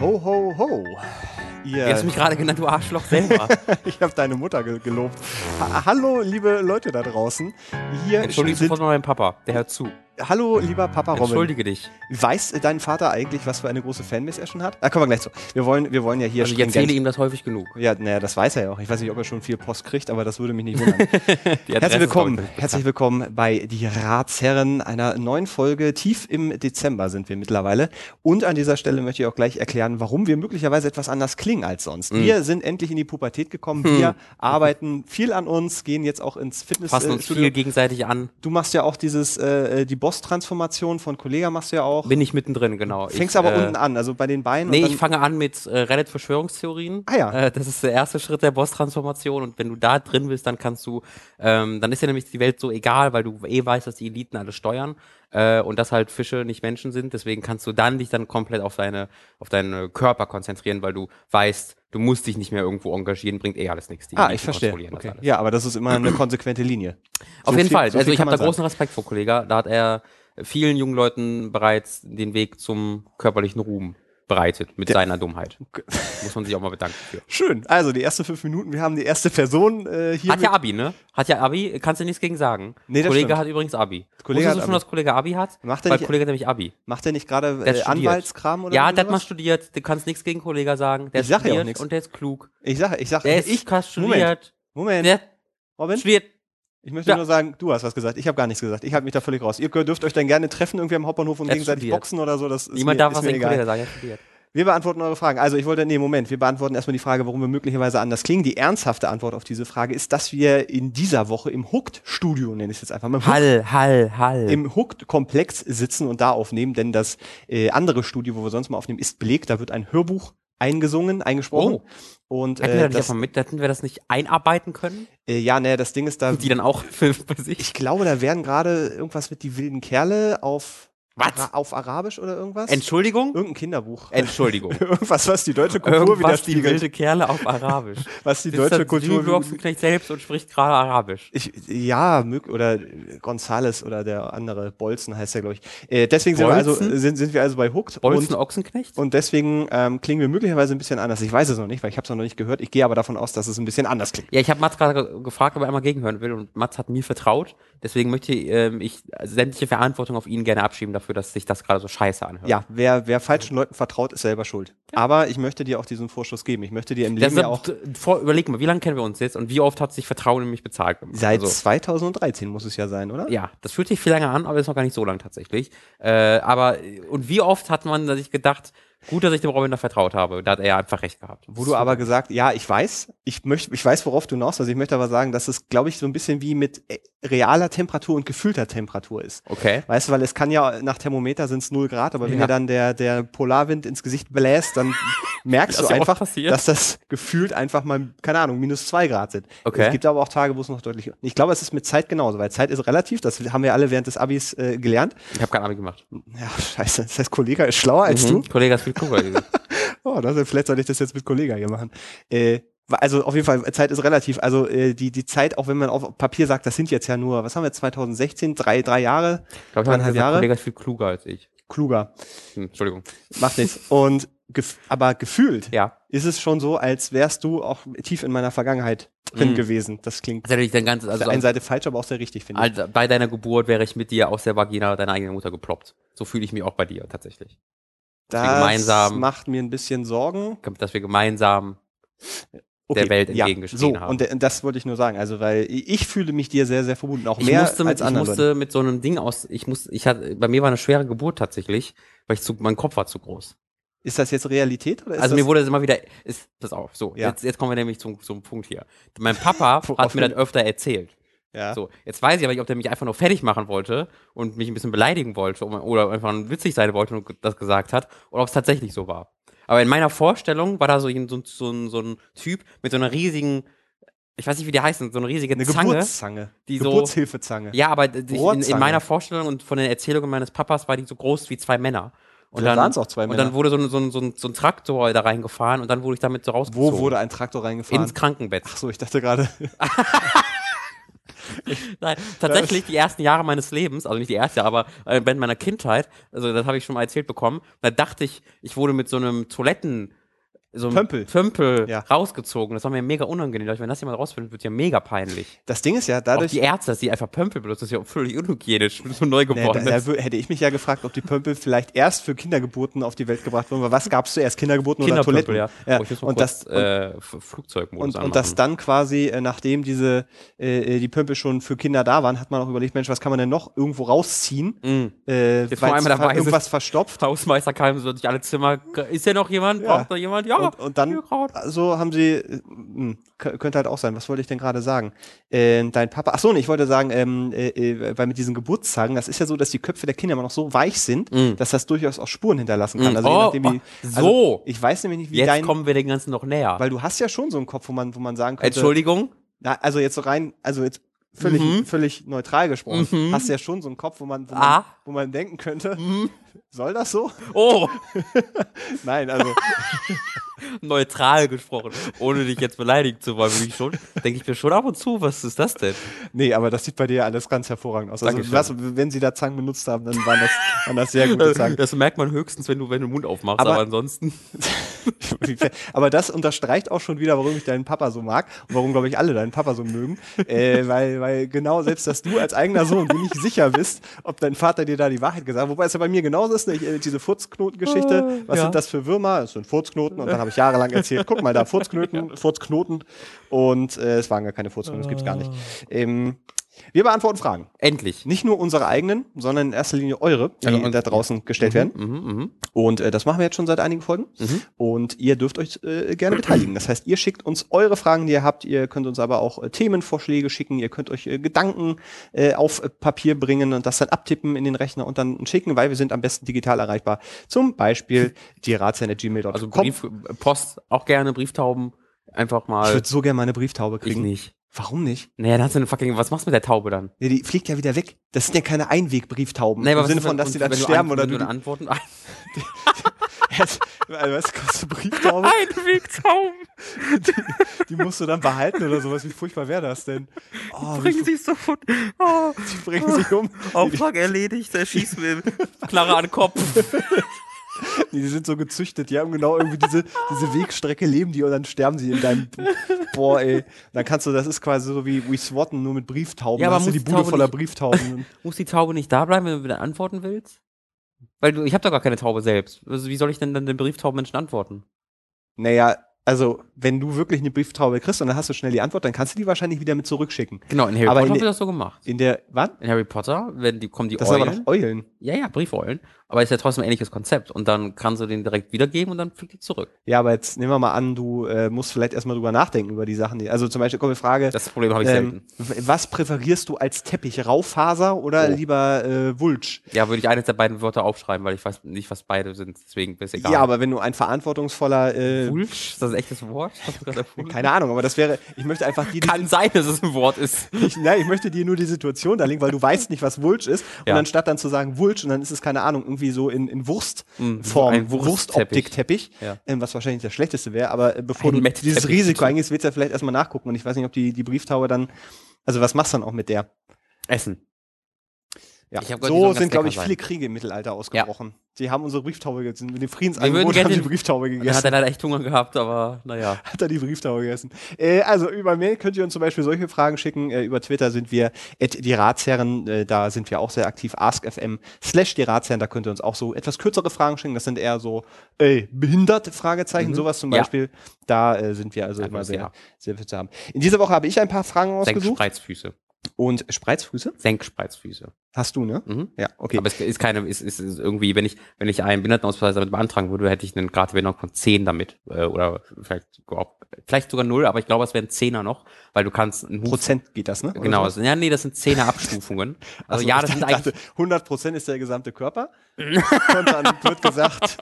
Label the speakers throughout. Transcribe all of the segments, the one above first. Speaker 1: Ho, ho, ho. Ihr,
Speaker 2: Du hast mich gerade genannt, du Arschloch selber.
Speaker 1: ich habe deine Mutter ge gelobt. Ha hallo, liebe Leute da draußen. Hier
Speaker 2: Entschuldige
Speaker 1: sind,
Speaker 2: sofort mal meinen Papa, der hört zu.
Speaker 1: hallo, lieber Papa Robin.
Speaker 2: Entschuldige dich.
Speaker 1: Weiß äh, dein Vater eigentlich, was für eine große Fanbase er schon hat? Da kommen wir gleich zu. Wir wollen, wir wollen ja hier
Speaker 2: Also ich erzähle
Speaker 1: stringent-
Speaker 2: ihm das häufig genug.
Speaker 1: Ja, naja, das weiß er ja auch. Ich weiß nicht, ob er schon viel Post kriegt, aber das würde mich nicht wundern.
Speaker 2: Die Adresse
Speaker 1: Herzlich willkommen,
Speaker 2: ist, glaub ich, nicht
Speaker 1: herzlich willkommen bei die Ratsherren einer neuen Folge. Tief im Dezember sind wir mittlerweile. Und an dieser Stelle möchte ich auch gleich erklären, warum wir möglicherweise etwas anders klingen als sonst.
Speaker 2: Hm.
Speaker 1: Wir sind endlich in die Pubertät gekommen. Wir arbeiten viel an uns, gehen jetzt auch ins
Speaker 2: bekannt. Fassen uns viel
Speaker 1: Fitnessstudio.
Speaker 2: gegenseitig an.
Speaker 1: Du machst ja auch dieses äh, die Boss-Transformation von Kollega machst du ja auch.
Speaker 2: Bin ich mittendrin, genau.
Speaker 1: Fängst
Speaker 2: ich,
Speaker 1: aber
Speaker 2: äh,
Speaker 1: unten an, also bei den Beinen.
Speaker 2: Nee,
Speaker 1: und
Speaker 2: ich fange an mit äh, Reddit-Verschwörungstheorien.
Speaker 1: Ah ja.
Speaker 2: Äh, das ist der erste Schritt der Boss-Transformation und wenn du da drin bist, dann kannst du, ähm, dann ist ja nämlich die Welt so egal, weil du eh weißt, dass die Eliten alle steuern äh, und dass halt Fische nicht Menschen sind. Deswegen kannst du dann dich dann komplett auf deine, auf deinen äh, Körper konzentrieren, weil du weißt, du musst dich nicht mehr irgendwo engagieren, bringt eh alles nichts. Die
Speaker 1: ah,
Speaker 2: Eliten
Speaker 1: ich verstehe.
Speaker 2: kontrollieren das
Speaker 1: Okay.
Speaker 2: alles.
Speaker 1: Ja, aber das ist immer eine konsequente Linie.
Speaker 2: Auf
Speaker 1: So
Speaker 2: jeden
Speaker 1: viel-
Speaker 2: Fall.
Speaker 1: so
Speaker 2: also
Speaker 1: viel
Speaker 2: ich
Speaker 1: kann
Speaker 2: habe da
Speaker 1: man sagen.
Speaker 2: großen Respekt vor Kollega. Da hat er vielen jungen Leuten bereits den Weg zum körperlichen Ruhm bereitet mit seiner Dummheit. Muss man sich auch mal bedanken für.
Speaker 1: Schön. Also die ersten fünf Minuten, wir haben die erste Person äh, hier.
Speaker 2: Hat ja Abi, ne? Hat ja Abi, kannst du nichts gegen sagen.
Speaker 1: Nee, das
Speaker 2: Kollege
Speaker 1: stimmt.
Speaker 2: hat übrigens Abi.
Speaker 1: Kollege
Speaker 2: Wusstest
Speaker 1: hat
Speaker 2: du schon,
Speaker 1: Abi.
Speaker 2: dass Kollege Abi hat?
Speaker 1: Macht er
Speaker 2: Weil
Speaker 1: nicht-
Speaker 2: Kollege hat nämlich Abi.
Speaker 1: Macht der nicht gerade
Speaker 2: Der hat
Speaker 1: äh,
Speaker 2: studiert.
Speaker 1: Anwaltskram oder
Speaker 2: ja,
Speaker 1: irgendwie
Speaker 2: der hat mal
Speaker 1: sowas?
Speaker 2: studiert. Du kannst nichts gegen Kollege sagen. Der
Speaker 1: Ich sag ja auch
Speaker 2: studiert
Speaker 1: nichts.
Speaker 2: und der ist klug.
Speaker 1: Ich sag, ich sag, also
Speaker 2: Der ist
Speaker 1: ich,
Speaker 2: krass
Speaker 1: Moment.
Speaker 2: studiert.
Speaker 1: Moment,
Speaker 2: Der
Speaker 1: Robin,
Speaker 2: studiert.
Speaker 1: ich möchte
Speaker 2: Ja.
Speaker 1: nur sagen, du hast was gesagt, ich habe gar nichts gesagt, ich halte mich da völlig raus. Ihr könnt- dürft euch dann gerne treffen irgendwie am Hauptbahnhof und
Speaker 2: Er
Speaker 1: gegenseitig
Speaker 2: studiert.
Speaker 1: boxen oder so, das ist
Speaker 2: Niemand
Speaker 1: mir,
Speaker 2: darf
Speaker 1: ist
Speaker 2: was
Speaker 1: mir
Speaker 2: gegen
Speaker 1: egal.
Speaker 2: Kollege sagen. Er studiert.
Speaker 1: Wir beantworten eure Fragen. Also ich wollte, nee, Moment, wir beantworten erstmal die Frage, warum wir möglicherweise anders klingen. Die ernsthafte Antwort auf diese Frage ist, dass wir in dieser Woche im Hooked-Studio, nenne ich es jetzt einfach mal, im
Speaker 2: Hall, Hall, Hall.
Speaker 1: im Hooked-Komplex sitzen und da aufnehmen, denn das äh, andere Studio, wo wir sonst mal aufnehmen, ist belegt. Da wird ein Hörbuch eingesungen, eingesprochen. Und
Speaker 2: Oh, Hätten wir,
Speaker 1: äh,
Speaker 2: das nicht
Speaker 1: das,
Speaker 2: einfach mit, hätten wir das nicht einarbeiten können?
Speaker 1: äh, ja, ne, das Ding ist da.
Speaker 2: Die dann auch für, für sich.
Speaker 1: ich glaube, da werden gerade irgendwas mit die wilden Kerle auf
Speaker 2: Was?
Speaker 1: Ara- auf Arabisch oder irgendwas.
Speaker 2: Entschuldigung?
Speaker 1: Irgendein Kinderbuch.
Speaker 2: Entschuldigung.
Speaker 1: irgendwas, was die deutsche Kultur
Speaker 2: Irgendwas die
Speaker 1: widerspiegelt.
Speaker 2: wilde Kerle auf Arabisch.
Speaker 1: was die deutsche Kultur.
Speaker 2: Bloxenknecht selbst und spricht gerade Arabisch.
Speaker 1: Ich, ja, mög, oder äh, Gonzales oder der andere Bolzen heißt der, glaube ich. Äh, deswegen sind wir,
Speaker 2: Bolzen?
Speaker 1: also, sind, sind wir also bei Hooked und
Speaker 2: Bolzen Ochsenknecht?
Speaker 1: Und deswegen ähm, klingen wir möglicherweise ein bisschen anders. Ich weiß es noch nicht, weil ich habe es noch nicht gehört. Ich gehe aber davon aus, dass es ein bisschen anders klingt.
Speaker 2: Ja, ich habe Mats gerade ge- gefragt, ob er einmal gegenhören will und Mats hat mir vertraut. Deswegen möchte ähm, ich sämtliche Verantwortung auf ihn gerne abschieben dafür, dass sich das gerade so scheiße anhört.
Speaker 1: Ja, wer, wer falschen Leuten vertraut, ist selber schuld. Aber ich möchte dir auch diesen Vorschuss geben. Ich möchte dir im
Speaker 2: Das
Speaker 1: Leben
Speaker 2: ist,
Speaker 1: ja auch
Speaker 2: vor, überleg mal, wie lange kennen wir uns jetzt und wie oft hat sich Vertrauen in mich bezahlt? gemacht?
Speaker 1: seit
Speaker 2: Also-
Speaker 1: 2013 muss es ja sein, oder?
Speaker 2: Ja, das fühlt sich viel länger an, aber ist noch gar nicht so lang tatsächlich. Äh, aber, und wie oft hat man sich gedacht, gut, dass ich dem Robin da vertraut habe. Da hat er ja einfach recht gehabt.
Speaker 1: Wo du aber gesagt, ja, ich weiß, ich möchte, ich weiß, worauf du hinaus willst. Ich möchte aber sagen, dass es, glaube ich, so ein bisschen wie mit äh, realer Temperatur und gefühlter Temperatur ist.
Speaker 2: Okay.
Speaker 1: Weißt du, weil es kann ja, nach Thermometer sind es 0 Grad, aber wenn
Speaker 2: Ja.
Speaker 1: dir dann der, der Polarwind ins Gesicht bläst, dann merkst
Speaker 2: Das
Speaker 1: du
Speaker 2: ist ja oft
Speaker 1: einfach,
Speaker 2: passiert.
Speaker 1: dass das gefühlt einfach mal, keine Ahnung, minus 2 Grad sind.
Speaker 2: Okay.
Speaker 1: Es gibt aber auch Tage, wo es noch deutlich, ich glaube, es ist mit Zeit genauso, weil Zeit ist relativ, das haben wir alle während des Abis äh, gelernt.
Speaker 2: Ich habe kein Abi gemacht.
Speaker 1: Ja, scheiße, das heißt, Kollege ist schlauer als du.
Speaker 2: Mhm. Kollege ist viel cooler. gewesen.
Speaker 1: Oh, das, vielleicht sollte ich das jetzt mit Kollega hier machen. Äh, also auf jeden Fall, Zeit ist relativ. Also äh, die, die Zeit, auch wenn man auf Papier sagt, das sind jetzt ja nur, was haben wir jetzt, 2016, drei, drei Jahre,
Speaker 2: Ich glaube, ich habe
Speaker 1: Dreieinhalb
Speaker 2: gesagt,
Speaker 1: Jahre?
Speaker 2: Kollege ist viel kluger als ich.
Speaker 1: kluger.
Speaker 2: Hm, Entschuldigung.
Speaker 1: Macht nichts. Und gef aber gefühlt
Speaker 2: Ja.
Speaker 1: ist es schon so, als wärst du auch tief in meiner Vergangenheit drin
Speaker 2: Mhm.
Speaker 1: gewesen. Das klingt
Speaker 2: Das ist natürlich dein ganzes,
Speaker 1: auf
Speaker 2: also,
Speaker 1: der einen Seite falsch, aber auch sehr richtig, finde ich.
Speaker 2: also bei deiner Geburt wäre ich mit dir aus der Vagina deiner eigenen Mutter geploppt. So fühle ich mich auch bei dir tatsächlich.
Speaker 1: Das
Speaker 2: gemeinsam-
Speaker 1: macht mir ein bisschen Sorgen.
Speaker 2: Dass wir gemeinsam Der Welt entgegengeschrien
Speaker 1: so,
Speaker 2: haben.
Speaker 1: Und de- das wollte ich nur sagen. Also, weil i- ich fühle mich dir sehr, sehr verbunden. Auch
Speaker 2: Ich
Speaker 1: mehr
Speaker 2: musste, mit,
Speaker 1: als
Speaker 2: ich
Speaker 1: anderen.
Speaker 2: musste mit so einem Ding aus, ich muss, ich hatte, bei mir war eine schwere Geburt tatsächlich, weil ich zu, mein Kopf war zu groß.
Speaker 1: Leuten. Ist das jetzt Realität oder ist
Speaker 2: also
Speaker 1: das
Speaker 2: mir wurde das immer wieder, ist, pass auf, so,
Speaker 1: Ja.
Speaker 2: jetzt, jetzt kommen wir nämlich zum, zum Punkt hier. Mein Papa hat
Speaker 1: Worauf
Speaker 2: mir das
Speaker 1: hin?
Speaker 2: öfter erzählt.
Speaker 1: ja.
Speaker 2: So, jetzt weiß ich aber nicht, ob der mich einfach nur fertig machen wollte und mich ein bisschen beleidigen wollte um- oder einfach witzig sein wollte und das gesagt hat oder ob es tatsächlich so war. Aber in meiner Vorstellung war da so ein, so, ein- so, ein, so ein Typ mit so einer riesigen, ich weiß nicht, wie die heißen, so eine riesige
Speaker 1: eine
Speaker 2: Zange.
Speaker 1: Geburtszange?
Speaker 2: die so-
Speaker 1: Geburtshilfezange.
Speaker 2: Ja, aber d- d- ich, in, in
Speaker 1: Rohrzange.
Speaker 2: meiner Vorstellung und von den Erzählungen meines Papas war die so groß wie zwei Männer. Und
Speaker 1: Vielleicht
Speaker 2: dann,
Speaker 1: waren's auch zwei
Speaker 2: Und
Speaker 1: Männer.
Speaker 2: dann wurde so ein, so, ein, so, ein, so ein Traktor da reingefahren und dann wurde ich damit so
Speaker 1: Wo
Speaker 2: rausgezogen.
Speaker 1: wurde ein Traktor reingefahren?
Speaker 2: Ins Krankenbett.
Speaker 1: Ach so, ich dachte gerade.
Speaker 2: Nein, tatsächlich die ersten Jahre meines Lebens, also nicht die erste, aber äh, während meiner Kindheit, also das habe ich schon mal erzählt bekommen, da dachte ich, ich wurde mit so einem Toiletten, so einem
Speaker 1: Pömpel.
Speaker 2: Pömpel
Speaker 1: Ja.
Speaker 2: rausgezogen. Das war mir mega unangenehm. Da dachte ich, Wenn das jemand rausfindet, wird ja mega peinlich.
Speaker 1: Das Ding ist ja,
Speaker 2: Auch
Speaker 1: dadurch.
Speaker 2: die Ärzte, dass die einfach Pömpel benutzen, ist ja völlig unhygienisch, so
Speaker 1: Nee,
Speaker 2: neu
Speaker 1: Äh, da,
Speaker 2: geworden.
Speaker 1: da wür- hätte ich mich ja gefragt, ob die Pömpel vielleicht erst für Kindergeburten auf die Welt gebracht wurden, weil was gab es zuerst, Kindergeburten oder Toiletten?
Speaker 2: ja.
Speaker 1: Ja,
Speaker 2: Oh, ich muss mal
Speaker 1: und,
Speaker 2: kurz,
Speaker 1: das,
Speaker 2: äh, F- Flugzeugmodus
Speaker 1: und, und das
Speaker 2: anmachen.
Speaker 1: dann quasi, äh, nachdem diese äh, äh, die Pömpel schon für Kinder da waren, hat man auch überlegt, Mensch, was kann man denn noch irgendwo rausziehen?
Speaker 2: Mhm.
Speaker 1: Äh,
Speaker 2: Jetzt vor
Speaker 1: weil
Speaker 2: allem dabei ist es-
Speaker 1: irgendwas verstopft.
Speaker 2: Hausmeister kam so durch alle Zimmer. Ist hier noch jemand?
Speaker 1: Ja.
Speaker 2: Braucht da jemand? Ja.
Speaker 1: Und, und dann,
Speaker 2: Bierkraut.
Speaker 1: so haben sie, äh, mh, kö- könnte halt auch sein, was wollte ich denn gerade sagen? Ähm, dein Papa, ach so, nee, ich wollte sagen, ähm, äh, äh, weil mit diesen Geburtstagen, das ist ja so, dass die Köpfe der Kinder immer noch so weich sind,
Speaker 2: Mhm.
Speaker 1: dass das durchaus auch Spuren hinterlassen kann.
Speaker 2: Mhm.
Speaker 1: Also, je
Speaker 2: Oh,
Speaker 1: nachdem, wie,
Speaker 2: oh,
Speaker 1: also
Speaker 2: so.
Speaker 1: Ich weiß nämlich nicht, wie
Speaker 2: Jetzt
Speaker 1: dein,
Speaker 2: kommen wir den ganzen noch näher.
Speaker 1: weil du hast ja schon so einen Kopf, wo man, wo man sagen könnte,
Speaker 2: Entschuldigung?
Speaker 1: Na, also jetzt so rein, also jetzt völlig,
Speaker 2: Mhm.
Speaker 1: völlig neutral gesprochen,
Speaker 2: Mhm.
Speaker 1: hast ja schon so einen Kopf, wo man, wo man,
Speaker 2: Ah. Mhm.
Speaker 1: wo man denken könnte, soll das so?
Speaker 2: Oh,
Speaker 1: Nein, also.
Speaker 2: neutral gesprochen. Ohne dich jetzt beleidigen zu wollen, bin ich schon, denke ich mir schon ab und zu, was ist das denn?
Speaker 1: Nee, aber das sieht bei dir alles ganz hervorragend aus. Also,
Speaker 2: Dankeschön.
Speaker 1: was, wenn sie da Zangen benutzt haben, dann waren das, waren das sehr gute Zangen.
Speaker 2: Äh, Das merkt man höchstens, wenn du, wenn du den Mund aufmachst, aber,
Speaker 1: Aber-
Speaker 2: ansonsten.
Speaker 1: aber das unterstreicht auch schon wieder, warum ich deinen Papa so mag und warum, glaube ich, alle deinen Papa so mögen. Äh, weil, weil genau selbst, dass du als eigener Sohn dir nicht sicher bist, ob dein Vater dir da die Wahrheit gesagt hat. Wobei es ja bei mir genauso ist, ne? ich, äh, diese Furzknotengeschichte. Was
Speaker 2: Ah, Ja.
Speaker 1: sind das für Würmer? Das sind Furzknoten. Und dann habe ich jahrelang erzählt, guck mal da, Furzknoten, Furzknoten. Und äh, es waren gar keine Furzknoten, das gibt's gar nicht.
Speaker 2: Ah.
Speaker 1: Ähm, wir beantworten Fragen.
Speaker 2: Endlich.
Speaker 1: Nicht nur unsere eigenen, sondern in erster Linie eure, die
Speaker 2: Also, und-
Speaker 1: da draußen gestellt werden.
Speaker 2: Mhm,
Speaker 1: Und äh, das machen wir jetzt schon seit einigen Folgen. Und ihr dürft euch äh, gerne beteiligen. Das heißt, ihr schickt uns eure Fragen, die ihr habt. Ihr könnt uns aber auch äh, Themenvorschläge schicken. Ihr könnt euch äh, Gedanken äh, auf äh, Papier bringen und das dann abtippen in den Rechner und dann schicken, weil wir sind am besten digital erreichbar. Zum Beispiel die gmail.com.
Speaker 2: Also Brief, Post, auch gerne Brieftauben, einfach
Speaker 1: ich
Speaker 2: mal.
Speaker 1: würde so gerne meine Brieftaube
Speaker 2: Ich
Speaker 1: kriegen.
Speaker 2: nicht.
Speaker 1: Warum nicht?
Speaker 2: Naja, dann hast du eine fucking, was machst du mit der Taube dann?
Speaker 1: Nee, die fliegt ja wieder weg. Das sind ja keine Einwegbrieftauben.
Speaker 2: Naja,
Speaker 1: Im Sinne
Speaker 2: ist, wenn-
Speaker 1: von, dass
Speaker 2: und
Speaker 1: die dann
Speaker 2: wenn du
Speaker 1: sterben
Speaker 2: an-
Speaker 1: oder
Speaker 2: wenn
Speaker 1: du.
Speaker 2: du. dann Antworten.
Speaker 1: also, was kostet Brieftaube?
Speaker 2: Einwegtauben,
Speaker 1: Die musst du dann behalten oder sowas. Wie furchtbar wäre das denn? Oh, wie
Speaker 2: bringen sie sofort. Oh.
Speaker 1: Die bringen sich um.
Speaker 2: Auftrag erledigt, er schießt mir Knarre an den Kopf.
Speaker 1: Die, die sind so gezüchtet. Die haben genau irgendwie diese, diese Wegstrecke, leben die und dann sterben sie in deinem. Boah, ey. Dann kannst du, das ist quasi so wie We Swatten, nur mit Brieftauben.
Speaker 2: Ja,
Speaker 1: Dann
Speaker 2: aber
Speaker 1: hast du die
Speaker 2: muss
Speaker 1: Bude
Speaker 2: Taube
Speaker 1: voller
Speaker 2: nicht-
Speaker 1: Brieftauben.
Speaker 2: Muss die Taube nicht da bleiben, wenn du wieder antworten willst? Weil du, ich habe doch gar keine Taube selbst. Also wie soll ich denn dann den Brieftaubenmenschen antworten?
Speaker 1: naja, also, wenn du wirklich eine Brieftaube kriegst und dann hast du schnell die Antwort, dann kannst du die wahrscheinlich wieder mit zurückschicken.
Speaker 2: Genau, in Harry
Speaker 1: Aber
Speaker 2: Potter
Speaker 1: in-
Speaker 2: wird das so gemacht.
Speaker 1: In der. Wann?
Speaker 2: In Harry Potter werden die, kommen die
Speaker 1: Das sind aber
Speaker 2: Eulen.
Speaker 1: noch Eulen.
Speaker 2: Ja, ja, Briefeulen. Aber ist ja trotzdem ein ähnliches Konzept. Und dann kannst du den direkt wiedergeben und dann fliegt die zurück.
Speaker 1: Ja, aber jetzt nehmen wir mal an, du äh, musst vielleicht erstmal drüber nachdenken über die Sachen. Die, also zum Beispiel, komm, die Frage.
Speaker 2: Das Problem habe ich
Speaker 1: Ähm,
Speaker 2: selten.
Speaker 1: w- was präferierst du als Teppich? Raufaser oder
Speaker 2: Oh.
Speaker 1: lieber äh, Wulsch?
Speaker 2: Ja, würde ich eines der beiden Wörter aufschreiben, weil ich weiß nicht, was beide sind. Deswegen ist egal.
Speaker 1: Ja, aber wenn du ein verantwortungsvoller äh,
Speaker 2: Wulsch, ist das ein echtes Wort? Hast du gerade erfunden?
Speaker 1: keine Ahnung, aber das wäre, ich möchte einfach die,
Speaker 2: Kann sein, dass es ein Wort ist.
Speaker 1: ich, nein, ich möchte dir nur die Situation darlegen, weil du weißt nicht, was Wulsch ist.
Speaker 2: Ja.
Speaker 1: Und anstatt dann zu sagen Wulsch, und dann ist es keine Ahnung, irgendwie so in, in
Speaker 2: Mm,
Speaker 1: Wurstform,
Speaker 2: ein Wurstteppich.
Speaker 1: Wurstoptikteppich,
Speaker 2: Ja.
Speaker 1: ähm, was wahrscheinlich das Schlechteste wäre, aber äh, bevor
Speaker 2: Ein
Speaker 1: du
Speaker 2: Mettteppich,
Speaker 1: dieses Risiko
Speaker 2: bitte.
Speaker 1: eingehst, willst du ja vielleicht erstmal nachgucken. Und ich weiß nicht, ob die, die Brieftaube dann, also was machst du dann auch mit der?
Speaker 2: Essen.
Speaker 1: Ja.
Speaker 2: Ich hab gehört, die sollen
Speaker 1: so
Speaker 2: ganz
Speaker 1: sind, glaube
Speaker 2: lecker
Speaker 1: ich,
Speaker 2: sein.
Speaker 1: viele Kriege im Mittelalter ausgebrochen. Die haben unsere Brieftaube gegessen. Mit dem
Speaker 2: Wir würden
Speaker 1: Friedensangebot
Speaker 2: gerne
Speaker 1: haben die
Speaker 2: den-
Speaker 1: Brieftaube
Speaker 2: Der hat
Speaker 1: gegessen.
Speaker 2: dann leider echt Hunger gehabt, aber naja.
Speaker 1: Hat er die Brieftaube gegessen. Äh, also über Mail könnt ihr uns zum Beispiel solche Fragen schicken. Äh, über Twitter sind wir at die Ratsherren. Äh, da sind wir auch sehr aktiv. AskFM slash die Ratsherren. Da könnt ihr uns auch so etwas kürzere Fragen schicken. Das sind eher so ey, behindert Fragezeichen.
Speaker 2: Mhm.
Speaker 1: Sowas zum
Speaker 2: Ja.
Speaker 1: Beispiel. Da äh, sind wir also
Speaker 2: Einfach
Speaker 1: immer
Speaker 2: das
Speaker 1: sehr,
Speaker 2: Ja.
Speaker 1: sehr viel zu haben. In dieser Woche habe ich ein paar Fragen ausgesucht.
Speaker 2: Senkspreizfüße.
Speaker 1: Und Spreizfüße
Speaker 2: Senkspreizfüße.
Speaker 1: hast du, ne?
Speaker 2: Mhm.
Speaker 1: Ja, okay.
Speaker 2: Aber es ist keine, es ist, ist irgendwie, wenn ich, wenn ich einen Behindertenausweis damit beantragen würde, hätte ich einen Gratisbehinderung von 10 damit. Äh, oder vielleicht, überhaupt- vielleicht sogar 0, aber ich glaube, es wären 10er noch, weil du kannst einen Huf-
Speaker 1: Prozent geht das, ne? Oder
Speaker 2: Genau,
Speaker 1: sowas?
Speaker 2: es- ja, nee, das sind 10er Abstufungen. Also ja, das sind eigentlich,
Speaker 1: 100 Prozent ist der gesamte Körper. Und dann wird gesagt,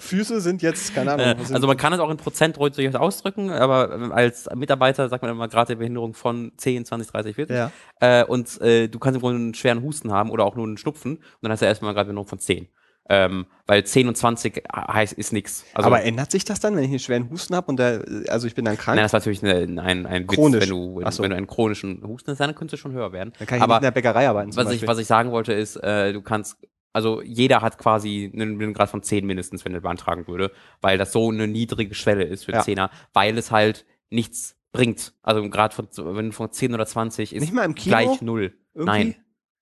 Speaker 1: Füße sind jetzt, keine
Speaker 2: äh,
Speaker 1: Ahnung. was sind-
Speaker 2: also man kann es auch in Prozent durchaus ausdrücken, aber ähm, als Mitarbeiter sagt man immer gerade Behinderung von 10, 20, 30, 40.
Speaker 1: ja.
Speaker 2: Äh, und äh, du kannst im Grunde einen schweren Husten haben oder auch nur einen Schnupfen und dann hast du erstmal gerade Behinderung von 10. Ähm, weil 10 und 20 heißt, ist nix. Also,
Speaker 1: Aber ändert sich das dann, wenn ich einen schweren Husten habe und da, also ich bin dann krank?
Speaker 2: nein, das ist natürlich eine, ein, ein Witz,
Speaker 1: Chronisch.
Speaker 2: wenn du, wenn,
Speaker 1: Ach so.
Speaker 2: wenn du einen chronischen Husten hast, dann könnte es schon höher werden.
Speaker 1: dann kann ich
Speaker 2: Aber
Speaker 1: nicht in der Bäckerei arbeiten. zum
Speaker 2: was ich,
Speaker 1: Beispiel.
Speaker 2: was ich sagen wollte, ist, äh, du kannst, also jeder hat quasi einen, einen Grad von 10 mindestens, wenn er beantragen würde, weil das so eine niedrige Schwelle ist für
Speaker 1: Ja.
Speaker 2: 10er, weil es halt nichts bringt. Also im Grad von, wenn du von 10 oder 20 ist
Speaker 1: nicht mal im Kino?
Speaker 2: gleich null.
Speaker 1: Irgendwie?
Speaker 2: Nein,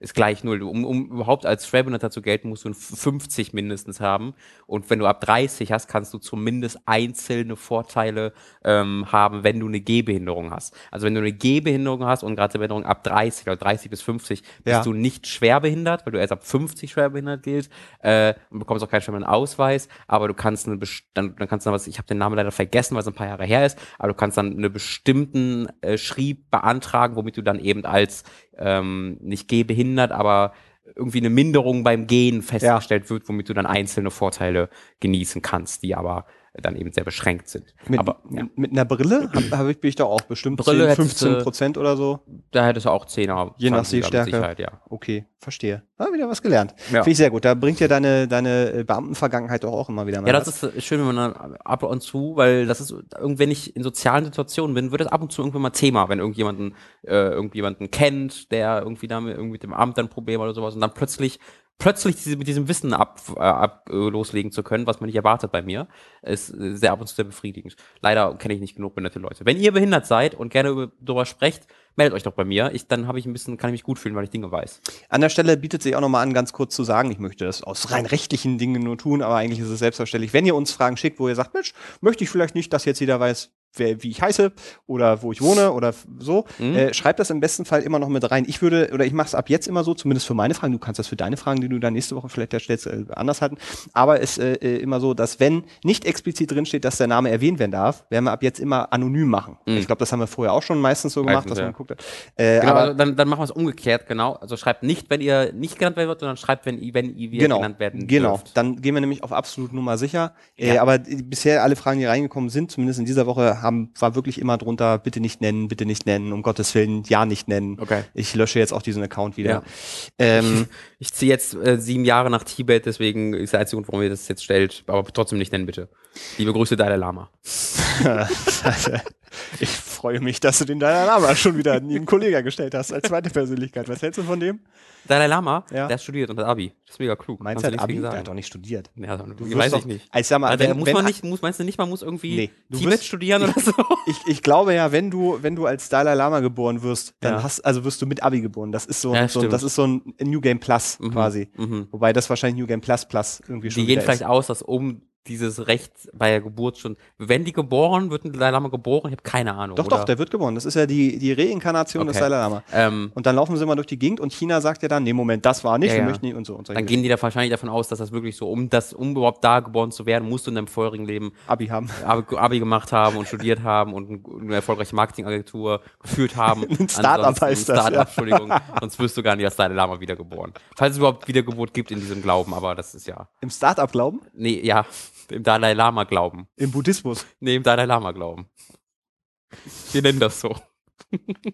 Speaker 2: ist gleich null. Du- Um, um überhaupt als Schwerbehinderter zu gelten, musst du ein 50 mindestens haben. Und wenn du ab 30 hast, kannst du zumindest einzelne Vorteile ähm, haben, wenn du eine Gehbehinderung hast. Also wenn du eine Gehbehinderung hast und gerade Behinderung ab 30 oder 30 bis 50, bist
Speaker 1: Ja.
Speaker 2: du nicht schwerbehindert, weil du erst ab 50 schwerbehindert gilt äh, und bekommst auch keinen Schwerbehindertenausweis. Aber du kannst eine best- dann, dann kannst du dann was, ich habe den Namen leider vergessen, weil es ein paar Jahre her ist, aber du kannst dann einen bestimmten äh, Schrieb beantragen, womit du dann eben als ähm, nicht gehbehindert, aber irgendwie eine Minderung beim Gehen festgestellt wird, womit du dann einzelne Vorteile genießen kannst, die aber dann eben sehr beschränkt sind.
Speaker 1: mit,
Speaker 2: aber ja,
Speaker 1: mit einer Brille hab, hab ich, bin ich da auch bestimmt
Speaker 2: Brille äh,
Speaker 1: 10,
Speaker 2: hättest du-
Speaker 1: 15 Prozent oder so.
Speaker 2: da hättest du auch 10er.
Speaker 1: Je nach
Speaker 2: 20er mit
Speaker 1: Sehstärke.
Speaker 2: Sicherheit, ja.
Speaker 1: Okay, verstehe. Ah, wieder was gelernt.
Speaker 2: Ja.
Speaker 1: Finde ich sehr gut. Da bringt ja deine, deine äh, Beamtenvergangenheit doch auch immer wieder mal
Speaker 2: Ja,
Speaker 1: was.
Speaker 2: das ist äh, schön, wenn man dann ab und zu, weil das ist, irgend- wenn ich in sozialen Situationen bin, wird das ab und zu irgendwann mal Thema, wenn irgendjemanden, äh, irgendjemanden kennt, der irgendwie damit, irgendwie mit dem Amt dann Probleme oder sowas und dann plötzlich, plötzlich diese, mit diesem Wissen ab, äh, ab äh, loslegen zu können, was man nicht erwartet bei mir, ist äh, sehr ab und zu sehr befriedigend. Leider kenne ich nicht genug behinderte Leute. Wenn ihr behindert seid und gerne über, darüber sprecht, meldet euch doch bei mir. Ich, dann habe ich ein bisschen, kann ich mich gut fühlen, weil ich Dinge weiß.
Speaker 1: An der Stelle bietet sich auch nochmal an, ganz kurz zu sagen, ich möchte das aus rein rechtlichen Dingen nur tun, aber eigentlich ist es selbstverständlich, wenn ihr uns Fragen schickt, wo ihr sagt, Mensch, möchte ich vielleicht nicht, dass jetzt jeder weiß, wer, wie ich heiße oder wo ich wohne oder f- so,
Speaker 2: Mhm.
Speaker 1: äh, schreibt das im besten Fall immer noch mit rein. Ich würde, oder ich mache es ab jetzt immer so, zumindest für meine Fragen, du kannst das für deine Fragen, die du dann nächste Woche vielleicht erstellst, äh, anders halten, aber es äh, äh, immer so, dass wenn nicht explizit drinsteht, dass der Name erwähnt werden darf, werden wir ab jetzt immer anonym machen. Ich glaube, das haben wir vorher auch schon meistens so gemacht,
Speaker 2: Mhm. Meistens,
Speaker 1: dass
Speaker 2: ja.
Speaker 1: man guckt. Äh,
Speaker 2: Genau,
Speaker 1: aber
Speaker 2: also dann, dann machen wir es umgekehrt, genau. Also schreibt nicht, wenn ihr nicht genannt werden wollt, sondern schreibt, wenn, ihr- wenn ihr
Speaker 1: genau,
Speaker 2: genannt werden
Speaker 1: Genau,
Speaker 2: dürft.
Speaker 1: dann gehen wir nämlich auf absolut Nummer sicher. Äh,
Speaker 2: Ja.
Speaker 1: aber die- bisher alle Fragen, die reingekommen sind, zumindest in dieser Woche, haben, war wirklich immer drunter, bitte nicht nennen, bitte nicht nennen, um Gottes Willen, ja nicht nennen.
Speaker 2: Okay.
Speaker 1: Ich lösche jetzt auch diesen Account wieder.
Speaker 2: Ja.
Speaker 1: Ähm,
Speaker 2: Hm. Ich ziehe jetzt äh, sieben Jahre nach Tibet, deswegen ist der einzige Grund, warum ihr das jetzt stellt. Aber trotzdem nicht nennen, bitte. Liebe Grüße, Dalai Lama.
Speaker 1: ich freue mich, dass du den Dalai Lama schon wieder neben Kollega gestellt hast, als zweite Persönlichkeit. Was hältst du von dem?
Speaker 2: Dalai Lama,
Speaker 1: Ja.
Speaker 2: der studiert unter Abi. Das ist mega klug.
Speaker 1: Meinst du,
Speaker 2: Kannst
Speaker 1: er hat
Speaker 2: du nichts
Speaker 1: Abi?
Speaker 2: gegen
Speaker 1: Der
Speaker 2: sagen.
Speaker 1: hat doch nicht studiert.
Speaker 2: Ja, dann
Speaker 1: wirst
Speaker 2: weiß
Speaker 1: doch-
Speaker 2: ich nicht.
Speaker 1: Also, sag mal,
Speaker 2: Also,
Speaker 1: wenn-
Speaker 2: muss
Speaker 1: wenn-
Speaker 2: man nicht, muss, meinst du nicht, man muss irgendwie
Speaker 1: Nee, du
Speaker 2: Tibet
Speaker 1: wirst-
Speaker 2: studieren oder so?
Speaker 1: Ich, ich glaube ja, wenn du, wenn du als Dalai Lama geboren wirst, dann
Speaker 2: Ja.
Speaker 1: hast, also wirst du mit Abi geboren. Das ist so,
Speaker 2: Ja,
Speaker 1: so ein- das
Speaker 2: stimmt.
Speaker 1: ist so ein New Game Plus quasi.
Speaker 2: Mhm.
Speaker 1: Wobei das wahrscheinlich New Game Plus Plus irgendwie schon
Speaker 2: Die gehen
Speaker 1: wieder
Speaker 2: vielleicht
Speaker 1: ist.
Speaker 2: aus, dass um dieses Recht bei der Geburt schon, wenn die geboren, wird ein Dalai Lama geboren? Ich habe keine Ahnung.
Speaker 1: Doch,
Speaker 2: oder?
Speaker 1: doch, der wird geboren. Das ist ja die, die Reinkarnation des
Speaker 2: Okay.
Speaker 1: Dalai Lama.
Speaker 2: ähm,
Speaker 1: Und dann laufen sie mal durch die Gegend und China sagt ja dann, nee, Moment, das war nicht,
Speaker 2: Ja,
Speaker 1: wir
Speaker 2: ja.
Speaker 1: möchten ihn und so. Und solche
Speaker 2: dann gehen die da wahrscheinlich davon aus, dass das wirklich so, um das, um überhaupt da geboren zu werden, musst du in deinem vorherigen Leben
Speaker 1: Abi haben.
Speaker 2: Abi, Abi gemacht haben und studiert haben und eine erfolgreiche Marketingagentur geführt haben. Ein
Speaker 1: Startup heißt das,
Speaker 2: Startup,
Speaker 1: ja.
Speaker 2: Entschuldigung. Sonst wirst du gar nicht als Dalai Lama wiedergeboren. Falls es überhaupt Wiedergeburt gibt in diesem Glauben, aber das ist ja,
Speaker 1: Im Startup glauben?
Speaker 2: nee, ja, im Dalai Lama Glauben.
Speaker 1: Im Buddhismus.
Speaker 2: Nee, im Dalai Lama Glauben. Wir nennen das so.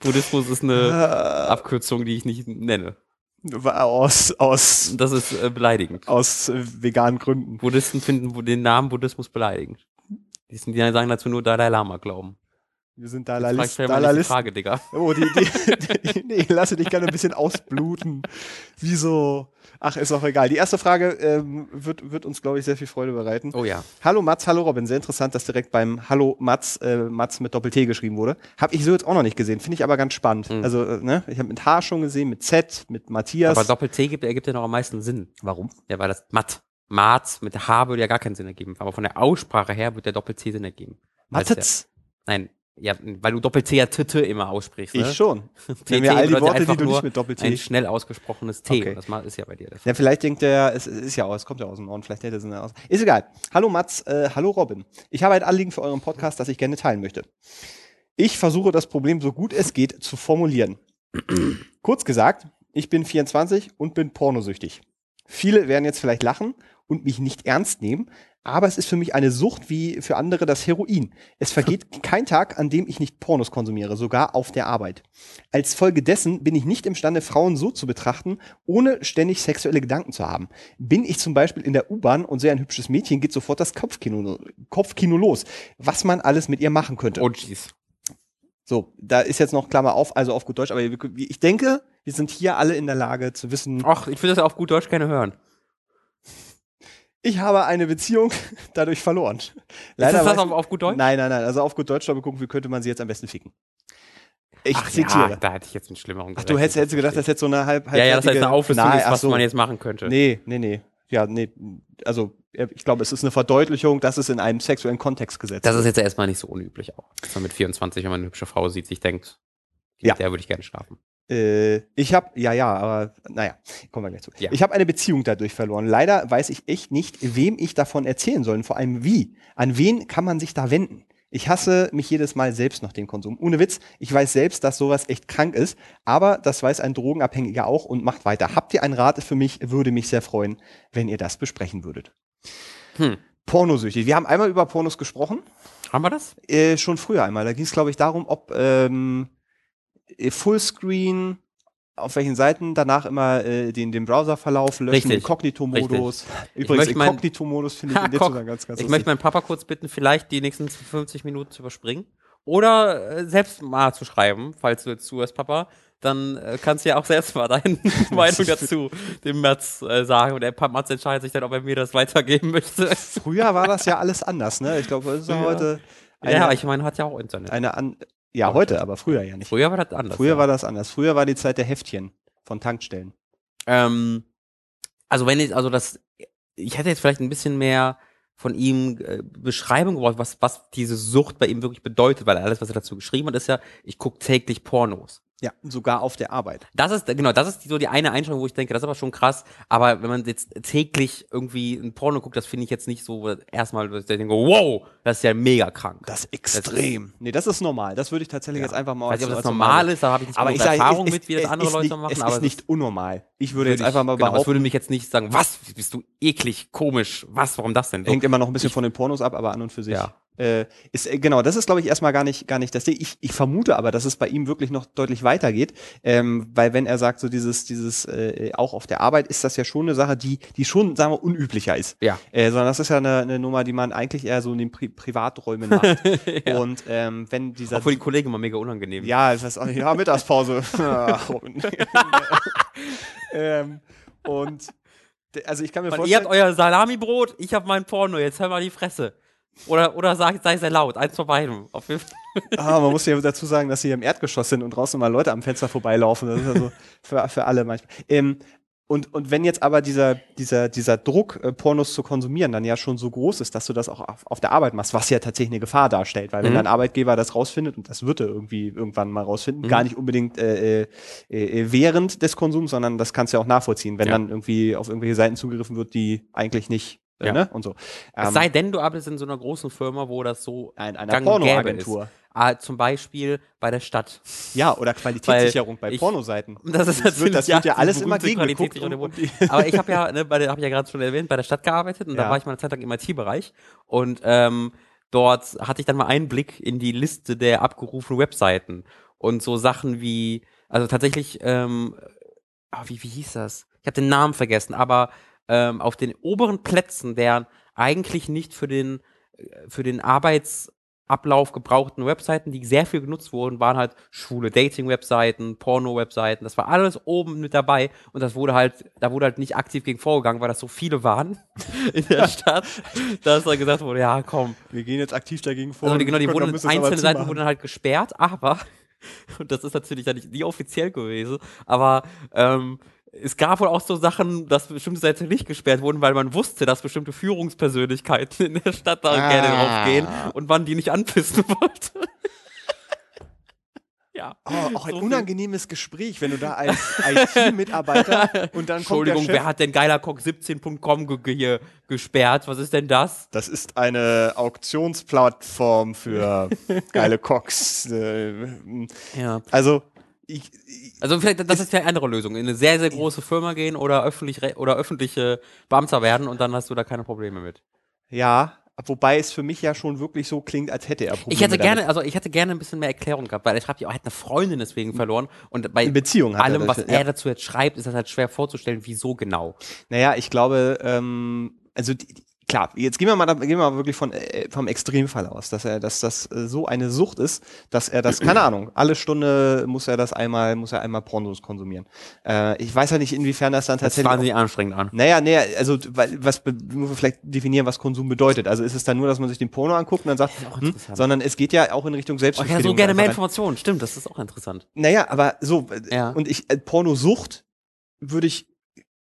Speaker 2: Buddhismus ist eine
Speaker 1: Äh,
Speaker 2: Abkürzung, die ich nicht nenne.
Speaker 1: war aus, aus,
Speaker 2: Das ist äh, beleidigend.
Speaker 1: aus äh, veganen Gründen.
Speaker 2: Buddhisten finden Bu- den Namen Buddhismus beleidigend. Die, sind, die sagen dazu nur Dalai Lama glauben.
Speaker 1: Wir sind
Speaker 2: Frag ich
Speaker 1: Dalalisten.
Speaker 2: mir mal die
Speaker 1: Dalalisten.
Speaker 2: Frage, Digga.
Speaker 1: Oh, die, die, die, nee, lasse dich gerne ein bisschen ausbluten. Wieso? Ach, ist auch egal. Die erste Frage ähm, wird, wird uns, glaube ich, sehr viel Freude bereiten.
Speaker 2: Oh ja.
Speaker 1: Hallo Mats, hallo Robin. Sehr interessant, dass direkt beim Hallo Mats äh, Mats mit Doppel-T geschrieben wurde. Hab ich so jetzt auch noch nicht gesehen, finde ich aber ganz spannend.
Speaker 2: Hm.
Speaker 1: Also, äh, ne, ich habe mit H schon gesehen, mit Z, mit Matthias.
Speaker 2: Aber Doppel-T gibt, ergibt ja noch am meisten Sinn.
Speaker 1: Warum?
Speaker 2: Ja, weil das Matt. Mats mit H würde ja gar keinen Sinn ergeben. Aber von der Aussprache her wird der Doppel-T Sinn ergeben. Weil es
Speaker 1: Mattitz?
Speaker 2: Ja, nein, ja, weil du Doppel-T ja Titte immer aussprichst. Ne?
Speaker 1: Ich schon. Nenn
Speaker 2: TT
Speaker 1: mir all die
Speaker 2: bedeutet
Speaker 1: Worte,
Speaker 2: einfach
Speaker 1: die du
Speaker 2: nur
Speaker 1: nicht mit Doppel-T.
Speaker 2: Ein schnell ausgesprochenes T.
Speaker 1: Okay.
Speaker 2: Und das ma- ist ja bei dir der Fall.
Speaker 1: Ja, vielleicht denkt er, es ist ja auch, es kommt ja aus dem Norden, vielleicht hätte es ihn aus. Ist egal. Hallo Mats, äh, hallo Robin. Ich habe ein Anliegen für euren Podcast, das ich gerne teilen möchte. Ich versuche das Problem so gut es geht zu formulieren. Kurz gesagt, ich bin 24 und bin pornosüchtig. Viele werden jetzt vielleicht lachen und mich nicht ernst nehmen, aber es ist für mich eine Sucht wie für andere das Heroin. Es vergeht kein Tag, an dem ich nicht Pornos konsumiere, sogar auf der Arbeit. Als Folge dessen bin ich nicht imstande, Frauen so zu betrachten, ohne ständig sexuelle Gedanken zu haben. Bin ich zum Beispiel in der U-Bahn und sehe ein hübsches Mädchen, geht sofort das Kopfkino, Kopfkino los, was man alles mit ihr machen könnte.
Speaker 2: Oh, jeez.
Speaker 1: So, da ist jetzt noch Klammer auf, also auf gut Deutsch, aber ich denke, wir sind hier alle in der Lage zu wissen,
Speaker 2: Ach, ich will das auf gut Deutsch gerne hören.
Speaker 1: ich habe eine Beziehung dadurch verloren.
Speaker 2: ist das
Speaker 1: weiß-
Speaker 2: das auf, auf gut Deutsch?
Speaker 1: Nein, nein, nein. Also auf gut Deutsch darüber gucken, wie könnte man sie jetzt am besten ficken. Ich
Speaker 2: Ach, ja,
Speaker 1: zitiere.
Speaker 2: da hätte ich jetzt einen schlimmeren
Speaker 1: ach, du hättest, hättest du gedacht, das hätte so eine halb, halb
Speaker 2: Ja, ja, das heißt eine Auflistung
Speaker 1: Nein,
Speaker 2: ist,
Speaker 1: ach
Speaker 2: was
Speaker 1: so.
Speaker 2: man jetzt machen könnte.
Speaker 1: Nee, nee, nee. Ja, nee. Also, ich glaube, es ist eine Verdeutlichung, dass es in einem sexuellen Kontext gesetzt
Speaker 2: Das ist jetzt erstmal nicht so unüblich auch. Dass man mit 24, wenn man eine hübsche Frau sieht, sich denkt,
Speaker 1: Ja.
Speaker 2: mit der würde ich gerne schlafen.
Speaker 1: Äh, ich habe, ja, ja, aber naja, kommen wir gleich zu.
Speaker 2: Ja.
Speaker 1: Ich habe eine Beziehung dadurch verloren. Leider weiß ich echt nicht, wem ich davon erzählen soll und vor allem wie. An wen kann man sich da wenden? Ich hasse mich jedes Mal selbst nach dem Konsum. Ohne Witz, ich weiß selbst, dass sowas echt krank ist, aber das weiß ein Drogenabhängiger auch und macht weiter. Habt ihr einen Rat für mich? Würde mich sehr freuen, wenn ihr das besprechen würdet.
Speaker 2: Hm.
Speaker 1: Pornosüchtig. Wir haben einmal über Pornos gesprochen
Speaker 2: Haben wir das?
Speaker 1: äh, schon früher einmal. Da ging es, glaube ich, darum, ob ähm, äh, Fullscreen auf welchen Seiten danach immer äh, den, den Browserverlauf löschen,
Speaker 2: Richtig.
Speaker 1: Inkognito-Modus. Übrigens,
Speaker 2: möchte mein-
Speaker 1: Inkognito-Modus finde ich
Speaker 2: Ha,
Speaker 1: in dem
Speaker 2: Koch,
Speaker 1: Zusammenhang ganz, ganz
Speaker 2: ich möchte meinen Papa kurz bitten, vielleicht die nächsten 50 Minuten zu überspringen. Oder äh, selbst mal zu schreiben, falls du jetzt zuhörst, Papa. Dann äh, kannst du ja auch selbst mal deine Meinung dazu dem Mats äh, sagen. Und der Pa- Mats entscheidet sich dann, ob er mir das weitergeben möchte.
Speaker 1: Früher war das ja alles anders, ne? Ich glaube, das ist ja
Speaker 2: Früher.
Speaker 1: heute eine,
Speaker 2: ja, ich meine, hat ja auch Internet.
Speaker 1: eine an ja, heute, aber früher ja nicht.
Speaker 2: Früher war das anders.
Speaker 1: Früher
Speaker 2: ja.
Speaker 1: war das anders. Früher war die Zeit der Heftchen von Tankstellen.
Speaker 2: Ähm, also wenn ich, also das, ich hätte jetzt vielleicht ein bisschen mehr von ihm äh, Beschreibung gebraucht, was, was diese Sucht bei ihm wirklich bedeutet, weil alles, was er dazu geschrieben hat, ist ja, ich gucke täglich Pornos.
Speaker 1: Ja, sogar auf der Arbeit.
Speaker 2: Das ist, genau, das ist die, so die eine Einschränkung, wo ich denke, das ist aber schon krass, aber wenn man jetzt täglich irgendwie ein Porno guckt, das finde ich jetzt nicht so, erstmal, dass ich denke, wow, das ist ja mega krank.
Speaker 1: Das ist extrem. nee, das ist normal. Das würde ich tatsächlich jetzt einfach mal
Speaker 2: Weiß nicht, ob
Speaker 1: als-
Speaker 2: das
Speaker 1: als
Speaker 2: normal ist, da habe ich nicht
Speaker 1: aber
Speaker 2: genug
Speaker 1: ich sage,
Speaker 2: Erfahrung
Speaker 1: es,
Speaker 2: mit, wie das
Speaker 1: es
Speaker 2: andere
Speaker 1: ist
Speaker 2: Leute
Speaker 1: nicht,
Speaker 2: machen,
Speaker 1: Es
Speaker 2: aber
Speaker 1: ist
Speaker 2: es-
Speaker 1: nicht unnormal. Ich würde
Speaker 2: Würde
Speaker 1: jetzt einfach mal
Speaker 2: genau, es
Speaker 1: behaupten,
Speaker 2: würde mich jetzt nicht sagen, was, bist du eklig, komisch, was, warum das denn? So.
Speaker 1: hängt immer noch ein bisschen von den Pornos ab, aber an und für sich.
Speaker 2: Ja.
Speaker 1: Äh, ist, äh, genau, das ist, glaube ich, erstmal gar nicht, gar nicht das Ding. Ich, ich vermute aber, dass es bei ihm wirklich noch deutlich weitergeht, ähm, weil wenn er sagt, so dieses, dieses, äh, auch auf der Arbeit, ist das ja schon eine Sache, die, die schon, sagen wir, unüblicher ist.
Speaker 2: Ja.
Speaker 1: Äh, sondern das ist ja eine, eine Nummer, die man eigentlich eher so in den Pri Privaträumen macht.
Speaker 2: ja.
Speaker 1: Und ähm, wenn dieser.
Speaker 2: Auch für die Kollegen immer mega unangenehm.
Speaker 1: Ja, das ist auch nicht. Ja, Mittagspause. Ah, ähm, und d- also ich kann mir
Speaker 2: Mann, ihr
Speaker 1: vorstellen.
Speaker 2: habt euer Salamibrot, ich hab mein Porno, jetzt hör mal die Fresse. Oder, oder sag, sei sehr laut, eins von beidem. Auf jeden Fall.
Speaker 1: ah, man muss ja dazu sagen, dass sie hier im Erdgeschoss sind und draußen mal Leute am Fenster vorbeilaufen. Das ist also für, für alle manchmal. Ähm, und, und wenn jetzt aber dieser, dieser, dieser Druck, äh, Pornos zu konsumieren, dann ja schon so groß ist, dass du das auch auf, auf der Arbeit machst, was ja tatsächlich eine Gefahr darstellt, weil wenn
Speaker 2: Mhm.
Speaker 1: dein Arbeitgeber das rausfindet, und das wird er irgendwie irgendwann mal rausfinden,
Speaker 2: Mhm.
Speaker 1: gar nicht unbedingt äh, äh, äh, während des Konsums, sondern das kannst du ja auch nachvollziehen, wenn
Speaker 2: Ja.
Speaker 1: dann irgendwie auf irgendwelche Seiten zugegriffen wird, die eigentlich nicht, äh,
Speaker 2: Ja.
Speaker 1: ne? Und so.
Speaker 2: es sei denn, du arbeitest in so einer großen Firma, wo das so,
Speaker 1: in einer
Speaker 2: gang und gäbe
Speaker 1: Pornoagentur.
Speaker 2: ah, zum Beispiel bei der Stadt.
Speaker 1: Ja, oder Qualitätssicherung bei
Speaker 2: ich-
Speaker 1: Pornoseiten.
Speaker 2: Und Das ist
Speaker 1: Das wird, das wird ja
Speaker 2: die
Speaker 1: alles immer
Speaker 2: berühmte
Speaker 1: gegengeguckt.
Speaker 2: Qualität-
Speaker 1: und-
Speaker 2: Aber ich habe ja, ne, bei der, hab ich ja gerade schon erwähnt, bei der Stadt gearbeitet und
Speaker 1: Ja.
Speaker 2: da war ich mal eine Zeit lang im IT-Bereich und ähm, dort hatte ich dann mal Einblick in die Liste der abgerufenen Webseiten und so Sachen wie, also tatsächlich, ähm, ah, wie, wie hieß das? Ich habe den Namen vergessen, aber ähm, auf den oberen Plätzen der eigentlich nicht für den, äh, für den Arbeits Ablauf gebrauchten Webseiten, die sehr viel genutzt wurden, waren halt schwule Dating-Webseiten, Porno-Webseiten, das war alles oben mit dabei und das wurde halt, da wurde halt nicht aktiv gegen vorgegangen, weil das so viele waren in der Stadt, dass dann gesagt wurde, ja komm,
Speaker 1: wir gehen jetzt aktiv dagegen vor.
Speaker 2: also die,
Speaker 1: und
Speaker 2: genau, die
Speaker 1: gucken,
Speaker 2: wurden,
Speaker 1: ob wir es aber
Speaker 2: einzelne Seiten
Speaker 1: zumachen.
Speaker 2: wurden halt gesperrt, aber, und das ist natürlich dann nicht, nie offiziell gewesen, aber ähm, es gab wohl auch so Sachen, dass bestimmte Seiten nicht gesperrt wurden, weil man wusste, dass bestimmte Führungspersönlichkeiten in der Stadt da
Speaker 1: Ah.
Speaker 2: gerne drauf gehen und man die nicht anpissen wollte. ja.
Speaker 1: Oh, auch ein
Speaker 2: So viel-
Speaker 1: unangenehmes Gespräch, wenn du da als IT-Mitarbeiter und dann kommt der
Speaker 2: Entschuldigung,
Speaker 1: Chef,
Speaker 2: wer hat denn geilercock17.com ge ge hier gesperrt? Was ist denn das?
Speaker 1: Das ist eine Auktionsplattform für geile Cox. Äh,
Speaker 2: Ja.
Speaker 1: Also, ich, ich,
Speaker 2: Also vielleicht, das ist vielleicht eine andere Lösung. In eine sehr, sehr große Firma gehen oder öffentlich oder öffentliche Beamter werden und dann hast du da keine Probleme mit.
Speaker 1: Ja, wobei es für mich ja schon wirklich so klingt, als hätte er Probleme
Speaker 2: Ich hätte
Speaker 1: damit.
Speaker 2: gerne, also ich hätte gerne ein bisschen mehr Erklärung gehabt, weil ich habe ja auch, er hat eine Freundin deswegen verloren und bei
Speaker 1: Eine Beziehung hat er
Speaker 2: allem, was
Speaker 1: dafür,
Speaker 2: er
Speaker 1: ja.
Speaker 2: dazu jetzt schreibt, ist das halt schwer vorzustellen, wieso genau.
Speaker 1: Naja, ich glaube, ähm, also die, die- klar, jetzt gehen wir mal, da- gehen wir mal wirklich von, äh, vom Extremfall aus, dass er, dass das äh, so eine Sucht ist, dass er das, keine Ahnung, alle Stunde muss er das einmal, muss er einmal Pornos konsumieren. Äh, ich weiß ja nicht, inwiefern das dann
Speaker 2: Das ist
Speaker 1: tatsächlich.
Speaker 2: wahnsinnig anstrengend an.
Speaker 1: naja, naja, also weil, was be- müssen wir vielleicht definieren, was Konsum bedeutet. Also ist es dann nur, dass man sich den Porno anguckt und dann sagt,
Speaker 2: ist auch
Speaker 1: hm,
Speaker 2: interessant.
Speaker 1: sondern es geht ja auch in Richtung
Speaker 2: Oh, ich
Speaker 1: Selbstbefriedigung.
Speaker 2: hätte so gerne
Speaker 1: einfach
Speaker 2: mehr
Speaker 1: rein.
Speaker 2: Informationen. Stimmt, das ist auch interessant.
Speaker 1: Naja, aber so, äh,
Speaker 2: Ja.
Speaker 1: und ich, äh, Pornosucht würde ich,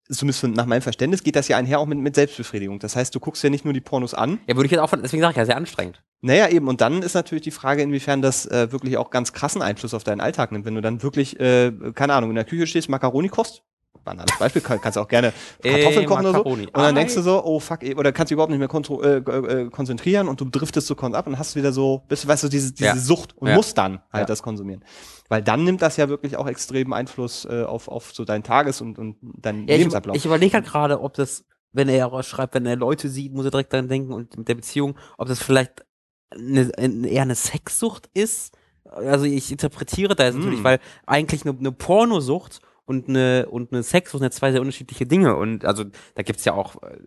Speaker 1: zumindest von- nach meinem Verständnis, geht das ja einher auch mit, mit Selbstbefriedigung. Das heißt, du guckst ja nicht nur die Pornos an.
Speaker 2: Ja, würde ich jetzt auch von, deswegen sage ich ja, sehr anstrengend.
Speaker 1: Naja, eben, und dann ist natürlich die Frage, inwiefern das äh, wirklich auch ganz krassen Einfluss auf deinen Alltag nimmt. Wenn du dann wirklich, äh, keine Ahnung, in der Küche stehst, Macaroni kochst, banales Beispiel, kann, kannst auch gerne Kartoffeln
Speaker 2: Äh,
Speaker 1: kochen oder so.
Speaker 2: Macaroni.
Speaker 1: Und dann
Speaker 2: Ei.
Speaker 1: denkst du so, oh fuck, eh, oder kannst du überhaupt nicht mehr kontro äh, äh, äh, konzentrieren und du driftest so kon ab und hast wieder so, bist, weißt du, diese, diese
Speaker 2: Ja.
Speaker 1: Sucht und
Speaker 2: Ja.
Speaker 1: musst dann halt
Speaker 2: Ja.
Speaker 1: das konsumieren. Weil dann nimmt das ja wirklich auch extremen Einfluss äh, auf, auf so deinen Tages- und, und deinen
Speaker 2: Ja, ich,
Speaker 1: Lebensablauf.
Speaker 2: ich überlege halt gerade, ob das, wenn er auch schreibt, wenn er Leute sieht, muss er direkt daran denken und mit der Beziehung, ob das vielleicht eine, eine, eher eine Sexsucht ist. Also ich interpretiere da jetzt natürlich,
Speaker 1: Hm.
Speaker 2: weil eigentlich eine, eine Pornosucht und eine, und eine Sexsucht sind ja zwei sehr unterschiedliche Dinge. Und also da gibt's ja auch äh,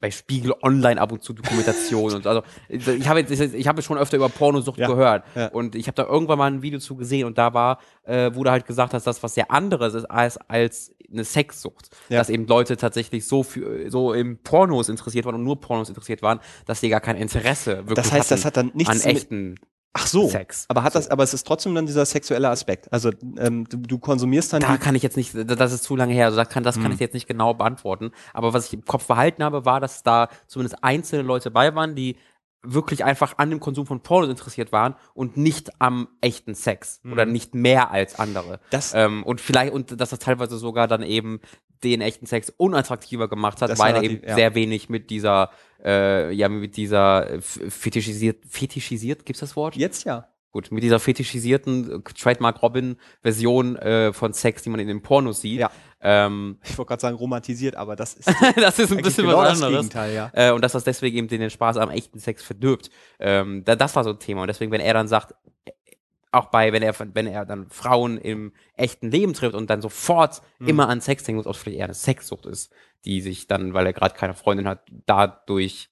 Speaker 2: bei Spiegel Online ab und zu Dokumentationen und so. also ich habe jetzt ich habe schon öfter über Pornosucht
Speaker 1: Ja,
Speaker 2: gehört
Speaker 1: ja.
Speaker 2: und ich habe da irgendwann mal ein Video zu gesehen und da war äh, wurde halt gesagt, dass das was sehr anderes ist als als eine Sexsucht,
Speaker 1: Ja.
Speaker 2: dass eben Leute tatsächlich so für, so im Pornos interessiert waren und nur Pornos interessiert waren, dass sie gar kein Interesse wirklich
Speaker 1: das heißt, das
Speaker 2: hatten
Speaker 1: hat dann nichts
Speaker 2: an
Speaker 1: mit-
Speaker 2: echten
Speaker 1: Ach so.
Speaker 2: Sex.
Speaker 1: Aber hat das, aber es ist trotzdem dann dieser sexuelle Aspekt. Also ähm, du, du konsumierst dann
Speaker 2: da
Speaker 1: die, Hm.
Speaker 2: kann ich jetzt nicht, da- das ist zu lange her, also da kann, das kann ich jetzt nicht genau beantworten. Aber was ich im Kopf behalten habe, war, dass da zumindest einzelne Leute bei waren, die wirklich einfach an dem Konsum von Pornos interessiert waren und nicht am echten Sex oder
Speaker 1: Hm.
Speaker 2: nicht mehr als andere.
Speaker 1: Das-
Speaker 2: ähm, und vielleicht, und dass das teilweise sogar dann eben den echten Sex unattraktiver gemacht hat,
Speaker 1: Das
Speaker 2: weil er
Speaker 1: Narrativ,
Speaker 2: eben
Speaker 1: ja.
Speaker 2: sehr wenig mit dieser, äh, ja, mit dieser äh, f- fetischisiert, fetischisiert, gibt's das Wort?
Speaker 1: jetzt ja.
Speaker 2: Gut, mit dieser fetischisierten äh, Trademark-Robin-Version äh, von Sex, die man in den Pornos sieht.
Speaker 1: Ja.
Speaker 2: Ähm,
Speaker 1: Ich wollte gerade sagen, romantisiert, aber das ist
Speaker 2: das ist ein
Speaker 1: eigentlich
Speaker 2: bisschen
Speaker 1: genau
Speaker 2: was
Speaker 1: das
Speaker 2: anderes.
Speaker 1: Gegenteil, ja.
Speaker 2: Äh, und dass das deswegen eben den Spaß am echten Sex verdirbt. Ähm, da, das war so ein Thema. Und deswegen, wenn er dann sagt, äh, auch bei, wenn er, wenn er dann Frauen im echten Leben trifft und dann sofort
Speaker 1: Mhm.
Speaker 2: immer an Sex denken muss, ob es vielleicht eher eine Sexsucht ist, die sich dann, weil er gerade keine Freundin hat, dadurch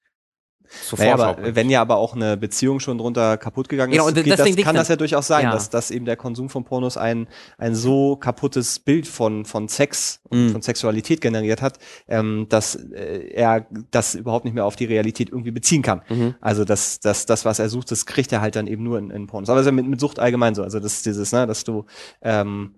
Speaker 2: sofort
Speaker 1: Naja, aber wenn ja aber auch eine Beziehung schon drunter kaputt gegangen ist,
Speaker 2: Genau, und
Speaker 1: geht das,
Speaker 2: deswegen denk
Speaker 1: kann
Speaker 2: ich
Speaker 1: das ja durchaus sein,
Speaker 2: Ja.
Speaker 1: dass, dass eben der Konsum von Pornos ein, ein so kaputtes Bild von, von Sex und
Speaker 2: Mhm.
Speaker 1: von Sexualität generiert hat, ähm, dass äh, er das überhaupt nicht mehr auf die Realität irgendwie beziehen kann.
Speaker 2: Mhm.
Speaker 1: Also das, das, das, was er sucht, das kriegt er halt dann eben nur in, in Pornos. Aber das ist ja mit, mit Sucht allgemein so. Also das ist dieses, ne, dass du ähm,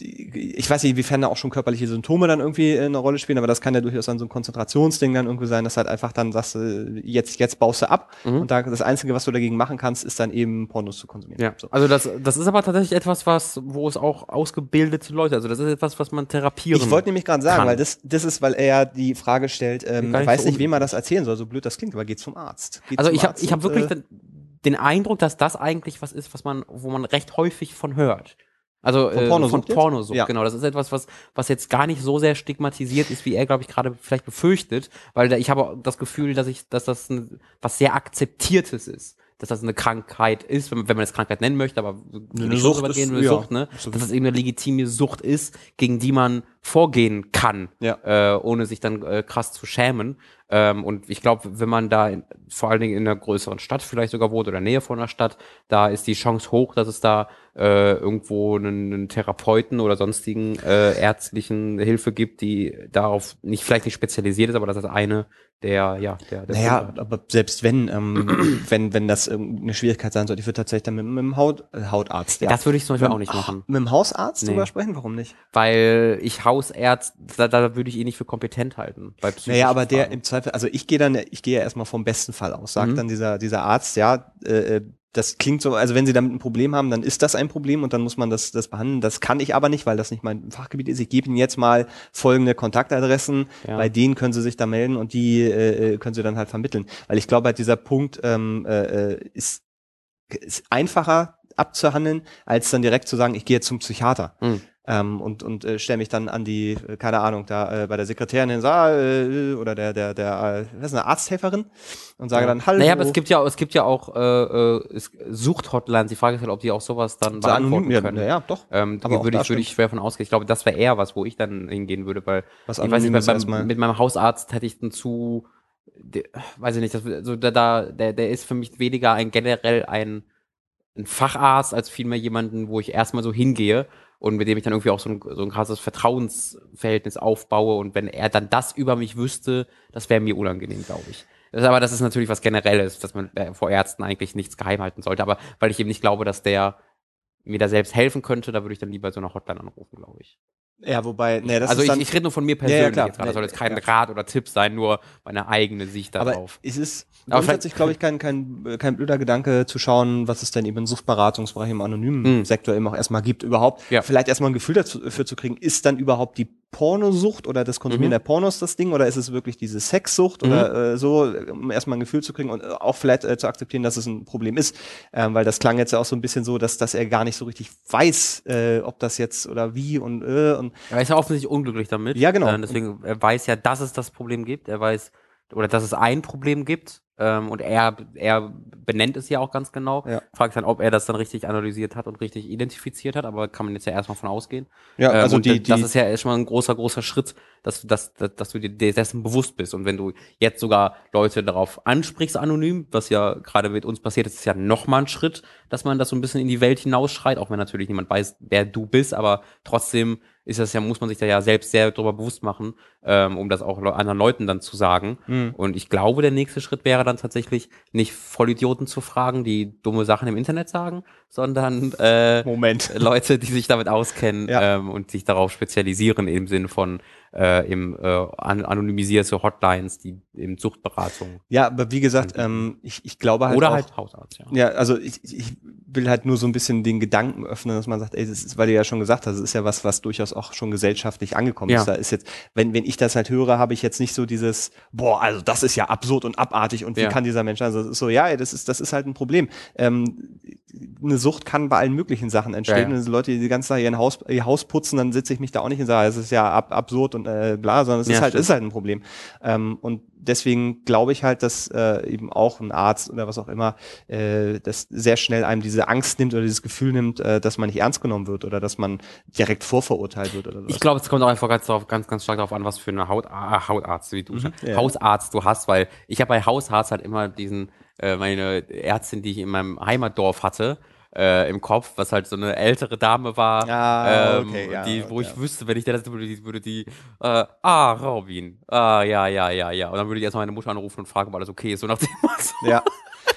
Speaker 1: die- ich weiß nicht, inwiefern da auch schon körperliche Symptome dann irgendwie äh, eine Rolle spielen, aber das kann ja durchaaus dann so ein Konzentrationsding dann irgendwie sein, dass halt einfach dann sagst, du, jetzt, jetzt baust du ab
Speaker 2: Mhm.
Speaker 1: und da, das Einzige, was du dagegen machen kannst, ist dann eben Pornos zu konsumieren.
Speaker 2: Ja,
Speaker 1: So.
Speaker 2: also das, das ist aber tatsächlich etwas, was, wo es auch ausgebildete Leute, also das ist etwas, was man therapieren
Speaker 1: Ich wollte nämlich gerade sagen,
Speaker 2: kann.
Speaker 1: weil das, das ist, weil er ja die Frage stellt, ähm,
Speaker 2: Gar
Speaker 1: ich
Speaker 2: nicht
Speaker 1: weiß
Speaker 2: so um.
Speaker 1: nicht, wem er das erzählen soll, so blöd das klingt, aber geht zum Arzt. Geht
Speaker 2: also
Speaker 1: zum
Speaker 2: ich habe
Speaker 1: Arzt
Speaker 2: ich hab
Speaker 1: und,
Speaker 2: wirklich
Speaker 1: äh,
Speaker 2: den, den Eindruck, dass das eigentlich was ist, was man, wo man recht häufig von hört. Also
Speaker 1: Von
Speaker 2: äh,
Speaker 1: Pornosucht
Speaker 2: von
Speaker 1: jetzt?
Speaker 2: Pornosucht
Speaker 1: Ja.
Speaker 2: genau. Das ist etwas, was, was jetzt gar nicht so sehr stigmatisiert ist, wie er, glaube ich, gerade vielleicht befürchtet, weil da, ich habe das Gefühl, dass ich, dass das ein, was sehr Akzeptiertes ist. Dass das eine Krankheit ist, wenn, wenn man es Krankheit nennen möchte, aber würde ich schon
Speaker 1: Sucht
Speaker 2: drüber
Speaker 1: ist-
Speaker 2: gehen, eine
Speaker 1: ja,
Speaker 2: Sucht, ne?
Speaker 1: absolut.
Speaker 2: Dass das eben eine legitime Sucht ist, gegen die man vorgehen kann
Speaker 1: Ja.
Speaker 2: äh, ohne sich dann äh, krass zu schämen. Ähm, und ich glaube, wenn man da in, vor allen Dingen in einer größeren Stadt vielleicht sogar wohnt oder in der Nähe von einer Stadt, da ist die Chance hoch, dass es da äh, irgendwo einen, einen Therapeuten oder sonstigen äh, ärztlichen Hilfe gibt, die darauf nicht vielleicht nicht spezialisiert ist, aber das ist eine der ja der, der
Speaker 1: Naja,
Speaker 2: Gründe.
Speaker 1: aber selbst wenn, ähm, wenn, wenn das irgendeine Schwierigkeit sein sollte, ich würde tatsächlich dann mit, mit dem Haut, äh, Hautarzt, ja.
Speaker 2: das würde ich zum Beispiel
Speaker 1: Mit-
Speaker 2: auch nicht
Speaker 1: ach,
Speaker 2: machen,
Speaker 1: Mit dem Hausarzt
Speaker 2: Nee.
Speaker 1: drüber sprechen? Warum nicht?
Speaker 2: weil ich Hausärzt, da, da würde ich ihn nicht für kompetent halten. Bei
Speaker 1: Naja,
Speaker 2: psychischen
Speaker 1: aber der
Speaker 2: Fragen.
Speaker 1: im Zweifel, also ich gehe dann, ich gehe ja erstmal vom besten Fall aus, sagt
Speaker 2: Mhm.
Speaker 1: dann dieser, dieser Arzt, ja, äh, äh, das klingt so, also wenn sie damit ein Problem haben, dann ist das ein Problem und dann muss man das, das behandeln. Das kann ich aber nicht, weil das nicht mein Fachgebiet ist. Ich gebe Ihnen jetzt mal folgende Kontaktadressen,
Speaker 2: Ja.
Speaker 1: bei denen können Sie sich da melden und die äh, äh, können Sie dann halt vermitteln. Weil ich glaube, halt dieser Punkt ähm, äh, äh, ist, ist einfacher abzuhandeln, als dann direkt zu sagen, ich gehe jetzt zum Psychiater.
Speaker 2: Mhm.
Speaker 1: ähm, und, und äh, stelle mich dann an die, äh, keine Ahnung, da äh, bei der Sekretärin hin, sag, äh, oder der, der, der, äh, was ist eine Arzthelferin und sage dann Hallo.
Speaker 2: Naja, aber es gibt ja, es gibt ja auch äh, äh, es- Sucht-Hotlines. Die Frage ist halt, ob die auch sowas dann
Speaker 1: so anonym,
Speaker 2: beantworten
Speaker 1: ja,
Speaker 2: können.
Speaker 1: naja, doch.
Speaker 2: Ähm,
Speaker 1: Aber auch
Speaker 2: würde,
Speaker 1: da
Speaker 2: ich, würde ich schwer von ausgehen. Ich glaube, das wäre eher was, wo ich dann hingehen würde, weil
Speaker 1: Was
Speaker 2: ich weiß nicht,
Speaker 1: Anonymes
Speaker 2: bei,
Speaker 1: erstmal.
Speaker 2: beim, mit meinem Hausarzt hätte ich dann zu, de, weiß ich nicht, das, also da, da, der, der ist für mich weniger ein generell ein, ein Facharzt als vielmehr jemanden, wo ich erstmal so hingehe und mit dem ich dann irgendwie auch so ein, so ein krasses Vertrauensverhältnis aufbaue und wenn er dann das über mich wüsste, das wäre mir unangenehm, glaube ich. Das, aber das ist natürlich was Generelles, dass man äh, vor Ärzten eigentlich nichts geheim halten sollte, aber weil ich eben nicht glaube, dass der mir da selbst helfen könnte, da würde ich dann lieber so eine Hotline anrufen, glaube ich.
Speaker 1: Ja, wobei, nee, das
Speaker 2: also
Speaker 1: ist
Speaker 2: ich,
Speaker 1: dann,
Speaker 2: ich rede nur von mir
Speaker 1: ja,
Speaker 2: persönlich
Speaker 1: klar.
Speaker 2: jetzt gerade. Das soll jetzt kein
Speaker 1: Ja.
Speaker 2: Rat oder Tipp sein, nur meine eigene Sicht
Speaker 1: aber
Speaker 2: darauf.
Speaker 1: es ist
Speaker 2: Aber
Speaker 1: grundsätzlich,
Speaker 2: vielleicht-
Speaker 1: glaube ich, kein, kein, äh, kein blöder Gedanke zu schauen, was es denn eben im Suchtberatungsbereich im anonymen
Speaker 2: Hm.
Speaker 1: Sektor eben auch erstmal gibt überhaupt.
Speaker 2: Ja.
Speaker 1: Vielleicht erstmal ein Gefühl dazu- dafür zu kriegen, ist dann überhaupt die Pornosucht oder das Konsumieren
Speaker 2: Mhm.
Speaker 1: der Pornos das Ding oder ist es wirklich diese Sexsucht oder äh, so, um erstmal ein Gefühl zu kriegen und äh, auch vielleicht äh, zu akzeptieren, dass es ein Problem ist, ähm, weil das klang jetzt ja auch so ein bisschen so, dass, dass er gar nicht so richtig weiß, äh, ob das jetzt oder wie und äh, und
Speaker 2: er ist ja offensichtlich unglücklich damit.
Speaker 1: Ja, genau.
Speaker 2: Äh, deswegen, er weiß ja, dass es das Problem gibt. Er weiß, oder dass es ein Problem gibt. Ähm, und er, er benennt es ja auch ganz genau.
Speaker 1: Ja.
Speaker 2: Fragt dann, ob er das dann richtig analysiert hat und richtig identifiziert hat, aber kann man jetzt ja erstmal von ausgehen.
Speaker 1: ja,
Speaker 2: Ähm,
Speaker 1: also
Speaker 2: und
Speaker 1: die, die
Speaker 2: das ist ja erstmal ein großer, großer Schritt, dass du, dass, dass, dass du dir dessen bewusst bist. Und wenn du jetzt sogar Leute darauf ansprichst, anonym, was ja gerade mit uns passiert ist, ist ja nochmal ein Schritt, dass man das so ein bisschen in die Welt hinausschreit, auch wenn natürlich niemand weiß, wer du bist, aber trotzdem ist das ja, muss man sich da ja selbst sehr drüber bewusst machen, ähm, um das auch le- anderen Leuten dann zu sagen.
Speaker 1: Mhm.
Speaker 2: Und ich glaube, der nächste Schritt wäre dann tatsächlich, nicht Vollidioten zu fragen, die dumme Sachen im Internet sagen, sondern äh,
Speaker 1: Moment.
Speaker 2: Leute, die sich damit auskennen
Speaker 1: Ja.
Speaker 2: ähm, und sich darauf spezialisieren im Sinne von äh, im, äh, an, anonymisierte Hotlines, die eben Suchtberatung
Speaker 1: Ja, aber wie gesagt, ähm, ich, ich glaube halt
Speaker 2: Äh, oder
Speaker 1: auch,
Speaker 2: halt Hausarzt. Ja.
Speaker 1: Ja, also ich, ich- ich will halt nur so ein bisschen den Gedanken öffnen, dass man sagt, ey, das ist, weil du ja schon gesagt hast, es ist ja was, was durchaus auch schon gesellschaftlich angekommen
Speaker 2: Ja.
Speaker 1: ist. Da ist jetzt, wenn, wenn ich das halt höre, habe ich jetzt nicht so dieses, boah, also das ist ja absurd und abartig und wie
Speaker 2: Ja.
Speaker 1: kann dieser Mensch sein? Also es ist so, ja, ey, das ist, das ist halt ein Problem. Ähm, eine Sucht kann bei allen möglichen Sachen entstehen.
Speaker 2: Ja, ja.
Speaker 1: Und Leute, die die ganze Zeit ihren Haus, ihr Haus putzen, dann sitze ich mich da auch nicht und sage, es ist ja ab, absurd und äh, bla, sondern es
Speaker 2: Ja,
Speaker 1: ist halt,
Speaker 2: stimmt.
Speaker 1: ist halt ein Problem. Ähm, und deswegen glaube ich halt, dass äh, eben auch ein Arzt oder was auch immer äh, das sehr schnell einem diese Angst nimmt oder dieses Gefühl nimmt, äh, dass man nicht ernst genommen wird oder dass man direkt vorverurteilt wird oder
Speaker 2: Ich
Speaker 1: sowas.
Speaker 2: glaube, es kommt auch einfach ganz, darauf, ganz, ganz stark darauf an, was für eine Haut, ah, Hautarzt wie du,
Speaker 1: Mhm. ja.
Speaker 2: Hausarzt du hast, weil ich habe bei Hausarzt halt immer diesen, äh, meine Ärztin, die ich in meinem Heimatdorf hatte, äh, im Kopf, was halt so eine ältere Dame war,
Speaker 1: Ah,
Speaker 2: ähm,
Speaker 1: okay, ja,
Speaker 2: die, wo
Speaker 1: okay.
Speaker 2: ich wüsste, wenn ich der das würde, die, würde die, äh, ah, Robin, ah, ja, ja, ja, ja. Und dann würde ich erstmal meine Mutter anrufen und fragen, ob alles okay ist, so nach dem Motto.
Speaker 1: Ja.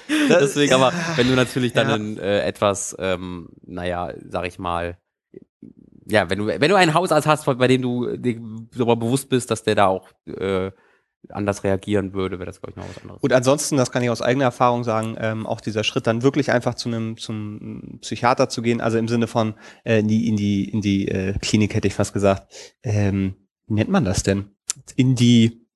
Speaker 2: Deswegen, aber wenn du natürlich dann
Speaker 1: Ja.
Speaker 2: in, äh, etwas, ähm, naja, sag ich mal, ja, wenn du, wenn du einen Hausarzt hast, bei dem du dir darüber bewusst bist, dass der da auch äh, anders reagieren würde, wäre das, glaube ich, noch was anderes.
Speaker 1: Und ansonsten, das kann ich aus eigener Erfahrung sagen, ähm, auch dieser Schritt dann wirklich einfach zu einem zum Psychiater zu gehen, also im Sinne von äh, in die in die in die äh, Klinik hätte ich fast gesagt. Ähm, wie nennt man das denn? In die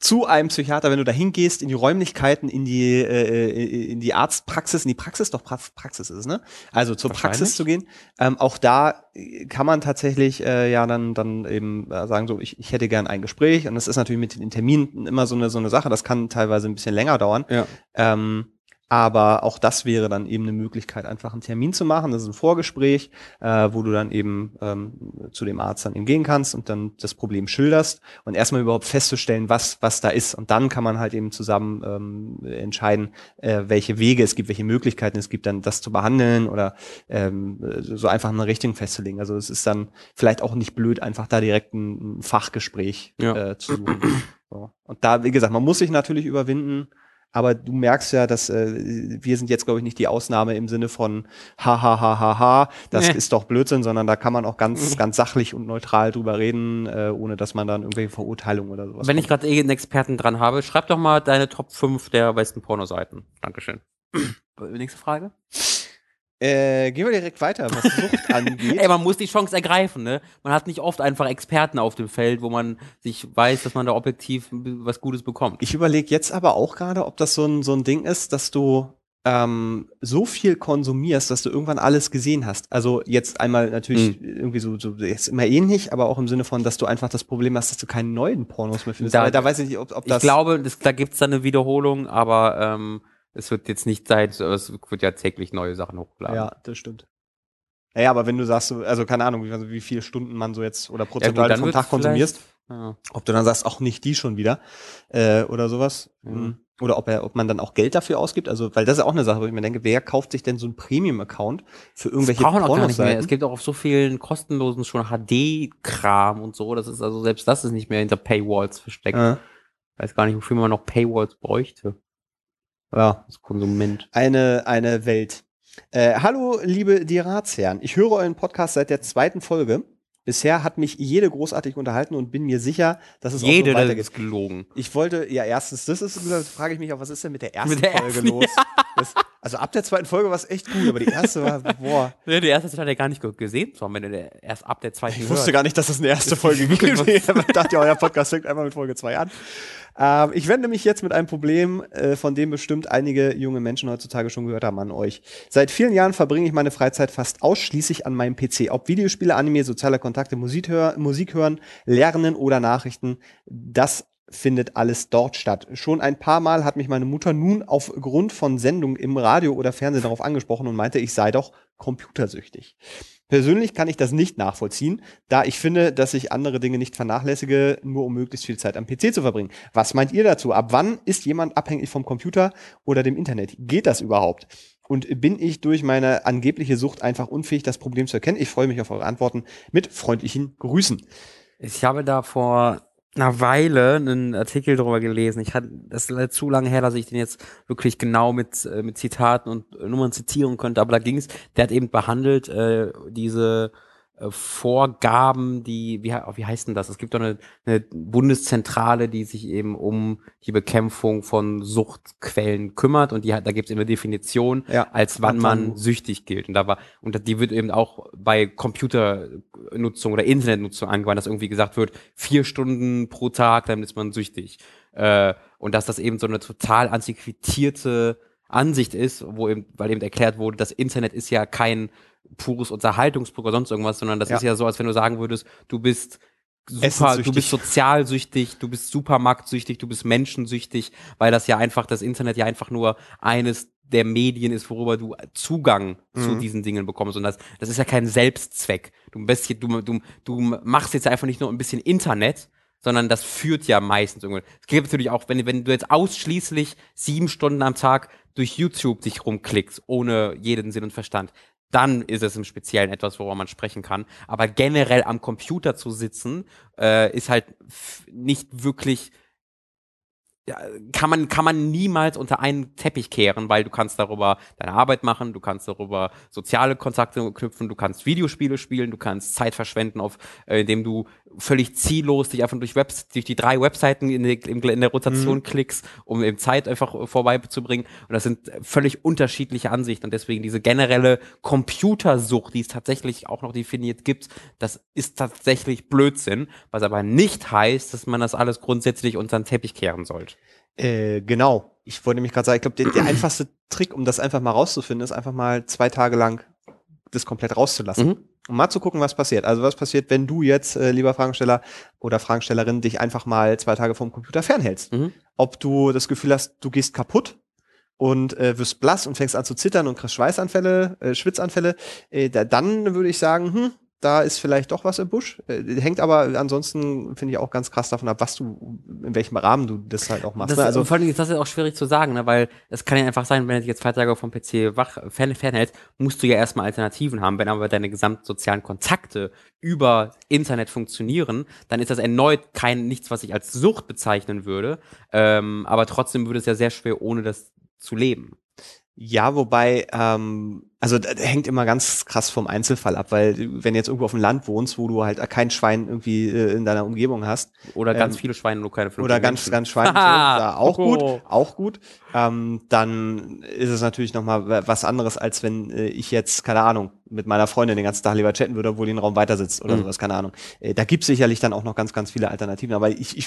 Speaker 1: zu einem Psychiater, wenn du da hingehst, in die Räumlichkeiten, in die äh, in die Arztpraxis, in die Praxis, doch Pra- Praxis ist es, ne? Also zur Praxis
Speaker 2: Wahrscheinlich.
Speaker 1: zu gehen. Ähm, auch da äh, kann man tatsächlich äh, ja dann dann eben äh, sagen so, ich, ich hätte gern ein Gespräch und das ist natürlich mit den Terminen immer so eine so eine Sache. Das kann teilweise ein bisschen länger dauern.
Speaker 2: Ja.
Speaker 1: Ähm, aber auch das wäre dann eben eine Möglichkeit, einfach einen Termin zu machen. Das ist ein Vorgespräch, äh, wo du dann eben ähm, zu dem Arzt dann eben gehen kannst und dann das Problem schilderst und erstmal überhaupt festzustellen, was, was da ist. Und dann kann man halt eben zusammen ähm, entscheiden, äh, welche Wege es gibt, welche Möglichkeiten es gibt, dann das zu behandeln oder ähm, so einfach eine Richtung festzulegen. Also es ist dann vielleicht auch nicht blöd, einfach da direkt ein, ein Fachgespräch
Speaker 2: Ja.
Speaker 1: äh, zu suchen. So. Und da, wie gesagt, man muss sich natürlich überwinden. Aber du merkst ja, dass äh, wir sind jetzt, glaube ich, nicht die Ausnahme im Sinne von ha ha ha ha ha, das
Speaker 2: Nee.
Speaker 1: ist doch Blödsinn, sondern da kann man auch ganz,
Speaker 2: Mhm.
Speaker 1: ganz sachlich und neutral drüber reden, äh, ohne dass man dann irgendwelche Verurteilungen oder sowas.
Speaker 2: Wenn ich gerade eh einen Experten dran habe, schreib doch mal deine Top 5 der besten Pornoseiten. Dankeschön. Nächste Frage.
Speaker 1: äh, gehen wir direkt weiter, was Sucht angeht.
Speaker 2: Ey, man muss die Chance ergreifen, ne? Man hat nicht oft einfach Experten auf dem Feld, wo man sich weiß, dass man da objektiv was Gutes bekommt.
Speaker 1: Ich überlege jetzt aber auch gerade, ob das so ein, so ein Ding ist, dass du ähm, so viel konsumierst, dass du irgendwann alles gesehen hast. Also jetzt einmal natürlich
Speaker 2: Mhm.
Speaker 1: irgendwie so, so jetzt immer ähnlich, aber auch im Sinne von, dass du einfach das Problem hast, dass du keinen neuen Pornos mehr findest.
Speaker 2: Da-
Speaker 1: Weil da weiß ich nicht, ob, ob das.
Speaker 2: ich glaube, das, da gibt's dann eine Wiederholung, aber ähm, es wird jetzt nicht sein, so- es wird ja täglich neue Sachen hochgeladen.
Speaker 1: ja, das stimmt. Naja, aber wenn du sagst, so- also keine Ahnung, wie- also wie viele Stunden man so jetzt oder
Speaker 2: Ja,
Speaker 1: prozentual vom
Speaker 2: wird's
Speaker 1: Tag konsumierst,
Speaker 2: vielleicht- Ja.
Speaker 1: ob du dann sagst, auch nicht die schon wieder äh, oder sowas. hm,
Speaker 2: Mhm.
Speaker 1: Oder ob, er, ob man dann auch Geld dafür ausgibt. Also, weil das ist auch eine Sache, wo ich mir denke, wer kauft sich denn so einen Premium-Account für irgendwelche
Speaker 2: brauchen auch gar nicht mehr.
Speaker 1: Pornoseiten?
Speaker 2: Es gibt auch auf so vielen kostenlosen schon HD-Kram und so. Das ist also selbst das ist nicht mehr hinter Paywalls versteckt.
Speaker 1: Äh,
Speaker 2: Weiß gar nicht, wofür man noch Paywalls bräuchte
Speaker 1: ja.
Speaker 2: als Konsument.
Speaker 1: Eine, eine Welt. Äh, hallo, liebe die Ratsherren. Ich höre euren Podcast seit der zweiten Folge. Bisher hat mich jede großartig unterhalten und bin mir sicher, dass es
Speaker 2: Jede,
Speaker 1: auch so
Speaker 2: das
Speaker 1: weitergeht.
Speaker 2: ist gelogen.
Speaker 1: Ich wollte, ja, erstens, das ist, da frage ich mich auch, was ist denn mit der ersten
Speaker 2: Mit der
Speaker 1: Folge
Speaker 2: ersten,
Speaker 1: los? Das, also ab der zweiten Folge war es echt gut, aber die erste war, boah.
Speaker 2: Ja, die erste Zeit hat er gar nicht ge- gesehen, sondern wenn er der erst ab der zweiten
Speaker 1: Ich
Speaker 2: hört.
Speaker 1: wusste gar nicht, dass es eine erste Folge gibt. Ich dachte ja, euer Podcast fängt einmal mit Folge 2 an. Ähm, ich wende mich jetzt mit einem Problem, äh, von dem bestimmt einige junge Menschen heutzutage schon gehört haben an euch. Seit vielen Jahren verbringe ich meine Freizeit fast ausschließlich an meinem PC. Ob Videospiele, Anime, soziale Kontakte, Musik, hör Musik hören, Lernen oder Nachrichten, das findet alles dort statt. Schon ein paar Mal hat mich meine Mutter nun aufgrund von Sendungen im Radio oder Fernsehen darauf angesprochen und meinte, ich sei doch computersüchtig. Persönlich kann ich das nicht nachvollziehen, da ich finde, dass ich andere Dinge nicht vernachlässige, nur um möglichst viel Zeit am PC zu verbringen. Was meint ihr dazu? Ab wann ist jemand abhängig vom Computer oder dem Internet? Geht das überhaupt? Und bin ich durch meine angebliche Sucht einfach unfähig, das Problem zu erkennen? Ich freue mich auf eure Antworten mit freundlichen Grüßen.
Speaker 2: Ich habe da vor einer Weile einen Artikel drüber gelesen. Ich hatte das ist leider zu lange her, dass ich den jetzt wirklich genau mit äh, mit Zitaten und äh, Nummern zitieren könnte. Aber da ging es. Der hat eben behandelt äh, diese äh, Vorgaben, die wie, he- wie heißt denn das? Es gibt doch eine, eine Bundeszentrale, die sich eben um die Bekämpfung von Suchtquellen kümmert und die hat, da gibt es eben eine Definition,
Speaker 1: Ja.
Speaker 2: als wann
Speaker 1: Ab
Speaker 2: man
Speaker 1: wann-
Speaker 2: süchtig gilt. Und da war, und die wird eben auch bei Computernutzung oder Internetnutzung angewandt, dass irgendwie gesagt wird, vier Stunden pro Tag, dann ist man süchtig. Äh, und dass das eben so eine total antiquierte Ansicht ist, wo eben, weil eben erklärt wurde, das Internet ist ja kein pures Unterhaltungsprogramm oder sonst irgendwas, sondern das
Speaker 1: Ja.
Speaker 2: ist ja so, als wenn du sagen würdest, du bist super,
Speaker 1: Essenssüchtig.
Speaker 2: du bist sozialsüchtig, du bist supermarktsüchtig, du bist menschensüchtig, weil das ja einfach, das Internet ja einfach nur eines der Medien ist, worüber du Zugang zu
Speaker 1: Mhm.
Speaker 2: diesen Dingen bekommst. Und das, das ist ja kein Selbstzweck. Du, bist hier, du, du, du machst jetzt einfach nicht nur ein bisschen Internet, sondern das führt ja meistens irgendwo. Es gibt natürlich auch, wenn, wenn du jetzt ausschließlich sieben Stunden am Tag durch YouTube dich rumklickst, ohne jeden Sinn und Verstand, dann ist es im Speziellen etwas, worüber man sprechen kann. Aber generell am Computer zu sitzen, äh, ist halt f- nicht wirklich ja, kann man kann man niemals unter einen Teppich kehren, weil du kannst darüber deine Arbeit machen, du kannst darüber soziale Kontakte knüpfen, du kannst Videospiele spielen, du kannst Zeit verschwenden, auf äh, indem du völlig ziellos dich einfach durch Webs durch die drei Webseiten in, der- im- in der Rotation klickst, um eben Zeit einfach äh, vorbeizubringen. Und das sind äh, völlig unterschiedliche Ansichten und deswegen diese generelle Computersucht, die es tatsächlich auch noch definiert gibt, das ist tatsächlich Blödsinn, was aber nicht heißt, dass man das alles grundsätzlich unter den Teppich kehren sollte.
Speaker 1: Äh, genau. Ich wollte nämlich gerade sagen, ich glaube, der, der einfachste Trick, um das einfach mal rauszufinden, ist einfach mal zwei Tage lang das komplett rauszulassen.
Speaker 2: Mhm.
Speaker 1: Um mal zu gucken, was passiert. Also was passiert, wenn du jetzt, äh, lieber Fragensteller oder Fragenstellerin, dich einfach mal zwei Tage vom Computer fernhältst.
Speaker 2: Mhm.
Speaker 1: Ob du das Gefühl hast, du gehst kaputt und äh, wirst blass und fängst an zu zittern und kriegst Schweißanfälle, äh, Schwitzanfälle, äh, da, dann würde ich sagen, hm, da ist vielleicht doch was im Busch. Äh, hängt aber ansonsten, finde ich, auch ganz krass davon ab, was du, in welchem Rahmen du das halt auch machst.
Speaker 2: Das,
Speaker 1: ne?
Speaker 2: also, vor allem ist das jetzt auch schwierig zu sagen, ne? weil es kann ja einfach sein, wenn du dich jetzt zwei Tage vom PC wach fern, fernhältst, musst du ja erstmal Alternativen haben. Wenn aber deine gesamten sozialen Kontakte über Internet funktionieren, dann ist das erneut kein nichts, was ich als Sucht bezeichnen würde. Ähm, aber trotzdem würde es ja sehr schwer, ohne das zu leben.
Speaker 1: Ja, wobei ähm, Also das hängt immer ganz krass vom Einzelfall ab, weil wenn du jetzt irgendwo auf dem Land wohnst, wo du halt kein Schwein irgendwie äh, in deiner Umgebung hast,
Speaker 2: Oder ganz
Speaker 1: Ähm,
Speaker 2: viele Schweine, nur keine fünf.
Speaker 1: oder ganz, ganz Schwein, und so,
Speaker 2: Haha,
Speaker 1: ja, auch
Speaker 2: Coco.
Speaker 1: gut, auch gut, ähm, dann ist es natürlich nochmal was anderes, als wenn äh, ich jetzt, keine Ahnung, mit meiner Freundin den ganzen Tag lieber chatten würde, obwohl die einen Raum weiter sitzt oder
Speaker 2: Mhm.
Speaker 1: sowas, keine Ahnung. Äh, da gibt's sicherlich dann auch noch ganz, ganz viele Alternativen, aber ich, ich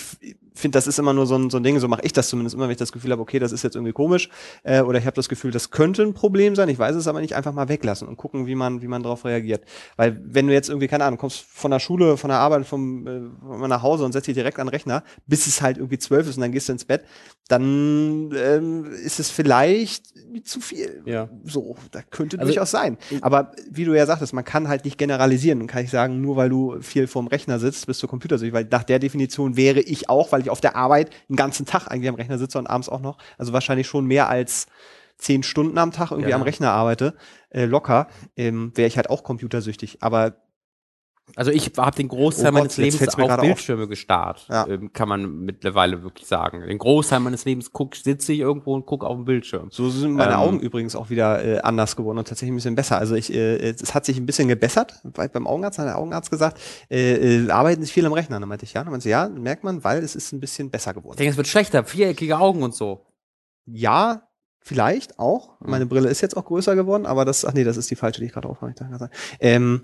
Speaker 1: finde, das ist immer nur so ein, so ein Ding, so mache ich das zumindest immer, wenn ich das Gefühl habe, okay, das ist jetzt irgendwie komisch äh, oder ich habe das Gefühl, das könnte ein Problem sein, ich weiß es aber nicht, einfach mal weglassen und gucken, wie man, wie man darauf reagiert. Weil wenn du jetzt irgendwie, keine Ahnung, kommst von der Schule, von der Arbeit, vom, äh, von nach Hause und setzt dich direkt an den Rechner, bis es halt irgendwie zwölf ist und dann gehst du ins Bett, dann ähm, ist es vielleicht zu viel.
Speaker 2: Ja.
Speaker 1: So, da könnte
Speaker 2: Also-
Speaker 1: durchaus sein. Aber wie du ja sagtest, man kann halt nicht generalisieren und kann nicht sagen, nur weil du viel vorm Rechner sitzt, bist du computersüchtig, weil nach der Definition wäre ich auch, weil ich auf der Arbeit den ganzen Tag eigentlich am Rechner sitze und abends auch noch, also wahrscheinlich schon mehr als zehn Stunden am Tag irgendwie
Speaker 2: Ja.
Speaker 1: am Rechner arbeite, äh, locker, ähm, wäre ich halt auch computersüchtig. Aber
Speaker 2: Also ich habe den Großteil
Speaker 1: Oh Gott,
Speaker 2: meines
Speaker 1: jetzt
Speaker 2: Lebens
Speaker 1: fällt's mir
Speaker 2: auf
Speaker 1: gerade auf.
Speaker 2: Bildschirme gestarrt,
Speaker 1: Ja.
Speaker 2: ähm, kann man mittlerweile wirklich sagen. Den Großteil meines Lebens guck, sitze ich irgendwo und gucke auf den Bildschirm.
Speaker 1: So sind meine
Speaker 2: Ähm,
Speaker 1: Augen übrigens auch wieder äh, anders geworden und tatsächlich ein bisschen besser. Also ich, äh, es hat sich ein bisschen gebessert, weil beim Augenarzt hat der Augenarzt gesagt, äh, äh, arbeiten Sie viel am Rechner. Dann meinte ich, ja. Dann meinte sie, ja, merkt man, weil es ist ein bisschen besser
Speaker 2: Ich
Speaker 1: geworden.
Speaker 2: denke, es wird schlechter, viereckige Augen und so.
Speaker 1: Ja, vielleicht auch.
Speaker 2: Mhm.
Speaker 1: Meine Brille ist jetzt auch größer geworden, aber das, ach nee, das ist die falsche, die ich gerade aufmache. Ich dachte gerade, Ähm,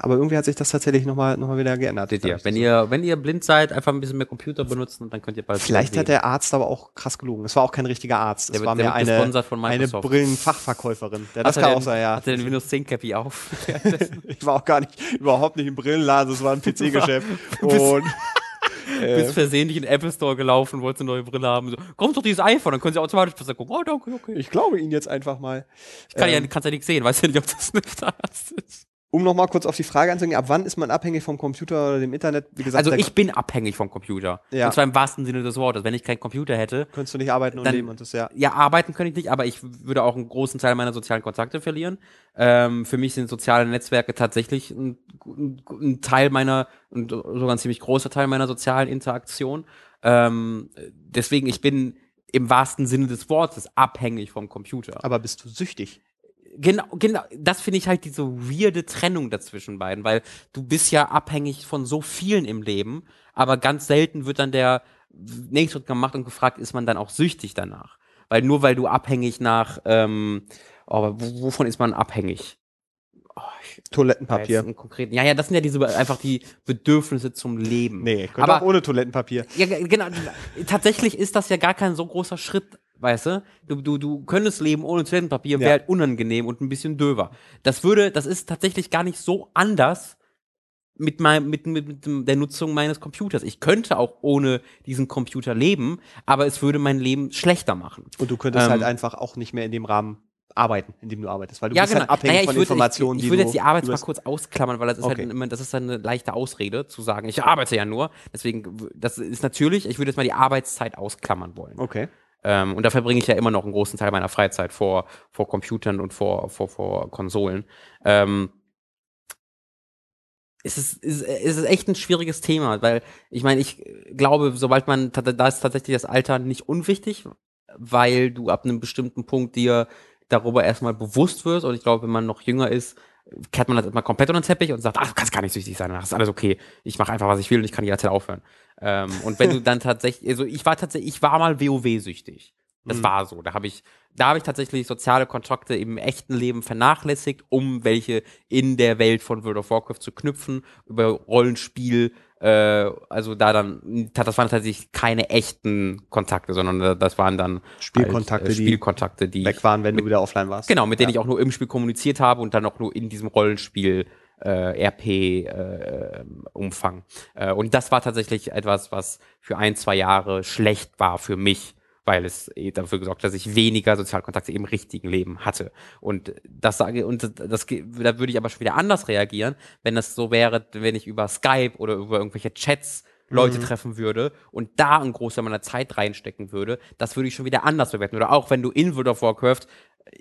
Speaker 1: aber irgendwie hat sich das tatsächlich nochmal noch mal wieder geändert.
Speaker 2: Seht ihr,
Speaker 1: Dadurch,
Speaker 2: wenn
Speaker 1: dass-
Speaker 2: ihr, wenn ihr blind seid, einfach ein bisschen mehr Computer benutzen und dann könnt ihr bald
Speaker 1: Vielleicht
Speaker 2: sehen.
Speaker 1: hat der Arzt aber auch krass gelogen. Es war auch kein richtiger Arzt. Es
Speaker 2: Der wird-
Speaker 1: war
Speaker 2: der
Speaker 1: mir
Speaker 2: wird
Speaker 1: eine,
Speaker 2: gesponsert von
Speaker 1: eine
Speaker 2: Microsoft.
Speaker 1: Brillenfachverkäuferin. Ja, das
Speaker 2: Hat er
Speaker 1: kann auch
Speaker 2: denn-
Speaker 1: sein, ja.
Speaker 2: Hat er den Windows 10 Cappy auf?
Speaker 1: Ich war auch gar nicht, überhaupt nicht im Brillenladen, es war ein PC-Geschäft. Und äh,
Speaker 2: Bist versehentlich in den Apple Store gelaufen, wolltest eine neue Brille haben. So, komm doch dieses iPhone, dann können sie automatisch besser gucken. Oh, danke, okay.
Speaker 1: ich glaube Ihnen jetzt einfach mal.
Speaker 2: Ich kann
Speaker 1: ähm,
Speaker 2: ja, kannst ja nichts sehen, weiß ja nicht, ob das nicht da ist.
Speaker 1: Um nochmal kurz auf die Frage anzugehen, ab wann ist man abhängig vom Computer oder dem Internet? Wie gesagt,
Speaker 2: Also
Speaker 1: da
Speaker 2: ich bin abhängig vom Computer.
Speaker 1: Ja.
Speaker 2: Und zwar im wahrsten Sinne des Wortes. Wenn ich keinen Computer hätte,
Speaker 1: könntest du nicht arbeiten und
Speaker 2: dann-
Speaker 1: leben und das ja.
Speaker 2: ja, arbeiten könnte ich nicht, aber ich würde auch einen großen Teil meiner sozialen Kontakte verlieren. Ähm, für mich sind soziale Netzwerke tatsächlich ein, ein, ein Teil meiner, und sogar ein ziemlich großer Teil meiner sozialen Interaktion. Ähm, deswegen, ich bin im wahrsten Sinne des Wortes abhängig vom Computer.
Speaker 1: Aber bist du süchtig?
Speaker 2: Genau, genau, das finde ich halt diese weirde Trennung dazwischen beiden, weil du bist ja abhängig von so vielen im Leben, aber ganz selten wird dann der nächste Schritt gemacht und gefragt, ist man dann auch süchtig danach? Weil nur weil du abhängig nach, ähm, oh, wo- wovon ist man abhängig? Oh, ich
Speaker 1: Toilettenpapier.
Speaker 2: weiß einen konkreten, ja, ja, das sind ja diese einfach die Bedürfnisse zum Leben.
Speaker 1: Nee, könnte
Speaker 2: aber
Speaker 1: auch ohne Toilettenpapier.
Speaker 2: ja, ge- genau. Tatsächlich ist das ja gar kein so großer Schritt, weißt du? Du, du, du könntest leben ohne Toilettenpapier, wäre
Speaker 1: Ja.
Speaker 2: halt unangenehm und ein bisschen döver. Das würde, das ist tatsächlich gar nicht so anders mit, mein, mit, mit, mit dem- der Nutzung meines Computers. Ich könnte auch ohne diesen Computer leben, aber es würde mein Leben schlechter machen.
Speaker 1: Und du könntest
Speaker 2: Ähm,
Speaker 1: halt einfach auch nicht mehr in dem Rahmen arbeiten, in dem du arbeitest, weil du
Speaker 2: ja,
Speaker 1: bist
Speaker 2: genau.
Speaker 1: halt abhängig
Speaker 2: Naja, ich
Speaker 1: von
Speaker 2: würde,
Speaker 1: Informationen,
Speaker 2: Ich, ich
Speaker 1: die
Speaker 2: würde jetzt
Speaker 1: du
Speaker 2: die Arbeit
Speaker 1: über-
Speaker 2: mal kurz ausklammern, weil das ist
Speaker 1: Okay.
Speaker 2: halt immer, das ist dann eine leichte Ausrede, zu sagen, ich arbeite ja nur. Deswegen, w- das ist natürlich, ich würde jetzt mal die Arbeitszeit ausklammern wollen.
Speaker 1: Okay.
Speaker 2: Ähm, und da verbringe ich ja immer noch einen großen Teil meiner Freizeit vor, vor Computern und vor, vor, vor Konsolen. Ähm, es ist, es ist, es ist echt ein schwieriges Thema, weil ich meine, ich glaube, sobald man, ta- da ist tatsächlich das Alter nicht unwichtig, weil du ab einem bestimmten Punkt dir darüber erstmal bewusst wirst und ich glaube, wenn man noch jünger ist, kehrt man das immer komplett unter den Teppich und sagt, ach, du kannst gar nicht süchtig sein, das ist alles okay, ich mache einfach, was ich will und ich kann jederzeit aufhören. Ähm, und wenn du dann tatsächlich, also ich war tatsächlich, ich war mal WoW-süchtig. Das
Speaker 1: Mhm.
Speaker 2: war so. Da habe ich, da habe ich tatsächlich soziale Kontakte im echten Leben vernachlässigt, um welche in der Welt von World of Warcraft zu knüpfen, über Rollenspiel, äh, also da dann, das waren tatsächlich keine echten Kontakte, sondern das waren dann
Speaker 1: Spielkontakte,
Speaker 2: halt, äh, Spielkontakte, die
Speaker 1: die weg waren, wenn du wieder offline warst.
Speaker 2: Genau, mit denen
Speaker 1: Ja.
Speaker 2: ich auch nur im Spiel kommuniziert habe und dann auch nur in diesem Rollenspiel äh, RP-Umfang. Äh, und das war tatsächlich etwas, was für ein, zwei Jahre schlecht war für mich, weil es eh dafür gesorgt hat, dass ich weniger Sozialkontakte im richtigen Leben hatte. Und das sage und das, das ge- da würde ich aber schon wieder anders reagieren, wenn das so wäre, wenn ich über Skype oder über irgendwelche Chats Leute treffen würde und da ein Großteil meiner Zeit reinstecken würde, das würde ich schon wieder anders bewerten. Oder auch wenn du in World of Warcraft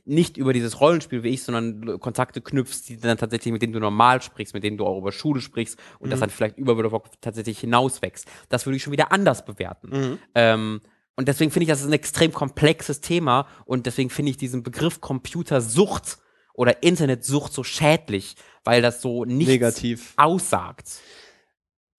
Speaker 2: nicht über dieses Rollenspiel wie ich, sondern Kontakte knüpfst, die dann tatsächlich, mit denen du normal sprichst, mit denen du auch über Schule sprichst und das dann vielleicht über World of Warcraft tatsächlich hinauswächst. Das würde ich schon wieder anders bewerten. Ähm, und deswegen finde ich, das ist ein extrem komplexes Thema und deswegen finde ich diesen Begriff Computersucht oder Internetsucht so schädlich, weil das so nichts
Speaker 1: Negativ.
Speaker 2: aussagt.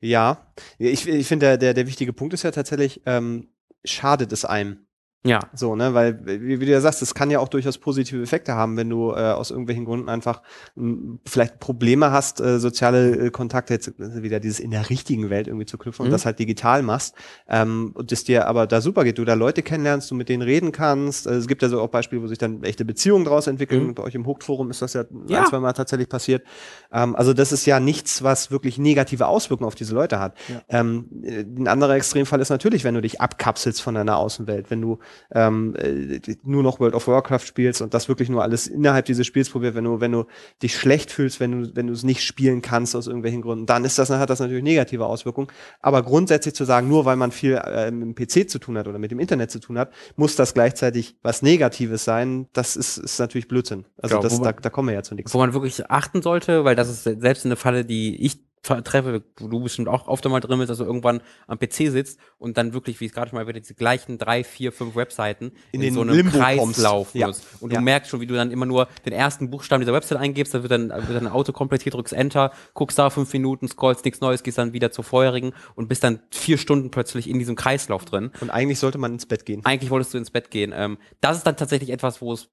Speaker 1: Ja, ich, ich finde, der, der, der wichtige Punkt ist ja tatsächlich, ähm, schadet es einem.
Speaker 2: Ja.
Speaker 1: So, ne? Weil, wie, wie du ja sagst, es kann ja auch durchaus positive Effekte haben, wenn du äh, aus irgendwelchen Gründen einfach m, vielleicht Probleme hast, äh, soziale äh, Kontakte jetzt äh, wieder dieses in der richtigen Welt irgendwie zu knüpfen und
Speaker 2: Mhm.
Speaker 1: das halt digital machst. Ähm, und es dir aber da super geht, du da Leute kennenlernst, du mit denen reden kannst. Äh, es gibt ja so auch Beispiele, wo sich dann echte Beziehungen draus entwickeln.
Speaker 2: Mhm.
Speaker 1: Bei euch im Hooked-Forum ist das ja,
Speaker 2: Ja.
Speaker 1: ein, zwei Mal tatsächlich passiert. Ähm, also das ist ja nichts, was wirklich negative Auswirkungen auf diese Leute hat.
Speaker 2: Ja.
Speaker 1: Ähm, äh, ein anderer Extremfall ist natürlich, wenn du dich abkapselst von deiner Außenwelt, wenn du ähm, äh, nur noch World of Warcraft spielst und das wirklich nur alles innerhalb dieses Spiels probierst, wenn du, wenn du dich schlecht fühlst, wenn du, wenn du es nicht spielen kannst aus irgendwelchen Gründen, dann ist das, hat das natürlich negative Auswirkungen. Aber grundsätzlich zu sagen, nur weil man viel äh, mit dem PC zu tun hat oder mit dem Internet zu tun hat, muss das gleichzeitig was Negatives sein, das ist, ist natürlich Blödsinn. Also
Speaker 2: Genau,
Speaker 1: das,
Speaker 2: wo
Speaker 1: da,
Speaker 2: man-
Speaker 1: da kommen wir ja zu nichts.
Speaker 2: wo man wirklich achten sollte, weil das ist selbst eine Falle, die ich tra- treffe, wo du bestimmt auch oft einmal drin bist, dass du irgendwann am PC sitzt und dann wirklich, wie ich es gerade schon mal erwähnt, diese gleichen drei, vier, fünf Webseiten
Speaker 1: In
Speaker 2: in,
Speaker 1: den
Speaker 2: so einem
Speaker 1: Limbo kommst.
Speaker 2: Kreislauf
Speaker 1: Ja.
Speaker 2: musst. Und
Speaker 1: Ja.
Speaker 2: du merkst schon, wie du dann immer nur den ersten Buchstaben dieser Website eingibst, dann wird dann, wird dann ein Auto komplettiert, drückst Enter, guckst da fünf Minuten, scrollst nichts Neues, gehst dann wieder zur vorherigen und bist dann vier Stunden plötzlich in diesem Kreislauf drin
Speaker 1: Und eigentlich sollte man ins Bett gehen.
Speaker 2: eigentlich wolltest du ins Bett gehen. Ähm, das ist dann tatsächlich etwas, wo es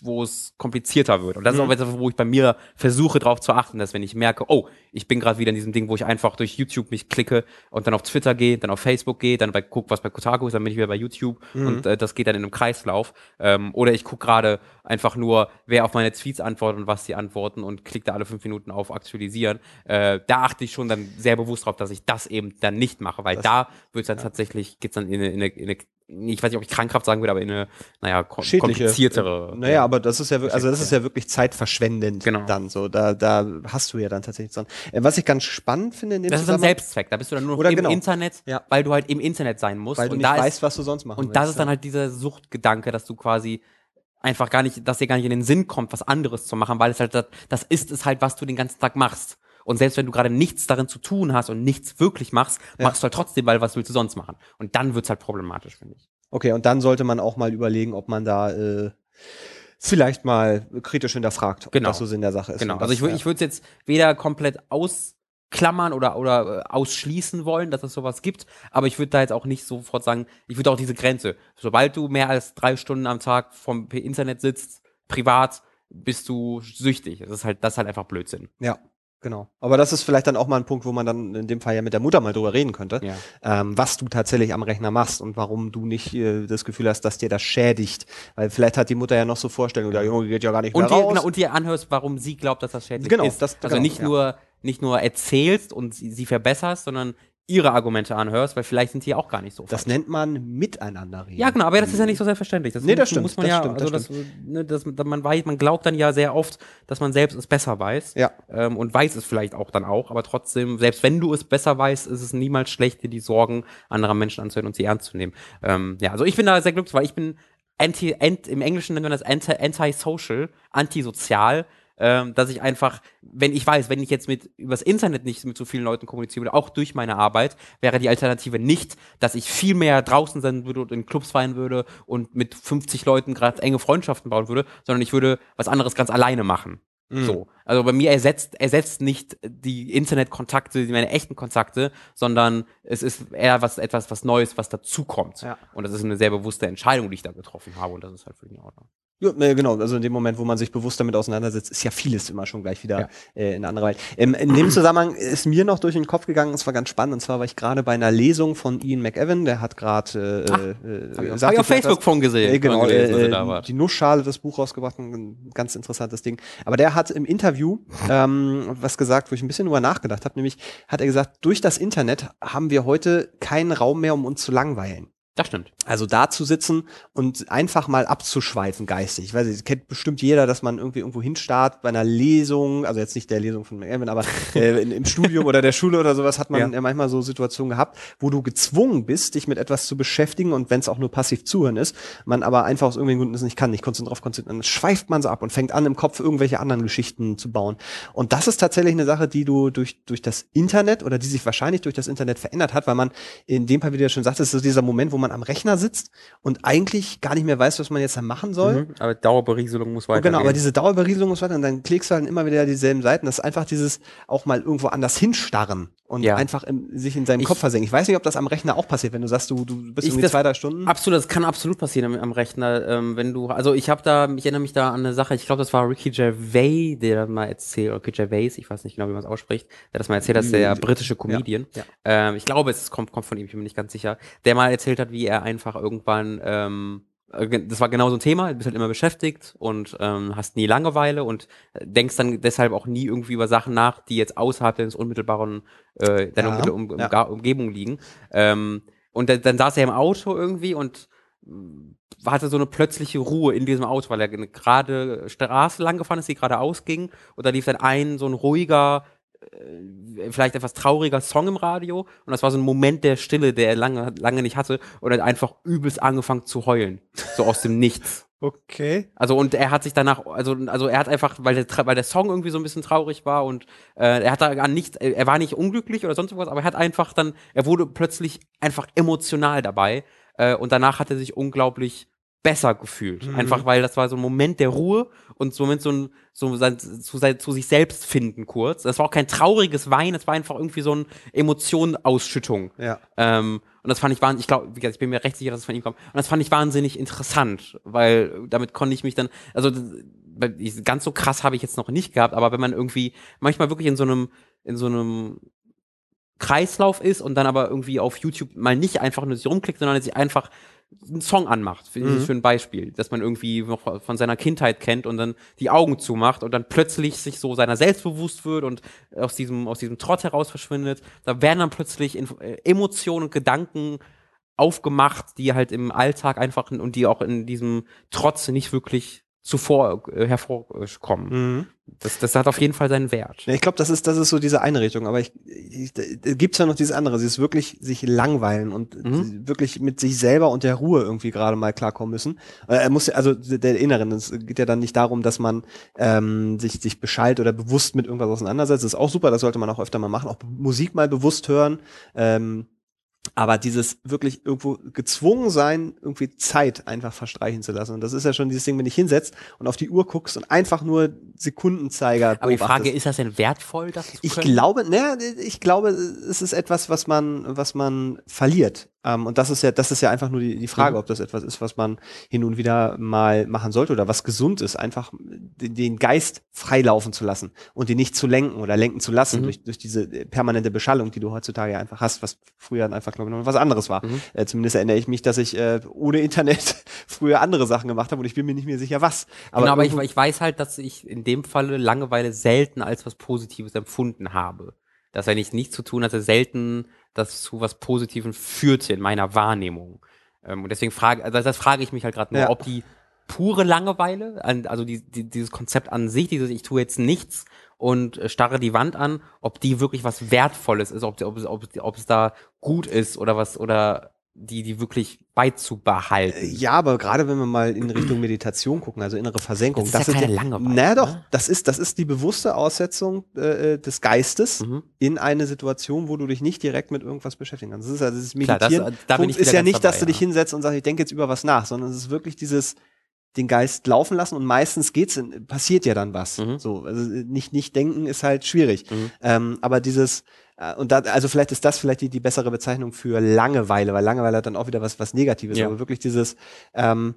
Speaker 2: wo es komplizierter wird. Und das ist
Speaker 1: Mhm.
Speaker 2: auch etwas, wo ich bei mir versuche, darauf zu achten, dass wenn ich merke, oh, ich bin gerade wieder in diesem Ding, wo ich einfach durch YouTube mich klicke und dann auf Twitter gehe, dann auf Facebook gehe, dann bei, guck, was bei Kotaku ist, dann bin ich wieder bei YouTube
Speaker 1: Mhm.
Speaker 2: und äh, das geht dann in einem Kreislauf. Ähm, oder ich gucke gerade einfach nur, wer auf meine Tweets antwortet und was sie antworten und klicke da alle fünf Minuten auf Aktualisieren. Äh, da achte ich schon dann sehr bewusst drauf, dass ich das eben dann nicht mache, weil
Speaker 1: Das-
Speaker 2: da wird es dann tatsächlich, geht's dann in eine, in eine, in eine ich weiß nicht, ob ich krankhaft sagen würde, aber in eine, naja, kom
Speaker 1: Schädliche. äh,
Speaker 2: kompliziertere.
Speaker 1: Naja, aber das ist ja wirklich, also das ist ja wirklich zeitverschwendend
Speaker 2: Genau.
Speaker 1: dann so. Da, da hast du ja dann tatsächlich so. Äh, Was ich ganz spannend finde in dem
Speaker 2: das ist ein
Speaker 1: Zusammenhang,
Speaker 2: Selbstzweck. Da bist du dann nur noch
Speaker 1: Oder
Speaker 2: im
Speaker 1: genau.
Speaker 2: Internet,
Speaker 1: Ja.
Speaker 2: weil du halt im Internet sein musst.
Speaker 1: weil du
Speaker 2: und
Speaker 1: nicht
Speaker 2: da ist
Speaker 1: weißt, was du sonst machen
Speaker 2: Und das
Speaker 1: willst,
Speaker 2: ist dann halt dieser Suchtgedanke, dass du quasi einfach gar nicht, dass dir gar nicht in den Sinn kommt, was anderes zu machen, weil es halt, das- das ist es halt, was du den ganzen Tag machst. Und selbst wenn du gerade nichts darin zu tun hast und nichts wirklich machst, machst du halt trotzdem, weil was willst du sonst machen? Und dann wird's halt problematisch, finde ich.
Speaker 1: Okay, und dann sollte man auch mal überlegen, ob man da äh, vielleicht mal kritisch hinterfragt, ob
Speaker 2: Genau.
Speaker 1: das so Sinn der Sache ist.
Speaker 2: Genau.
Speaker 1: Und
Speaker 2: Also
Speaker 1: das,
Speaker 2: ich, wür-
Speaker 1: ja.
Speaker 2: ich würde es jetzt weder komplett ausklammern oder, oder äh, ausschließen wollen, dass es sowas gibt, aber ich würde da jetzt auch nicht sofort sagen, ich würde auch diese Grenze, sobald du mehr als drei Stunden am Tag vom P- Internet sitzt, privat, bist du süchtig. Das ist halt, das ist halt einfach Blödsinn.
Speaker 1: Ja, genau. Aber das ist vielleicht dann auch mal ein Punkt, wo man dann in dem Fall ja mit der Mutter mal drüber reden könnte,
Speaker 2: Ja.
Speaker 1: ähm, was du tatsächlich am Rechner machst und warum du nicht äh, das Gefühl hast, dass dir das schädigt. Weil vielleicht hat die Mutter ja noch so Vorstellungen, der Junge geht ja gar nicht
Speaker 2: Und
Speaker 1: mehr
Speaker 2: dir,
Speaker 1: raus.
Speaker 2: genau, und dir anhörst, warum sie glaubt, dass das schädlich
Speaker 1: Genau,
Speaker 2: ist.
Speaker 1: das-
Speaker 2: also
Speaker 1: genau,
Speaker 2: nicht
Speaker 1: ja.
Speaker 2: nur, nicht nur erzählst und sie, sie verbesserst, sondern ihre Argumente anhörst, weil vielleicht sind die auch gar nicht so
Speaker 1: das nennt man miteinander reden.
Speaker 2: Ja, genau, aber das ist ja nicht so selbstverständlich. Das
Speaker 1: Nee, das stimmt,
Speaker 2: Muss man
Speaker 1: das
Speaker 2: ja,
Speaker 1: stimmt, das
Speaker 2: also das, ne, das, da- man, weiß, man glaubt dann ja sehr oft, dass man selbst es besser weiß.
Speaker 1: Ja.
Speaker 2: Ähm, und weiß es vielleicht auch dann auch, aber trotzdem, selbst wenn du es besser weißt, ist es niemals schlecht, dir die Sorgen anderer Menschen anzuhören und sie ernst zu nehmen. Ähm, ja, also ich bin da sehr glücklich, weil ich bin anti, ant, im Englischen nennt man das anti- anti-social, antisozial. Ähm, dass ich einfach, wenn ich weiß, wenn ich jetzt mit übers Internet nicht mit so vielen Leuten kommuniziere, auch durch meine Arbeit, wäre die Alternative nicht, dass ich viel mehr draußen sein würde und in Clubs feiern würde und mit 50 Leuten gerade enge Freundschaften bauen würde, sondern ich würde was anderes ganz alleine machen.
Speaker 1: Mhm.
Speaker 2: So. Also bei mir ersetzt, ersetzt nicht die Internetkontakte, die- meine echten Kontakte, sondern es ist eher was, etwas, was Neues, was dazukommt.
Speaker 1: Ja.
Speaker 2: Und das ist eine sehr bewusste Entscheidung, die ich da getroffen habe und das ist halt für mich in Ordnung.
Speaker 1: Ja, ne, genau, also in dem Moment, wo man sich bewusst damit auseinandersetzt, ist ja vieles immer schon gleich wieder
Speaker 2: Ja.
Speaker 1: äh, in eine andere Welt. Ähm, in dem Zusammenhang ist mir noch durch den Kopf gegangen, es war ganz spannend, und zwar war ich gerade bei einer Lesung von Ian McEwan, der hat gerade äh,
Speaker 2: Hab
Speaker 1: äh,
Speaker 2: ich,
Speaker 1: äh, sagt
Speaker 2: auf- hab ich
Speaker 1: dir
Speaker 2: auf
Speaker 1: vielleicht was?
Speaker 2: Facebook von gesehen.
Speaker 1: Äh, genau,
Speaker 2: von gelesen, dass
Speaker 1: äh,
Speaker 2: ihr da wart.
Speaker 1: die Nussschale das Buch rausgebracht, ein ganz interessantes Ding. Aber der hat im Interview ähm, was gesagt, wo ich ein bisschen drüber nachgedacht habe, nämlich hat er gesagt, durch das Internet haben wir heute keinen Raum mehr, um uns zu langweilen.
Speaker 2: Das stimmt.
Speaker 1: Also da zu sitzen und einfach mal abzuschweifen geistig. Ich weiß nicht, das kennt bestimmt jeder, dass man irgendwie irgendwo hinstarrt bei einer Lesung, also jetzt nicht der Lesung von McEwan, aber äh, in, im Studium oder der Schule oder sowas hat man ja. manchmal so Situationen gehabt, wo du gezwungen bist, dich mit etwas zu beschäftigen und wenn es auch nur passiv zuhören ist, man aber einfach aus irgendwelchen Gründen es nicht kann, nicht konzentriert drauf konzentrieren, dann schweift man so ab und fängt an, im Kopf irgendwelche anderen Geschichten zu bauen. Und das ist tatsächlich eine Sache, die du durch, durch das Internet oder die sich wahrscheinlich durch das Internet verändert hat, weil man in dem Fall, wie du ja schon sagtest, so dieser Moment, wo man man am Rechner sitzt und eigentlich gar nicht mehr weiß, was man jetzt da machen soll.
Speaker 2: Mhm. Aber Dauerberieselung muss
Speaker 1: Oh,
Speaker 2: weitergehen.
Speaker 1: genau, aber diese Dauerberieselung und so weiter, und dann klickst du halt immer wieder dieselben Seiten. Das ist einfach dieses auch mal irgendwo anders hinstarren und
Speaker 2: Ja.
Speaker 1: einfach im, sich in seinem
Speaker 2: Ich-
Speaker 1: Kopf versenken. Ich weiß nicht, ob das am Rechner auch passiert, wenn du sagst, du, du bist
Speaker 2: Ich-
Speaker 1: irgendwie
Speaker 2: das-
Speaker 1: zwei, drei Stunden.
Speaker 2: Absolut, das kann absolut passieren am, am Rechner, ähm, wenn du, also ich habe da, ich erinnere mich da an eine Sache, ich glaube, das war Ricky Gervais, der das mal erzählt, oder Ricky Gervais, ich weiß nicht genau, wie man es ausspricht, der das mal erzählt hat, ist der
Speaker 1: Mhm.
Speaker 2: britische Comedian.
Speaker 1: Ja.
Speaker 2: Ähm, ich glaube, es kommt, kommt von ihm, ich bin mir nicht ganz sicher, der mal erzählt hat, wie er einfach irgendwann, ähm, äh, ge- das war genau so ein Thema, du bist halt immer beschäftigt und ähm, hast nie Langeweile und denkst dann deshalb auch nie irgendwie über Sachen nach, die jetzt außerhalb deines unmittelbaren, äh, deiner
Speaker 1: Ja,
Speaker 2: unmittel- um, um,
Speaker 1: ja.
Speaker 2: Ga- Umgebung liegen. Ähm, und dann, dann saß er im Auto irgendwie und mm, hatte so eine plötzliche Ruhe in diesem Auto, weil er eine gerade Straße lang gefahren ist, die geradeaus ging. Und da lief dann ein so ein ruhiger, äh, vielleicht etwas trauriger Song im Radio. Und das war so ein Moment der Stille, der er lange, lange nicht hatte. Und er hat einfach übelst angefangen zu heulen. So aus dem Nichts.
Speaker 1: Okay.
Speaker 2: Also und er hat sich danach, also also er hat einfach, weil der, Tra- weil der Song irgendwie so ein bisschen traurig war und äh, er hat da an nichts, er war nicht unglücklich oder sonst irgendwas, aber er hat einfach dann, er wurde plötzlich einfach emotional dabei äh, und danach hat er sich unglaublich besser gefühlt,
Speaker 1: Mhm.
Speaker 2: einfach weil das war so ein Moment der Ruhe und so ein Moment so ein so sein, zu, sein, zu sich selbst finden kurz. Das war auch kein trauriges Weinen, es war einfach irgendwie so eine Emotionenausschüttung.
Speaker 1: Ja.
Speaker 2: Ähm, und das fand ich wahnsinnig, ich glaube, wie gesagt, ich bin mir recht sicher, dass es von ihm kommt. Und das fand ich wahnsinnig interessant, weil damit konnte ich mich dann, also das- bei- ich- ganz so krass habe ich jetzt noch nicht gehabt, aber wenn man irgendwie manchmal wirklich in so einem, in so einem Kreislauf ist und dann aber irgendwie auf YouTube mal nicht einfach nur sich rumklickt, sondern sich einfach einen Song anmacht, für,
Speaker 1: Mhm.
Speaker 2: für ein Beispiel, dass man irgendwie noch von seiner Kindheit kennt und dann die Augen zumacht und dann plötzlich sich so seiner selbst bewusst wird und aus diesem, aus diesem Trott heraus verschwindet, da werden dann plötzlich Inf äh, Emotionen und Gedanken aufgemacht, die halt im Alltag einfach und die auch in diesem Trotz nicht wirklich zuvor äh, hervorkommen.
Speaker 1: Mhm.
Speaker 2: Das, das hat auf jeden Fall seinen Wert.
Speaker 1: Ja, ich glaube, das ist, das ist so diese Einrichtung, aber ich, ich, da gibt's ja noch dieses andere, dieses wirklich sich langweilen und
Speaker 2: Mhm.
Speaker 1: wirklich mit sich selber und der Ruhe irgendwie gerade mal klarkommen müssen. Äh, Er muss ja, also der Inneren, es geht ja dann nicht darum, dass man ähm, sich, sich beschallt oder bewusst mit irgendwas auseinandersetzt. Das ist auch super, das sollte man auch öfter mal machen, auch Musik mal bewusst hören. Ähm, aber dieses wirklich irgendwo gezwungen sein, irgendwie Zeit einfach verstreichen zu lassen. Und das ist ja schon dieses Ding, wenn du dich hinsetzt und auf die Uhr guckst und einfach nur Sekundenzeiger
Speaker 2: Aber die
Speaker 1: beobachtest.
Speaker 2: Frage, ist das denn wertvoll, das zu
Speaker 1: Ich
Speaker 2: können?
Speaker 1: glaube, ne, ich glaube, es ist etwas, was man, was man verliert. Ähm, und das ist ja, das ist ja einfach nur die, die Frage,
Speaker 2: Mhm.
Speaker 1: ob das etwas ist, was man hin und wieder mal machen sollte oder was gesund ist, einfach den den Geist freilaufen zu lassen und ihn nicht zu lenken oder lenken zu lassen
Speaker 2: Mhm.
Speaker 1: durch, durch diese äh, permanente Beschallung, die du heutzutage einfach hast, was früher dann einfach, glaube ich, noch was anderes war.
Speaker 2: Mhm.
Speaker 1: Äh, zumindest erinnere ich mich, dass ich äh, ohne Internet früher andere Sachen gemacht habe und ich bin mir nicht mehr sicher, was.
Speaker 2: Aber, genau, aber ich,
Speaker 1: irgendwo-
Speaker 2: ich weiß halt, dass ich in dem Falle Langeweile selten als was Positives empfunden habe. Dass wenn ich nichts zu tun hatte, selten das zu was Positivem führte in meiner Wahrnehmung. Ähm, und deswegen frage, also das frage ich mich halt gerade nur,
Speaker 1: Ja.
Speaker 2: ob die pure Langeweile, an- also die, die, dieses Konzept an sich, dieses ich tue jetzt nichts und äh, starre die Wand an, ob die wirklich was Wertvolles ist, ob, ob, es- ob, ob es da gut ist oder was, oder die, die wirklich beizubehalten.
Speaker 1: Äh, Ja, aber gerade wenn wir mal in Richtung Meditation gucken, also innere Versenkung,
Speaker 2: Das ist ja keine Langeweile,
Speaker 1: Na doch,
Speaker 2: ne?
Speaker 1: das ist das ist die bewusste Aussetzung äh, äh, des Geistes
Speaker 2: Mhm.
Speaker 1: in eine Situation, wo du dich nicht direkt mit irgendwas beschäftigen kannst. Das ist also das
Speaker 2: Klar,
Speaker 1: Meditieren.
Speaker 2: das- da bin ich
Speaker 1: ist
Speaker 2: wieder
Speaker 1: ja
Speaker 2: ganz
Speaker 1: nicht, dass
Speaker 2: dabei,
Speaker 1: du dich
Speaker 2: ja.
Speaker 1: hinsetzt und sagst, ich denke jetzt über was nach, sondern es ist wirklich dieses den Geist laufen lassen und meistens geht's in, passiert ja dann was.
Speaker 2: Mhm.
Speaker 1: So, also äh, nicht nicht denken ist halt schwierig.
Speaker 2: Mhm.
Speaker 1: Ähm, aber dieses äh, und da, also vielleicht ist das vielleicht die, die bessere Bezeichnung für Langeweile, weil Langeweile hat dann auch wieder was was Negatives,
Speaker 2: Ja.
Speaker 1: aber wirklich dieses ähm,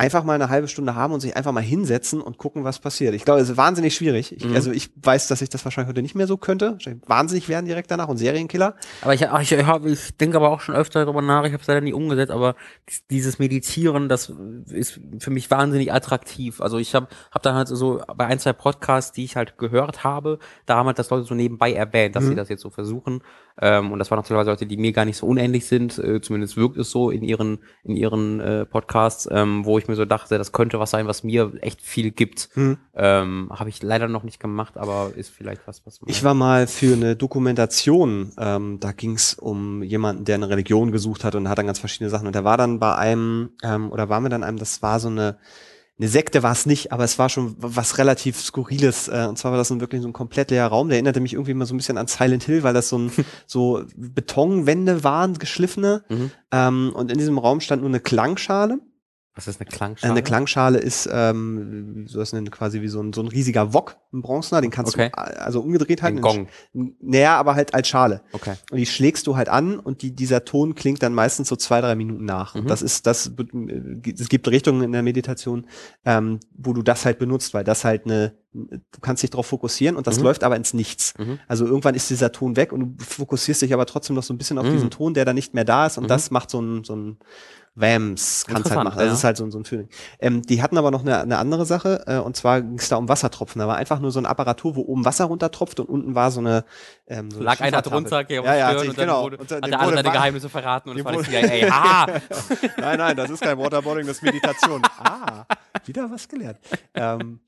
Speaker 1: einfach mal eine halbe Stunde haben und sich einfach mal hinsetzen und gucken, was passiert. Ich glaube, es ist wahnsinnig schwierig. Ich,
Speaker 2: Mhm.
Speaker 1: Also ich weiß, dass ich das wahrscheinlich heute nicht mehr so könnte. Wahrscheinlich Wahnsinnig werden direkt danach und Serienkiller.
Speaker 2: Aber ich, ach, ich, ich, hab- ich denke aber auch schon öfter darüber nach, ich habe es leider nie umgesetzt, aber dies- dieses Meditieren, das ist für mich wahnsinnig attraktiv. Also ich habe hab dann halt so bei ein, zwei Podcasts, die ich halt gehört habe, da haben halt das Leute so nebenbei erwähnt, dass
Speaker 1: Mhm.
Speaker 2: sie das jetzt so versuchen. Ähm, und das waren auch teilweise Leute, die mir gar nicht so unähnlich sind, äh, zumindest wirkt es so in ihren, in ihren äh, Podcasts, ähm, wo ich mir so dachte, das könnte was sein, was mir echt viel gibt.
Speaker 1: Mhm.
Speaker 2: Ähm, habe ich leider noch nicht gemacht, aber ist vielleicht was, was man.
Speaker 1: Ich war mal für eine Dokumentation, ähm, da ging's um jemanden, der eine Religion gesucht hat und hat dann ganz verschiedene Sachen. Und da war dann bei einem, ähm, oder waren wir dann einem, das war so eine eine Sekte war es nicht, aber es war schon was relativ Skurriles. Äh, und zwar war das nun wirklich so ein komplett leerer Raum. Der erinnerte mich irgendwie mal so ein bisschen an Silent Hill, weil das so, ein, so Betonwände waren, geschliffene.
Speaker 2: Mhm.
Speaker 1: Ähm, und in diesem Raum stand nur eine Klangschale. Äh,
Speaker 2: Was ist eine Klangschale?
Speaker 1: Eine Klangschale ist ähm, so das nennt quasi wie so ein, so ein riesiger Wok, ein Bronzener, den kannst
Speaker 2: Okay.
Speaker 1: du a- also umgedreht halten.
Speaker 2: Ein Gong.
Speaker 1: Naja, aber halt als Schale.
Speaker 2: Okay.
Speaker 1: Und die schlägst du halt an und die, dieser Ton klingt dann meistens so zwei, drei Minuten nach.
Speaker 2: Mhm.
Speaker 1: Und das ist, das, be- äh, es gibt Richtungen in der Meditation, ähm, wo du das halt benutzt, weil das halt eine, du kannst dich darauf fokussieren und das
Speaker 2: Mhm.
Speaker 1: läuft aber ins Nichts.
Speaker 2: Mhm.
Speaker 1: Also irgendwann ist dieser Ton weg und du fokussierst dich aber trotzdem noch so ein bisschen auf
Speaker 2: Mhm.
Speaker 1: diesen Ton, der dann nicht mehr da ist und
Speaker 2: Mhm.
Speaker 1: das macht so ein, so ein Vams, kannst halt
Speaker 2: Interessant,
Speaker 1: machen. Also
Speaker 2: ja.
Speaker 1: es ist halt so, ein- so ein Feeling. Ähm, die hatten aber noch eine, eine andere Sache äh, und zwar ging es da um Wassertropfen. Da war einfach nur so eine Apparatur, wo oben Wasser runtertropft und unten war so eine ähm, so eine
Speaker 2: Lag einer
Speaker 1: Schiefertafel.
Speaker 2: drunter, okay, auf
Speaker 1: ja, ja,
Speaker 2: die Stirn
Speaker 1: sich-
Speaker 2: und dann
Speaker 1: genau.
Speaker 2: wurde,
Speaker 1: Und
Speaker 2: hat
Speaker 1: dann-
Speaker 2: der
Speaker 1: dem
Speaker 2: andere
Speaker 1: wurde
Speaker 2: seine
Speaker 1: wa-
Speaker 2: Geheimnisse verraten und
Speaker 1: dem
Speaker 2: das war das
Speaker 1: wurde-
Speaker 2: wieder, ey, ha!
Speaker 1: Nein, nein, das ist kein Waterboarding, das ist Meditation. Ah, wieder was gelernt. Ähm,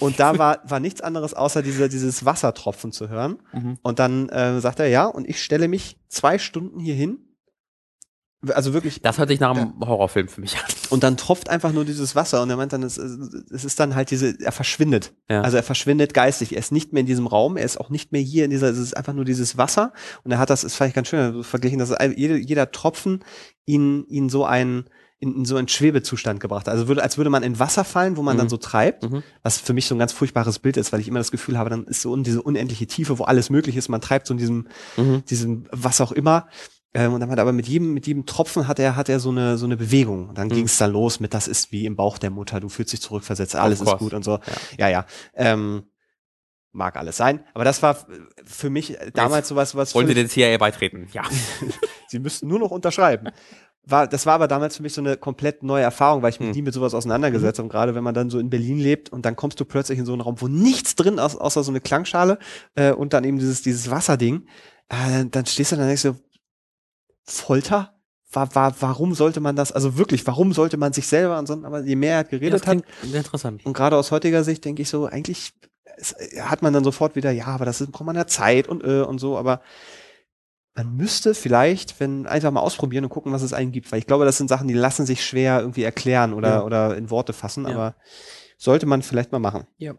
Speaker 1: und da war, war nichts anderes außer diese, dieses Wassertropfen zu hören.
Speaker 2: Mhm.
Speaker 1: Und dann äh, sagt er, ja, und ich stelle mich zwei Stunden hier hin. Also wirklich.
Speaker 2: Das hört sich nach einem Horrorfilm für mich an.
Speaker 1: Und dann tropft einfach nur dieses Wasser. Und er meint dann, es, es ist dann halt diese, er verschwindet.
Speaker 2: Ja.
Speaker 1: Also er verschwindet geistig. Er ist nicht mehr in diesem Raum, er ist auch nicht mehr hier in dieser, es ist einfach nur dieses Wasser. Und er hat das, ist vielleicht ganz schön so verglichen, dass all- jede, jeder Tropfen ihn, ihn so einen, in, in so einen Schwebezustand gebracht hat. Also würde, als würde man in Wasser fallen, wo man
Speaker 2: Mhm.
Speaker 1: dann so treibt,
Speaker 2: Mhm.
Speaker 1: was für mich so ein ganz furchtbares Bild ist, weil ich immer das Gefühl habe, dann ist so un- diese unendliche Tiefe, wo alles möglich ist. Man treibt so in diesem,
Speaker 2: Mhm.
Speaker 1: diesem was auch immer. Ähm, und dann hat er aber mit jedem, mit jedem Tropfen hat er, hat er so eine, so eine Bewegung. Und dann
Speaker 2: Mhm.
Speaker 1: ging es dann los mit, das ist wie im Bauch der Mutter, du fühlst dich zurückversetzt, alles ist
Speaker 2: course.
Speaker 1: gut und so. Ja, ja. Ähm, mag alles sein. Aber das war f- für mich damals sowas, was
Speaker 2: Wollen Sie
Speaker 1: völlig-
Speaker 2: den CIA beitreten? Ja.
Speaker 1: Sie müssten nur noch unterschreiben. War, das war aber damals für mich so eine komplett neue Erfahrung, weil ich mich
Speaker 2: Hm.
Speaker 1: nie mit sowas auseinandergesetzt habe. Und Gerade wenn man dann so in Berlin lebt und dann kommst du plötzlich in so einen Raum, wo nichts drin ist, außer so eine Klangschale äh, und dann eben dieses, dieses Wasserding, äh, dann stehst du da und denkst so, Folter? War, war, warum sollte man das, also wirklich, warum sollte man sich selber ansonsten, aber je mehr er hat geredet hat,
Speaker 2: interessant.
Speaker 1: und gerade aus heutiger Sicht denke ich so, eigentlich es, äh, hat man dann sofort wieder, ja, aber das ist, braucht man ja Zeit und, äh, und so, aber man müsste vielleicht, wenn einfach mal ausprobieren und gucken, was es einem gibt, weil ich glaube, das sind Sachen, die lassen sich schwer irgendwie erklären oder,
Speaker 2: Ja.
Speaker 1: oder in Worte fassen,
Speaker 2: Ja.
Speaker 1: aber sollte man vielleicht mal machen.
Speaker 2: Ja.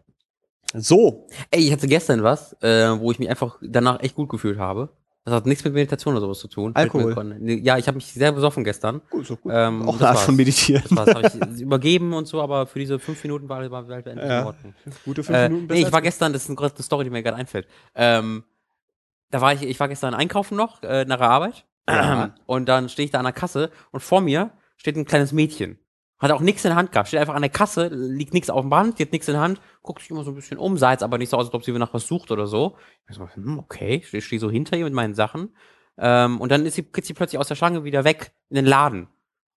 Speaker 1: So,
Speaker 2: Ey, ich hatte gestern was, äh, wo ich mich einfach danach echt gut gefühlt habe. Das hat nichts mit Meditation oder sowas zu tun. Fällt mir
Speaker 1: Alkohol.
Speaker 2: gerade- Nee, Ja, ich habe mich sehr besoffen gestern.
Speaker 1: gut, so gut.
Speaker 2: Ähm,
Speaker 1: Auch
Speaker 2: das
Speaker 1: eine Art
Speaker 2: war's.
Speaker 1: von Meditieren.
Speaker 2: Das war's, hab ich übergeben und so, aber für diese fünf Minuten war, war, war endlich
Speaker 1: Ja.
Speaker 2: in Ordnung.
Speaker 1: Gute fünf
Speaker 2: Äh,
Speaker 1: Minuten
Speaker 2: nee, ich
Speaker 1: als-
Speaker 2: war gestern, das ist eine große Story, die mir gerade einfällt. Ähm, da war ich, ich war gestern einkaufen noch, äh, nach der Arbeit.
Speaker 1: Ja.
Speaker 2: Und dann stehe ich da an der Kasse und vor mir steht ein kleines Mädchen. Hat auch nichts in der Hand gehabt. Steht einfach an der Kasse, liegt nichts auf dem Band, die hat nichts in der Hand, guckt sich immer so ein bisschen um, sah jetzt aber nicht so aus, als ob sie nach was sucht oder so. Ich so, hm, okay, ich stehe steh so hinter ihr mit meinen Sachen. Ähm, und dann ist sie, geht sie plötzlich aus der Schlange wieder weg in den Laden.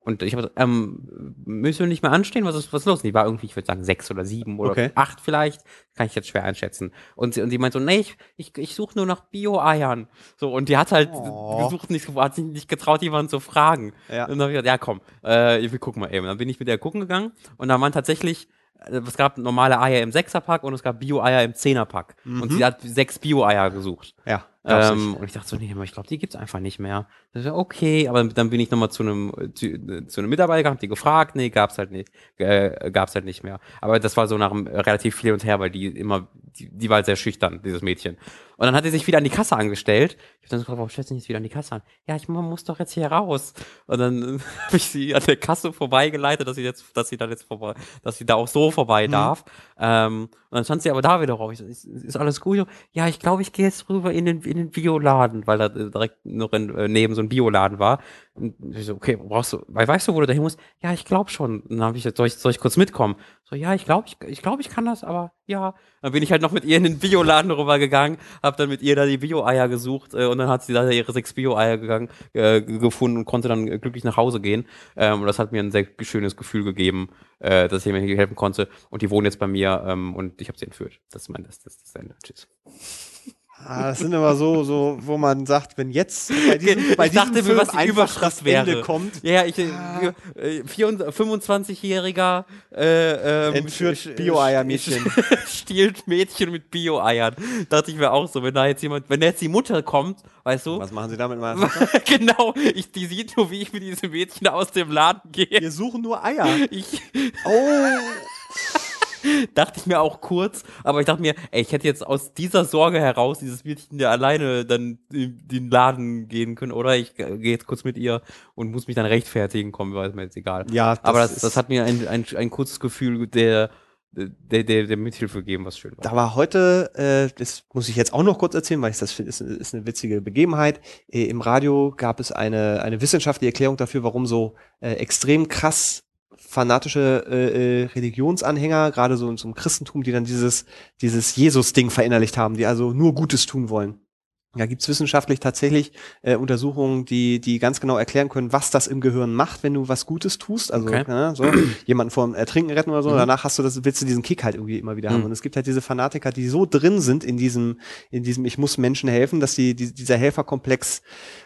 Speaker 2: Und ich habe ähm, müssen wir nicht mehr anstehen? Was ist, was ist los? Die war irgendwie, ich würde sagen, sechs oder sieben oder
Speaker 1: Okay.
Speaker 2: acht vielleicht. Kann ich jetzt schwer einschätzen. Und sie, und sie meint so, nee, ich, ich, ich suche nur nach Bio-Eiern. So, und die hat halt
Speaker 1: Oh.
Speaker 2: gesucht, nicht, hat sich nicht getraut, jemanden zu fragen.
Speaker 1: Ja.
Speaker 2: Und dann hab ich gesagt, ja komm, äh, wir gucken mal eben. Dann bin ich mit der gucken gegangen und da waren tatsächlich, äh, es gab normale Eier im 6er-Pack und es gab Bio-Eier im 10er-Pack. Und sie hat sechs Bio-Eier gesucht.
Speaker 1: ja, gab's nicht.
Speaker 2: Ähm, und ich dachte so, nee, aber ich glaube, die gibt's einfach nicht mehr. Das ist ja okay, aber dann bin ich nochmal zu einem äh, zu, äh, zu einem Mitarbeiter gegangen, hab die gefragt, nee, gab's halt nicht, äh, gab's halt nicht mehr. Aber das war so nach einem äh, relativ viel und her, weil die immer, die, die war halt sehr schüchtern, dieses Mädchen. Und dann hat sie sich wieder an die Kasse angestellt. Ich hab dann so gefragt, warum stellst du dich jetzt wieder an die Kasse an? Ja, ich mu- muss doch jetzt hier raus. Und dann habe ich sie an der Kasse vorbeigeleitet, dass sie jetzt, dass sie dann jetzt vorbei, dass sie da auch so vorbei darf. Ähm, und dann stand sie aber da wieder rauf. Ich so, ist, ist alles gut? Ja, ich glaube, ich gehe jetzt rüber in den, in den Bioladen, weil da äh, direkt noch in, äh, neben so ein Bioladen war. Und ich so, okay, brauchst du, weil weißt du, wo du da hin musst? Ja, ich glaube schon. Und dann habe ich jetzt, soll ich, soll ich kurz mitkommen? So, ja, ich glaube, ich, ich glaube, ich kann das, aber ja. Dann bin ich halt noch mit ihr in den Bioladen rübergegangen, habe dann mit ihr da die Bio-Eier gesucht äh, und dann hat sie da ihre sechs Bio-Eier gegangen, äh, gefunden und konnte dann äh, glücklich nach Hause gehen. Ähm, und das hat mir ein sehr schönes Gefühl gegeben, äh, dass ich mir hier helfen konnte. Und die wohnen jetzt bei mir ähm, und ich habe sie entführt. Das ist mein das, das, das Ende. Tschüss.
Speaker 1: Ah, das sind immer so, so, wo man sagt, wenn jetzt bei diesem, bei
Speaker 2: ich dachte
Speaker 1: diesem
Speaker 2: mir,
Speaker 1: Film
Speaker 2: was die
Speaker 1: einfach
Speaker 2: Überschrift
Speaker 1: das
Speaker 2: wäre.
Speaker 1: Ende kommt, Ah.
Speaker 2: Ja, ja, ich, äh, vier- äh, 25-jähriger äh, ähm,
Speaker 1: Entführt
Speaker 2: sch- sch-
Speaker 1: Bio-Eiermädchen.
Speaker 2: Stiehlt Mädchen mit Bio-Eiern. Dachte ich mir auch so, wenn da jetzt jemand, wenn da jetzt die Mutter kommt, weißt du,
Speaker 1: was machen sie damit? Meine
Speaker 2: genau, ich, die sieht nur, wie ich mit diesem Mädchen aus dem Laden gehe.
Speaker 1: Wir suchen nur Eier.
Speaker 2: Ich
Speaker 1: Oh,
Speaker 2: dachte ich mir auch kurz, aber ich dachte mir, ey, ich hätte jetzt aus dieser Sorge heraus dieses Mädchen ja alleine dann in den Laden gehen können, oder ich gehe jetzt kurz mit ihr und muss mich dann rechtfertigen, kommen, weil ist mir jetzt egal.
Speaker 1: Ja, das
Speaker 2: aber das,
Speaker 1: ist-
Speaker 2: das hat mir ein, ein, ein kurzes Gefühl der, der, der, der Mithilfe gegeben, was schön war.
Speaker 1: Da war heute, äh, das muss ich jetzt auch noch kurz erzählen, weil ich das finde, ist, ist eine witzige Begebenheit. Äh, Im Radio gab es eine, eine wissenschaftliche Erklärung dafür, warum so äh, extrem krass fanatische äh, äh, Religionsanhänger, gerade so zum Christentum, die dann dieses, dieses Jesus-Ding verinnerlicht haben, die also nur Gutes tun wollen. Da gibt's wissenschaftlich tatsächlich äh, Untersuchungen, die, die ganz genau erklären können, was das im Gehirn macht, wenn du was Gutes tust. Also
Speaker 2: Okay.
Speaker 1: ne, so, jemanden vor dem Ertrinken retten oder so.
Speaker 2: Mhm.
Speaker 1: Danach hast du das, willst du diesen Kick halt irgendwie immer wieder haben.
Speaker 2: Mhm.
Speaker 1: Und es gibt halt diese Fanatiker, die so drin sind in diesem, in diesem Ich muss Menschen helfen, dass die, die, dieser Helferkomplex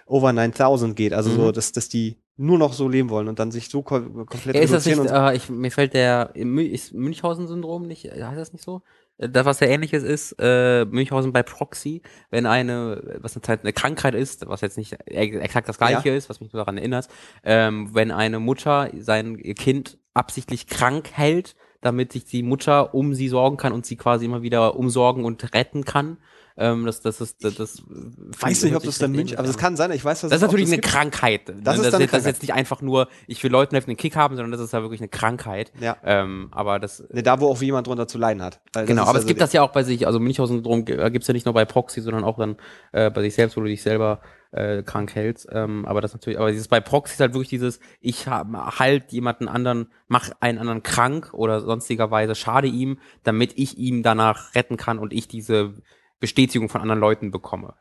Speaker 1: over 9000 geht. Also
Speaker 2: Mhm.
Speaker 1: so, dass, dass die nur noch so leben wollen und dann sich so ko- komplett
Speaker 2: Ja, ist das nicht,
Speaker 1: und so.
Speaker 2: äh, ich, mir fällt der Mü- ist Münchhausen-Syndrom nicht, äh, heißt das nicht so? Äh, Das, was sehr ähnliches ist, äh, Münchhausen bei Proxy, wenn eine, was eine, Zeit, eine Krankheit ist, was jetzt nicht ex- exakt das gleiche ist, was mich nur daran erinnert, ähm, wenn eine Mutter sein ihr Kind absichtlich krank hält, damit sich die Mutter um sie sorgen kann und sie quasi immer wieder umsorgen und retten kann. Ähm, das, das ist, das, das
Speaker 1: Ich weiß nicht, ob das dann Münch, aber es kann sein, ich weiß, dass
Speaker 2: das
Speaker 1: es-
Speaker 2: ist
Speaker 1: ob
Speaker 2: natürlich eine
Speaker 1: gibt.
Speaker 2: Krankheit.
Speaker 1: Das ist
Speaker 2: das,
Speaker 1: dann eine
Speaker 2: jetzt- das ist jetzt nicht einfach nur, ich will Leuten helfen, den Kick haben, sondern das ist ja wirklich eine Krankheit.
Speaker 1: Ja.
Speaker 2: Ähm, aber das,
Speaker 1: Ne, da, wo auch jemand drunter zu leiden hat. Weil das
Speaker 2: genau,
Speaker 1: ist
Speaker 2: aber es
Speaker 1: also
Speaker 2: gibt
Speaker 1: der-
Speaker 2: das ja auch bei sich, also Münchhausen-Syndrom gibt es ja nicht nur bei Proxy, sondern auch dann äh, bei sich selbst, wo du dich selber äh, krank hältst. Ähm, aber das natürlich, aber dieses bei Proxy ist halt wirklich dieses, ich hab- halt jemanden anderen, mach einen anderen krank oder sonstigerweise schade ihm, damit ich ihm danach retten kann und ich diese Bestätigung von anderen Leuten bekomme.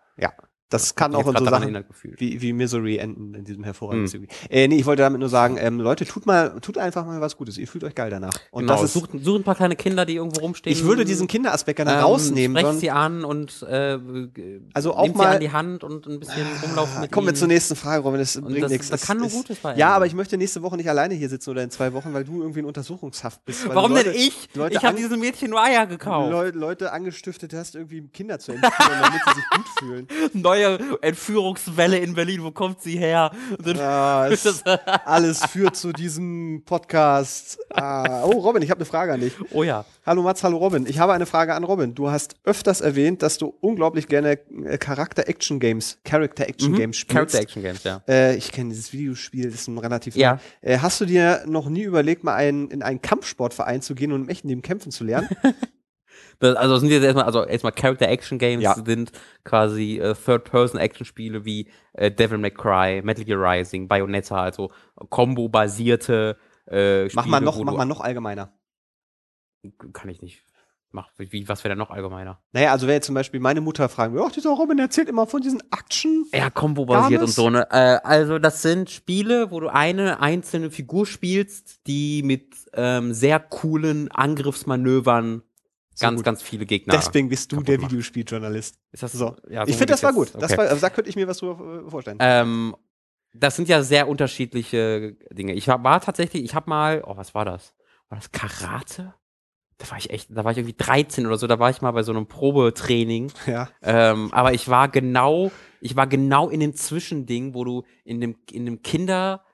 Speaker 1: Das kann
Speaker 2: Mich
Speaker 1: auch
Speaker 2: jetzt
Speaker 1: in so
Speaker 2: grad daran
Speaker 1: Sachen
Speaker 2: erinnert gefühlt.
Speaker 1: wie, wie Misery enden in diesem hervorragenden Zügel.
Speaker 2: Mhm.
Speaker 1: Äh, nee, ich wollte damit nur sagen, ähm, Leute, tut mal, tut einfach mal was Gutes. Ihr fühlt euch geil danach. Und
Speaker 2: genau,
Speaker 1: das ist,
Speaker 2: sucht, sucht ein paar kleine Kinder, die irgendwo rumstehen.
Speaker 1: ich würde diesen Kinderaspekt gerne
Speaker 2: ähm,
Speaker 1: rausnehmen.
Speaker 2: Sprecht
Speaker 1: sondern-
Speaker 2: sie an und äh,
Speaker 1: Also auch
Speaker 2: nehmt sie
Speaker 1: mal- Ah,
Speaker 2: an die Hand und ein bisschen rumlaufen mit
Speaker 1: Kommen wir
Speaker 2: ihnen.
Speaker 1: zur nächsten Frage, Robin. Das bringt
Speaker 2: das-
Speaker 1: nichts.
Speaker 2: das kann nur Gutes bei
Speaker 1: Ja,
Speaker 2: einem.
Speaker 1: aber ich möchte nächste Woche nicht alleine hier sitzen oder in zwei Wochen, weil du irgendwie in Untersuchungshaft bist. weil
Speaker 2: Warum
Speaker 1: du Leute,
Speaker 2: denn ich?
Speaker 1: Leute
Speaker 2: ich habe
Speaker 1: an-
Speaker 2: diesem Mädchen nur Eier gekauft.
Speaker 1: Leu Leute angestiftet hast, irgendwie Kinder zu entführen, damit sie sich gut fühlen.
Speaker 2: Neue Entführungswelle in Berlin, wo kommt sie her? Und dann-
Speaker 1: Ja, Ah, es, alles führt zu diesem Podcast. Ah, oh, Robin, ich habe eine Frage an dich.
Speaker 2: Oh ja.
Speaker 1: Hallo Mats, hallo Robin. Ich habe eine Frage an Robin. Du hast öfters erwähnt, dass du unglaublich gerne äh, Charakter-Action-Games, Character-Action-Games spielst.
Speaker 2: Mhm. Character-Action Games, ja.
Speaker 1: Äh, ich kenne dieses Videospiel, das ist ein relativ.
Speaker 2: Ja.
Speaker 1: neu. Äh, hast du dir noch nie überlegt, mal einen, in einen Kampfsportverein zu gehen und im echten Leben kämpfen zu lernen?
Speaker 2: Das, also das sind jetzt erstmal, also erstmal Character-Action-Games
Speaker 1: Ja.
Speaker 2: sind quasi äh, Third-Person-Action-Spiele wie äh, Devil May Cry, Metal Gear Rising, Bayonetta, also Combo-basierte äh, Spiele.
Speaker 1: mach mal noch,
Speaker 2: wo
Speaker 1: mach
Speaker 2: du-
Speaker 1: mal noch allgemeiner.
Speaker 2: Kann ich nicht. Mach, wie, was wäre denn noch allgemeiner?
Speaker 1: Naja, also wenn jetzt zum Beispiel meine Mutter fragen würde, ach, dieser Robin erzählt immer von diesen Action.
Speaker 2: Ja, Combo-basiert
Speaker 1: Garnes?
Speaker 2: und so, ne? Äh, also, das sind Spiele, wo du eine einzelne Figur spielst, die mit ähm, sehr coolen Angriffsmanövern
Speaker 1: So
Speaker 2: ganz,
Speaker 1: gut.
Speaker 2: ganz viele Gegner.
Speaker 1: Deswegen bist du
Speaker 2: kaputt
Speaker 1: der
Speaker 2: machen.
Speaker 1: Videospieljournalist.
Speaker 2: ist das
Speaker 1: so.
Speaker 2: Ja,
Speaker 1: ich
Speaker 2: würde
Speaker 1: finde, das war
Speaker 2: jetzt-
Speaker 1: gut. Das
Speaker 2: okay.
Speaker 1: war, also, da könnte ich mir was drüber äh, vorstellen.
Speaker 2: ähm, das sind ja sehr unterschiedliche Dinge. Ich war, war tatsächlich, ich habe mal, oh, was war das? War das Karate? Da war ich echt, da war ich irgendwie 13 oder so, da war ich mal bei so einem Probetraining
Speaker 1: ja.
Speaker 2: Ähm, aber ich war genau, ich war genau in dem Zwischending, wo du in dem, in dem Kinder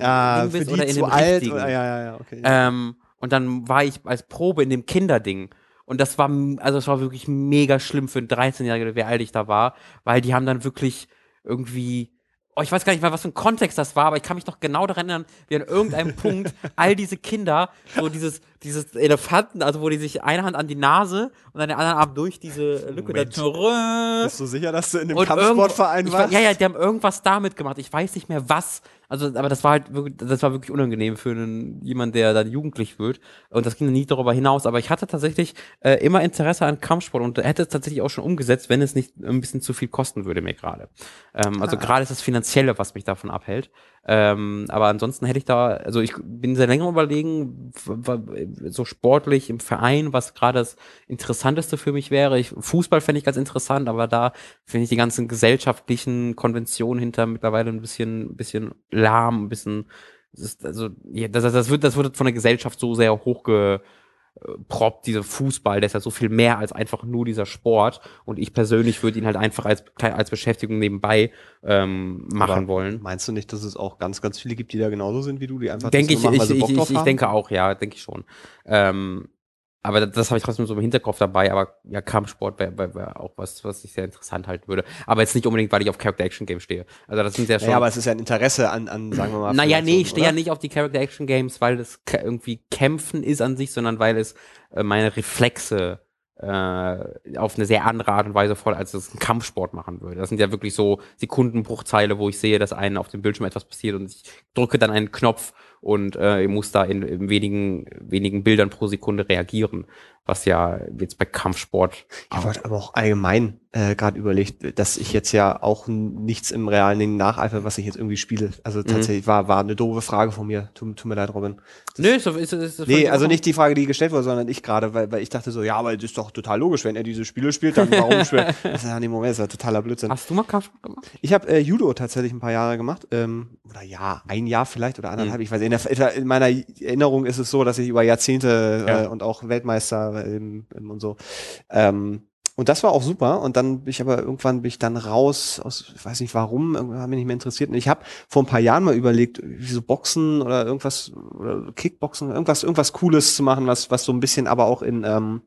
Speaker 1: Ah,
Speaker 2: Ding
Speaker 1: für
Speaker 2: bist
Speaker 1: die
Speaker 2: oder in
Speaker 1: zu
Speaker 2: dem
Speaker 1: alt.
Speaker 2: richtigen.
Speaker 1: Oder, ja, ja, ja, okay.
Speaker 2: ähm, und dann war ich als Probe in dem Kinderding. Und das war, m- also es war wirklich mega schlimm für einen 13-Jährigen, wie alt ich da war, weil die haben dann wirklich irgendwie, oh, ich weiß gar nicht mal, was für ein Kontext das war, aber ich kann mich noch genau daran erinnern, wie an irgendeinem Punkt all diese Kinder, so dieses, dieses Elefanten, also wo die sich eine Hand an die Nase und dann den anderen Arm durch diese Lücke da
Speaker 1: Moment.
Speaker 2: zurück.
Speaker 1: bist du sicher, dass du in einem
Speaker 2: Und
Speaker 1: Kampfsportverein
Speaker 2: irgendwo- ich
Speaker 1: warst?
Speaker 2: weiß- Ja, ja, die haben irgendwas damit gemacht. Ich weiß nicht mehr was. Also, aber das war halt wirklich, das war wirklich unangenehm für einen, jemand, der dann jugendlich wird. Und das ging dann nie darüber hinaus. Aber ich hatte tatsächlich äh, immer Interesse an Kampfsport und hätte es tatsächlich auch schon umgesetzt, wenn
Speaker 1: Ah.
Speaker 2: es nicht ein bisschen zu viel kosten würde mir gerade. Ähm, also gerade ist das Finanzielle, was mich davon abhält. Ähm, aber ansonsten hätte ich da, also ich bin sehr länger überlegen, so sportlich im Verein, was gerade das Interessanteste für mich wäre. Ich, Fußball fände ich ganz interessant, aber da finde ich die ganzen gesellschaftlichen Konventionen hinter mittlerweile ein bisschen, ein bisschen lahm, ein bisschen, das ist, also, ja, das, das, wird, das wird von der Gesellschaft so sehr hochge, äh, proppt dieser Fußball, der ist ja so viel mehr als einfach nur dieser Sport. Und ich persönlich würde ihn halt einfach als, als Beschäftigung nebenbei ähm, machen Aber wollen.
Speaker 1: Meinst du nicht, dass es auch ganz, ganz viele gibt, die da genauso sind wie du, die einfach
Speaker 2: denke ich,
Speaker 1: machen,
Speaker 2: ich, ich, ich, ich denke auch, ja, denke ich schon. Ähm, aber das, das habe ich trotzdem so im Hinterkopf dabei, aber ja, Kampfsport wäre wär, wär auch was, was ich sehr interessant halten würde. Aber jetzt nicht unbedingt, weil ich auf Character Action Games stehe. Also das sind ja
Speaker 1: schon. Ja, naja, aber es ist ja ein Interesse an, an sagen wir mal.
Speaker 2: Naja, nee, ich stehe ja nicht auf die Character Action Games, weil es irgendwie Kämpfen ist an sich, sondern weil es äh, meine Reflexe äh, auf eine sehr andere Art und Weise voll, als es ein Kampfsport machen würde. Das sind ja wirklich so Sekundenbruchzeile, wo ich sehe, dass einem auf dem Bildschirm etwas passiert und ich drücke dann einen Knopf und äh, ich muss da in, in wenigen, wenigen Bildern pro Sekunde reagieren, was ja jetzt bei Kampfsport.
Speaker 1: Ich wollte aber auch allgemein äh, gerade überlegt, dass ich jetzt ja auch nichts im realen Ding nacheife, was ich jetzt irgendwie spiele. Also tatsächlich mhm. war, war eine doofe Frage von mir. Tut, tut mir leid, Robin.
Speaker 2: Das Nö, ist, ist, ist,
Speaker 1: ist nee, also nicht die Frage, die gestellt wurde, sondern ich gerade, weil, weil ich dachte so, ja, aber das ist doch total logisch, wenn er diese Spiele spielt, dann warum spielt Das ist ja nee, Moment, das ist ja totaler Blödsinn.
Speaker 2: Hast du mal Kampfsport gemacht?
Speaker 1: Ich habe äh, Judo tatsächlich ein paar Jahre gemacht. Ähm, oder ja, ein Jahr vielleicht oder anderthalb, mhm. ich weiß nicht. In, der, in meiner Erinnerung ist es so, dass ich über Jahrzehnte ja. äh, und auch Weltmeister im, im und so. Ähm, und das war auch super. Und dann bin ich aber irgendwann bin ich dann raus aus, ich weiß nicht warum, irgendwann haben mich nicht mehr interessiert. Und ich habe vor ein paar Jahren mal überlegt, wie so Boxen oder irgendwas, oder Kickboxen, irgendwas, irgendwas Cooles zu machen, was, was so ein bisschen aber auch in, ähm,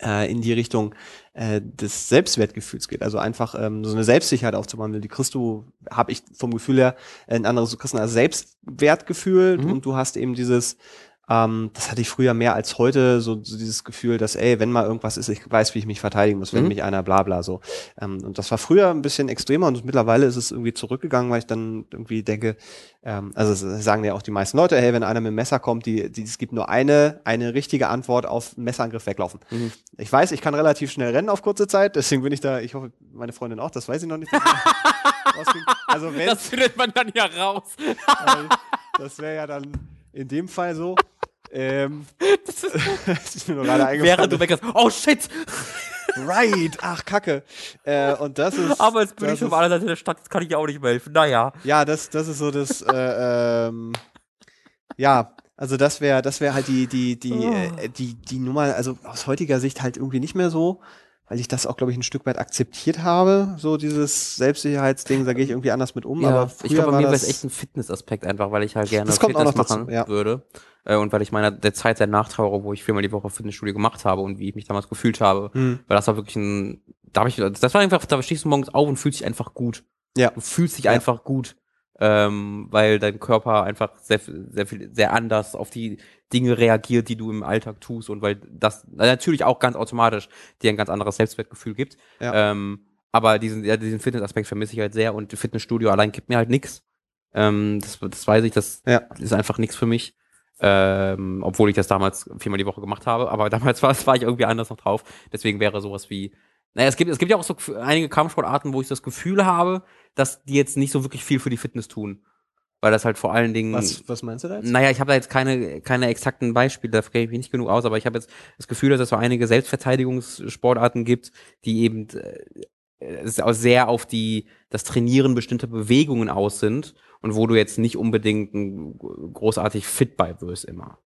Speaker 1: äh, in die Richtung äh, des Selbstwertgefühls geht. Also einfach ähm, so eine Selbstsicherheit aufzubauen. Die kriegst du, habe ich vom Gefühl her, ein anderes, du kriegst ein Selbstwertgefühl mhm. und du hast eben dieses, ähm, das hatte ich früher mehr als heute, so, so dieses Gefühl, dass, ey, wenn mal irgendwas ist, ich weiß, wie ich mich verteidigen muss, wenn mhm. mich einer bla bla so. Ähm, und das war früher ein bisschen extremer und mittlerweile ist es irgendwie zurückgegangen, weil ich dann irgendwie denke, ähm, also sagen ja auch die meisten Leute, hey, wenn einer mit dem Messer kommt, die, die, es gibt nur eine, eine richtige Antwort auf Messerangriff weglaufen. Mhm. Ich weiß, ich kann relativ schnell rennen auf kurze Zeit, deswegen bin ich da, ich hoffe, meine Freundin auch, das weiß ich noch nicht.
Speaker 2: also wenn, das findet man dann ja raus.
Speaker 1: äh, das wäre ja dann in dem Fall so.
Speaker 2: Ähm, das ist, das ist mir nur gerade eingefallen. Während du weg hast, oh shit!
Speaker 1: Right, ach Kacke. Äh, und das ist.
Speaker 2: Aber jetzt bin ich auf der anderen Seite der Stadt, jetzt kann ich auch nicht mehr helfen. Naja.
Speaker 1: Ja, das, das ist so das. Äh, ähm, ja, also das wäre, das wäre halt die, die, die, oh. äh, die, die Nummer, also aus heutiger Sicht halt irgendwie nicht mehr so weil ich das auch, glaube ich, ein Stück weit akzeptiert habe, so dieses Selbstsicherheitsding, da gehe ich irgendwie anders mit um. Ja, aber
Speaker 2: ich glaube, bei mir wäre es echt ein Fitnessaspekt einfach, weil ich halt gerne
Speaker 1: das kommt Fitness auch noch
Speaker 2: machen dazu, ja. würde. Äh, und weil ich meiner der Zeit sehr nachtrauere, wo ich viermal die Woche Fitnessstudio gemacht habe und wie ich mich damals gefühlt habe. Hm. Weil das war wirklich ein, da habe ich, das war einfach, da stehst du morgens auf und fühlst dich einfach gut.
Speaker 1: Ja.
Speaker 2: Du fühlst dich ja. einfach gut. Ähm, weil dein Körper einfach sehr, sehr viel, sehr anders auf die Dinge reagiert, die du im Alltag tust und weil das natürlich auch ganz automatisch dir ein ganz anderes Selbstwertgefühl gibt. Ja. Ähm, aber diesen, ja, diesen Fitnessaspekt vermisse ich halt sehr und Fitnessstudio allein gibt mir halt nichts. Ähm, das, das weiß ich, das ja. ist einfach nichts für mich. Ähm, obwohl ich das damals viermal die Woche gemacht habe, aber damals war, war ich irgendwie anders noch drauf. Deswegen wäre sowas wie naja, es gibt, es gibt ja auch so einige Kampfsportarten, wo ich das Gefühl habe, dass die jetzt nicht so wirklich viel für die Fitness tun. Weil das halt vor allen Dingen.
Speaker 1: Was, was meinst du da jetzt?
Speaker 2: Naja, ich habe da jetzt keine, keine exakten Beispiele, da kenne ich mich nicht genug aus, aber ich habe jetzt das Gefühl, dass es so einige Selbstverteidigungssportarten gibt, die eben äh, sehr auf die, das Trainieren bestimmter Bewegungen aus sind und wo du jetzt nicht unbedingt großartig fit bei wirst immer.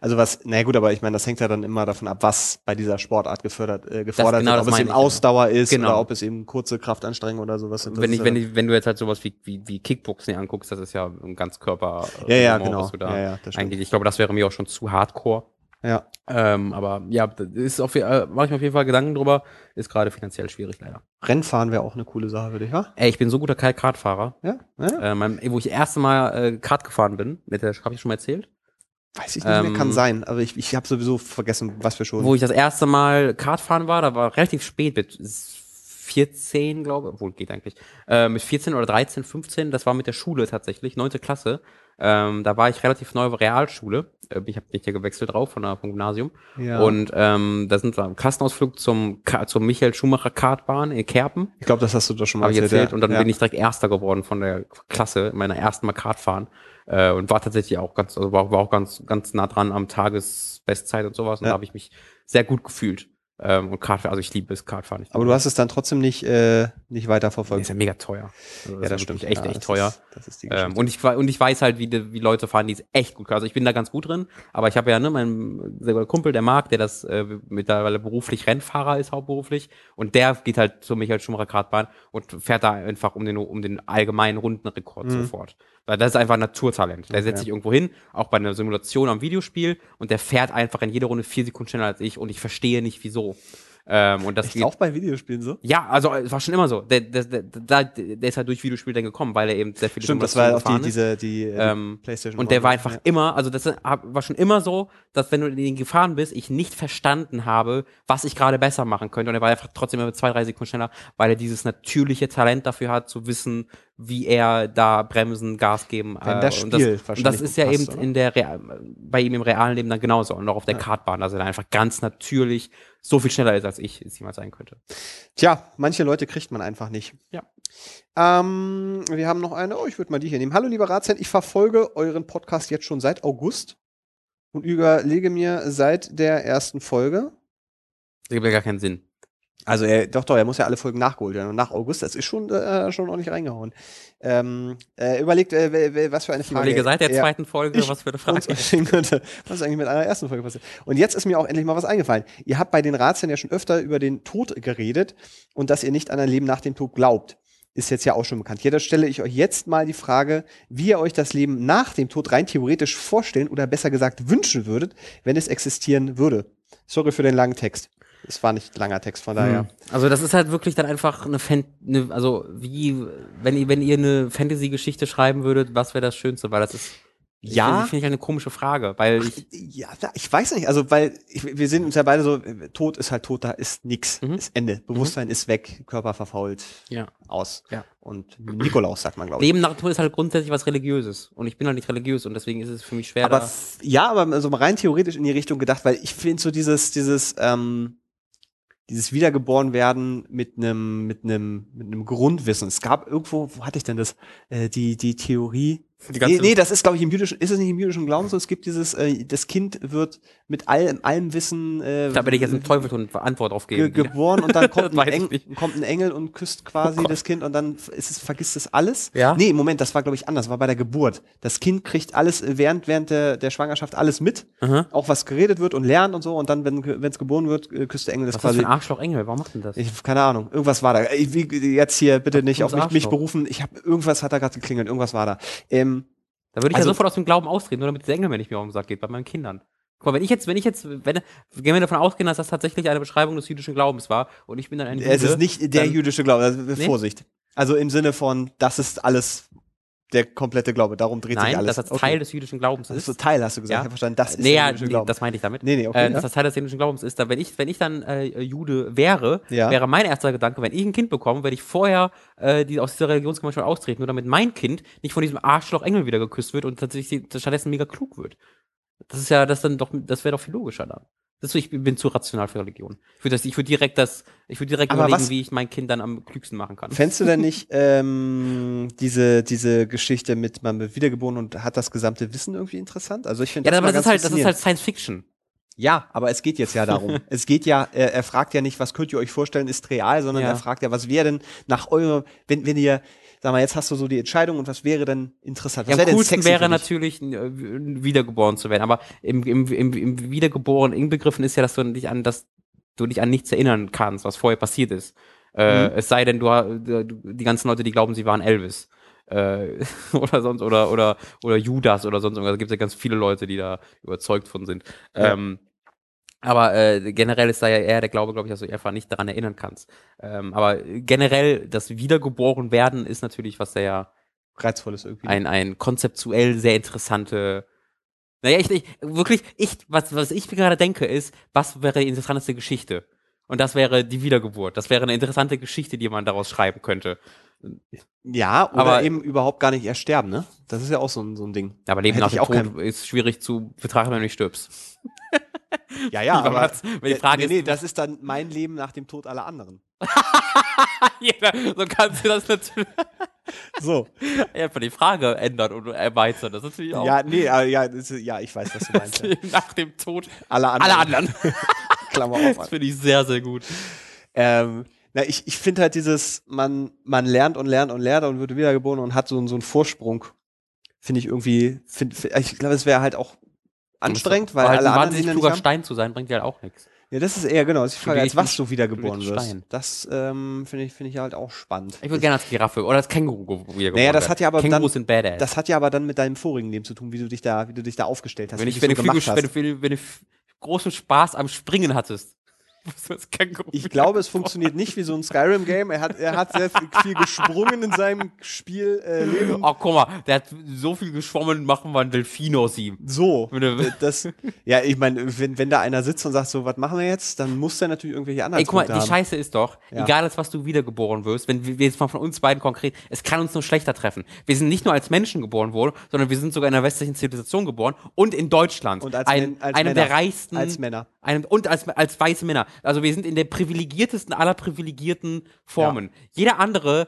Speaker 1: Also was, na naja gut, aber ich meine, das hängt ja dann immer davon ab, was bei dieser Sportart gefördert, äh, gefordert
Speaker 2: genau
Speaker 1: wird, ob
Speaker 2: das
Speaker 1: es
Speaker 2: meine
Speaker 1: eben
Speaker 2: ich, ja.
Speaker 1: Ausdauer ist
Speaker 2: Genau.
Speaker 1: oder ob es eben kurze Kraftanstrengung oder sowas sind. Das
Speaker 2: wenn,
Speaker 1: ist ja
Speaker 2: ich, wenn, ich, wenn du jetzt halt sowas wie, wie, wie Kickboxen dir anguckst, das ist ja ein ganz Körper.
Speaker 1: Ja, ja, genau.
Speaker 2: Was du da
Speaker 1: Ja, ja, das stimmt.
Speaker 2: eigentlich, ich glaube, das wäre mir auch schon zu hardcore.
Speaker 1: ja.
Speaker 2: Ähm, aber ja, das ist auf, je- äh, mache ich mir auf jeden Fall Gedanken drüber. Ist gerade finanziell schwierig, leider.
Speaker 1: Rennfahren wäre auch eine coole Sache für dich, wa?
Speaker 2: Ey, ich bin so guter Kartfahrer.
Speaker 1: Ja? ja?
Speaker 2: Äh, mein, wo ich das erste Mal äh, Kart gefahren bin, mit der habe ich schon mal erzählt.
Speaker 1: Weiß ich nicht mehr,
Speaker 2: Ähm,
Speaker 1: kann sein. Also ich, ich habe sowieso vergessen, was wir schon.
Speaker 2: wo ich das erste Mal Kart fahren war, da war relativ spät mit 14, glaube ich, obwohl geht eigentlich, äh, mit 14 oder 13, 15, das war mit der Schule tatsächlich, neunte Klasse. Ähm, da war ich relativ neu auf Realschule, äh, ich habe mich ja gewechselt drauf von der, vom Gymnasium.
Speaker 1: Ja.
Speaker 2: Und ähm, da sind wir am Kastenausflug zum, Ka- zur Michael Schumacher Kartbahn in Kerpen.
Speaker 1: Ich glaube, das hast du doch schon mal
Speaker 2: Habe ich erzählt.
Speaker 1: ja.
Speaker 2: Und dann
Speaker 1: ja.
Speaker 2: bin ich direkt Erster geworden von der Klasse, in meiner ersten Mal Kart fahren. Äh, und war tatsächlich auch ganz, also war, war auch ganz, ganz nah dran am Tagesbestzeit und sowas. Und
Speaker 1: Ja.
Speaker 2: da habe ich mich sehr gut gefühlt. Ähm, und Kart, also ich liebe es, Kartfahren. Ich
Speaker 1: Aber du hast es dann trotzdem nicht, äh, nicht
Speaker 2: ist
Speaker 1: weiterverfolgt.
Speaker 2: ja mega teuer. Also ist wirklich Echt,
Speaker 1: Ja,
Speaker 2: echt
Speaker 1: das
Speaker 2: teuer.
Speaker 1: Ist, das ist die Geschichte.
Speaker 2: Ähm, und, ich, wei- und ich weiß halt, wie, die, wie Leute fahren, die es echt gut können. Also ich bin da ganz gut drin, aber ich habe ja ne, meinen sehr guter Kumpel, der Marc, der das äh, mittlerweile beruflich Rennfahrer ist, hauptberuflich, und der geht halt zur Michael Schumacher Kartbahn und fährt da einfach um den, um den allgemeinen Rundenrekord
Speaker 1: Mhm.
Speaker 2: sofort. Weil das ist einfach ein Naturtalent. Der setzt sich irgendwo hin, auch bei einer Simulation am Videospiel, und der fährt einfach in jeder Runde vier Sekunden schneller als ich und ich verstehe nicht, wieso. Ähm, und das
Speaker 1: Echt auch bei Videospielen so?
Speaker 2: ja, also es war schon immer so. Der, der, der, der, der ist halt durch Videospiel dann gekommen, weil er eben sehr viele
Speaker 1: Stimmt, das war
Speaker 2: Simulationen
Speaker 1: ja auch die,
Speaker 2: gefahren ist.
Speaker 1: diese, die, äh, die
Speaker 2: Ähm,
Speaker 1: PlayStation.
Speaker 2: Und der war
Speaker 1: One.
Speaker 2: einfach immer, also das hab- war schon immer so, dass wenn du in ihn gefahren bist, ich nicht verstanden habe, was ich gerade besser machen könnte. Und er war einfach trotzdem immer zwei, drei Sekunden schneller, weil er dieses natürliche Talent dafür hat, zu wissen, wie er da bremsen, Gas geben.
Speaker 1: Wenn das
Speaker 2: äh, und,
Speaker 1: Spiel
Speaker 2: das, und das
Speaker 1: wahrscheinlich
Speaker 2: ist
Speaker 1: gut
Speaker 2: ja
Speaker 1: passt,
Speaker 2: eben
Speaker 1: oder?
Speaker 2: in der Real, bei ihm im realen Leben dann genauso und auch auf der Kartbahn, also er einfach ganz natürlich so viel schneller ist, als ich es jemals sein könnte.
Speaker 1: Tja, manche Leute kriegt man einfach nicht.
Speaker 2: Ja.
Speaker 1: Ähm, wir haben noch eine. Oh, ich würde mal die hier nehmen. Hallo, lieber Ratsherr, ich verfolge euren Podcast jetzt schon seit August und überlege mir seit der ersten Folge.
Speaker 2: Das gibt ja gar keinen Sinn.
Speaker 1: Also, er, doch, doch, er muss ja alle Folgen nachgeholt werden. Und nach August, das ist schon, äh, schon ordentlich reingehauen. Ähm, äh, überlegt, äh, wer- wer- was für eine
Speaker 2: Ich
Speaker 1: Frage.
Speaker 2: überlege seit der
Speaker 1: er
Speaker 2: zweiten Folge,
Speaker 1: Ich-
Speaker 2: was für eine
Speaker 1: uns
Speaker 2: Frage.
Speaker 1: stellen könnte. Was ist eigentlich mit einer ersten Folge passiert? Und jetzt ist mir auch endlich mal was eingefallen. Ihr habt bei den Ratsherren ja schon öfter über den Tod geredet und dass ihr nicht an ein Leben nach dem Tod glaubt. Ist jetzt ja auch schon bekannt. Hier da stelle ich euch jetzt mal die Frage, wie ihr euch das Leben nach dem Tod rein theoretisch vorstellen oder besser gesagt wünschen würdet, wenn es existieren würde. Sorry für den langen Text. Es war nicht langer Text, von daher.
Speaker 2: Hm. Also das ist halt wirklich dann einfach eine, Fan eine also wie wenn ihr wenn ihr eine Fantasy Geschichte schreiben würdet, was wäre das schönste, weil das ist ich
Speaker 1: Ja.
Speaker 2: finde- finde ich halt eine komische Frage, weil ich
Speaker 1: Ja, na, ich weiß nicht, also weil ich, wir sind uns ja beide so, äh, Tod ist halt tot, da ist nix,
Speaker 2: Mhm.
Speaker 1: ist Ende. Bewusstsein ist weg, Körper verfault,
Speaker 2: ja.
Speaker 1: aus.
Speaker 2: Ja.
Speaker 1: Und Nikolaus sagt man, glaube ich.
Speaker 2: Leben nach dem Tod ist halt grundsätzlich was religiöses und ich bin halt nicht religiös und deswegen ist es für mich schwer
Speaker 1: aber
Speaker 2: da,
Speaker 1: f- ja, aber so mal rein theoretisch in die Richtung gedacht, weil ich finde so dieses, dieses, ähm, dieses Wiedergeboren werden mit einem, mit einem, mit einem Grundwissen. Es gab irgendwo, wo hatte ich denn das? Äh, die, die Theorie.
Speaker 2: die
Speaker 1: Nee, nee, das ist, glaube ich, im jüdischen, ist es nicht im jüdischen Glauben so? Es gibt dieses, äh, das Kind wird mit allem, allem Wissen, äh,
Speaker 2: da werde ich jetzt im Teufel tun und Antwort drauf
Speaker 1: ge
Speaker 2: geben.
Speaker 1: geboren und dann kommt,
Speaker 2: Das weiß
Speaker 1: ein
Speaker 2: ich
Speaker 1: Eng,
Speaker 2: nicht.
Speaker 1: kommt ein Engel und küsst quasi
Speaker 2: Oh Gott.
Speaker 1: das Kind und dann f- ist es, vergisst es alles.
Speaker 2: Ja?
Speaker 1: Nee, Moment, das war, glaube ich, anders. War bei der Geburt. Das Kind kriegt alles äh, während, während der, der Schwangerschaft alles mit,
Speaker 2: Aha.
Speaker 1: auch was geredet wird und lernt und so. Und dann, wenn es geboren wird, äh, küsst der Engel das
Speaker 2: Was ist das für
Speaker 1: quasi.
Speaker 2: ein Arschloch Engel? Warum macht denn das?
Speaker 1: Ich, keine Ahnung, irgendwas war da. Ich, wie, jetzt hier bitte nicht auf
Speaker 2: dummes
Speaker 1: mich, mich
Speaker 2: Arschloch.
Speaker 1: berufen. Ich habe irgendwas hat da gerade geklingelt, irgendwas war da. Ähm,
Speaker 2: Da würde ich
Speaker 1: Also-
Speaker 2: ja sofort aus dem Glauben austreten, nur damit dieser Engel mir nicht mehr um den Sack geht, bei meinen Kindern. Guck mal, wenn ich jetzt, wenn ich jetzt, wenn, wenn wir davon ausgehen, dass das tatsächlich eine Beschreibung des jüdischen Glaubens war und ich bin dann ein Jude,
Speaker 1: es ist nicht der
Speaker 2: dann-
Speaker 1: jüdische Glaube. Also,
Speaker 2: Nee?
Speaker 1: Vorsicht. Also im Sinne von, das ist alles der komplette Glaube. Darum dreht sich
Speaker 2: Nein,
Speaker 1: alles.
Speaker 2: dass das Teil des jüdischen Glaubens
Speaker 1: Das ist
Speaker 2: ist.
Speaker 1: so Teil, hast du gesagt.
Speaker 2: Ja.
Speaker 1: Ich hab verstanden, das ist
Speaker 2: nee,
Speaker 1: der
Speaker 2: ja,
Speaker 1: jüdische
Speaker 2: nee,
Speaker 1: Glauben.
Speaker 2: das meinte ich damit.
Speaker 1: Nee, nee, okay.
Speaker 2: äh, dass das Teil des jüdischen Glaubens ist. Da, wenn, ich, wenn ich dann äh, Jude wäre,
Speaker 1: Ja.
Speaker 2: wäre mein erster Gedanke, wenn ich ein Kind bekomme, werde ich vorher äh, die, aus dieser Religionsgemeinschaft austreten, nur damit mein Kind nicht von diesem Arschloch Engel wieder geküsst wird und tatsächlich stattdessen mega klug wird. Das ist ja, das dann doch, das wäre doch viel logischer dann. Das ist so, ich bin zu rational für Religion. Ich würde das, ich würde direkt das, ich würde direkt
Speaker 1: Aber
Speaker 2: überlegen,
Speaker 1: was-
Speaker 2: wie ich mein Kind dann am klügsten machen kann.
Speaker 1: Fändst du denn nicht ähm, diese, diese Geschichte mit man wird wiedergeboren und hat das gesamte Wissen irgendwie interessant? Also ich finde
Speaker 2: Ja, aber das ist halt, das ist halt
Speaker 1: faszinierend.
Speaker 2: Science Fiction.
Speaker 1: Ja, aber es geht jetzt ja darum. es geht ja, äh, er fragt ja nicht, was könnt ihr euch vorstellen, ist real, sondern
Speaker 2: Ja.
Speaker 1: er fragt ja, was wäre denn nach eurem, wenn, wenn ihr, sag mal, jetzt hast du so die Entscheidung und was wäre denn interessant? Was
Speaker 2: Ja, am
Speaker 1: denn
Speaker 2: coolsten
Speaker 1: sexy für
Speaker 2: wäre
Speaker 1: dich?
Speaker 2: natürlich, n- äh, w- wiedergeboren zu werden. Aber im, im, im, im Wiedergeboren inbegriffen ist ja, dass du dich an, dass du dich an nichts erinnern kannst, was vorher passiert ist. Äh, Es sei denn, du, ha- du, die ganzen Leute, die glauben, sie waren Elvis. Äh, oder sonst, oder, oder, oder Judas oder sonst irgendwas. Da gibt es ja ganz viele Leute, die da überzeugt von sind.
Speaker 1: Ja.
Speaker 2: Ähm, aber äh, generell ist da ja eher der Glaube, glaube ich, dass du dich einfach nicht daran erinnern kannst. Ähm, aber generell, das Wiedergeboren werden ist natürlich was sehr,
Speaker 1: Reizvolles irgendwie.
Speaker 2: ein, ein konzeptuell sehr interessante. Naja, ich, ich wirklich, ich, was, was ich mir gerade denke, ist, was wäre die interessanteste Geschichte? Und das wäre die Wiedergeburt. Das wäre eine interessante Geschichte, die man daraus schreiben könnte.
Speaker 1: Ja, oder
Speaker 2: Aber-
Speaker 1: eben überhaupt gar nicht erst sterben, ne? Das ist ja auch so ein, so ein Ding.
Speaker 2: Aber Leben
Speaker 1: Hätte
Speaker 2: nach
Speaker 1: ich
Speaker 2: dem
Speaker 1: auch
Speaker 2: Tod ist schwierig zu betrachten, wenn du nicht stirbst.
Speaker 1: Ja, ja,
Speaker 2: Lieber
Speaker 1: aber
Speaker 2: Mats, wenn die Frage
Speaker 1: Äh, nee, nee,
Speaker 2: ist-
Speaker 1: das ist dann mein Leben nach dem Tod aller anderen.
Speaker 2: Jeder, so kannst du das natürlich
Speaker 1: So.
Speaker 2: einfach die Frage ändern und erweitern. Das ist natürlich auch
Speaker 1: Ja, nee, äh, ja, das ist, ja, ich weiß, was du meinst. ja.
Speaker 2: Leben nach dem Tod
Speaker 1: Alle anderen.
Speaker 2: aller anderen.
Speaker 1: Klammer auf.
Speaker 2: Das finde ich sehr, sehr gut.
Speaker 1: Ähm, na, ich, ich finde halt dieses, man, man lernt und lernt und lernt und wird wiedergeboren und hat so, einen- so einen Vorsprung. Finde ich irgendwie, find, find, ich glaube, es wäre halt auch anstrengend, weil
Speaker 2: Aber halt
Speaker 1: alle
Speaker 2: ein
Speaker 1: anderen
Speaker 2: wahnsinnig
Speaker 1: ihn ja nicht
Speaker 2: kluger
Speaker 1: haben.
Speaker 2: Stein zu sein, bringt ja halt auch nichts.
Speaker 1: Ja, das ist eher genau, das ist die Frage, als
Speaker 2: Ich
Speaker 1: was
Speaker 2: bin-
Speaker 1: du wiedergeboren
Speaker 2: ich bin
Speaker 1: wirst.
Speaker 2: Stein.
Speaker 1: Das ähm, finde ich, finde ich halt auch spannend.
Speaker 2: Ich würde gerne als Giraffe oder als Känguru ge- wiedergeboren
Speaker 1: Naja, das
Speaker 2: werden.
Speaker 1: hat ja aber dann-
Speaker 2: Kängurus sind badass.
Speaker 1: Das hat ja aber dann mit deinem vorigen Leben zu tun, wie du dich da, wie du dich da aufgestellt hast,
Speaker 2: wenn
Speaker 1: wie
Speaker 2: ich,
Speaker 1: du
Speaker 2: wenn,
Speaker 1: es
Speaker 2: du
Speaker 1: so
Speaker 2: viel,
Speaker 1: gemacht hast.
Speaker 2: wenn, du viel, wenn du f- großen Spaß am Springen hattest, musst du als Känguru
Speaker 1: Ich glaube, es funktioniert nicht wie so ein Skyrim-Game. Er hat, er hat sehr viel, viel gesprungen in seinem Spiel äh, Leben.
Speaker 2: Oh, guck mal, der hat so viel geschwommen, machen wir einen Delfin aus ihm.
Speaker 1: So, äh,
Speaker 2: Wenn du-
Speaker 1: das, ja, ich meine, wenn, wenn da einer sitzt und sagt, so, was machen wir jetzt, dann muss der natürlich irgendwelche anderen
Speaker 2: Ey, guck mal, die
Speaker 1: Punkte haben.
Speaker 2: Scheiße ist doch,
Speaker 1: Ja.
Speaker 2: egal als was du wiedergeboren wirst, wenn wir wir jetzt mal von uns beiden konkret, es kann uns nur schlechter treffen. Wir sind nicht nur als Menschen geboren worden, sondern wir sind sogar in der westlichen Zivilisation geboren und in Deutschland.
Speaker 1: Und als
Speaker 2: ein,
Speaker 1: Men- als Männer.
Speaker 2: einem der reichsten.
Speaker 1: Als Männer.
Speaker 2: Einem, und als, als weiße Männer. Also wir sind in der privilegiertesten aller privilegierten Formen. Jeder andere,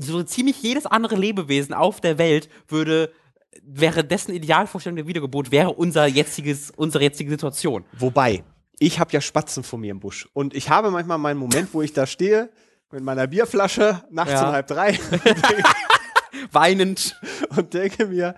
Speaker 2: so ziemlich jedes andere Lebewesen auf der Welt würde wäre dessen Idealvorstellung der Wiedergeburt wäre unser jetziges unsere jetzige Situation.
Speaker 1: Wobei, ich habe ja Spatzen vor mir im Busch. Und ich habe manchmal meinen Moment, wo ich da stehe, mit meiner Bierflasche, nachts
Speaker 2: Ja.
Speaker 1: um halb drei,
Speaker 2: Weinend
Speaker 1: und denke mir,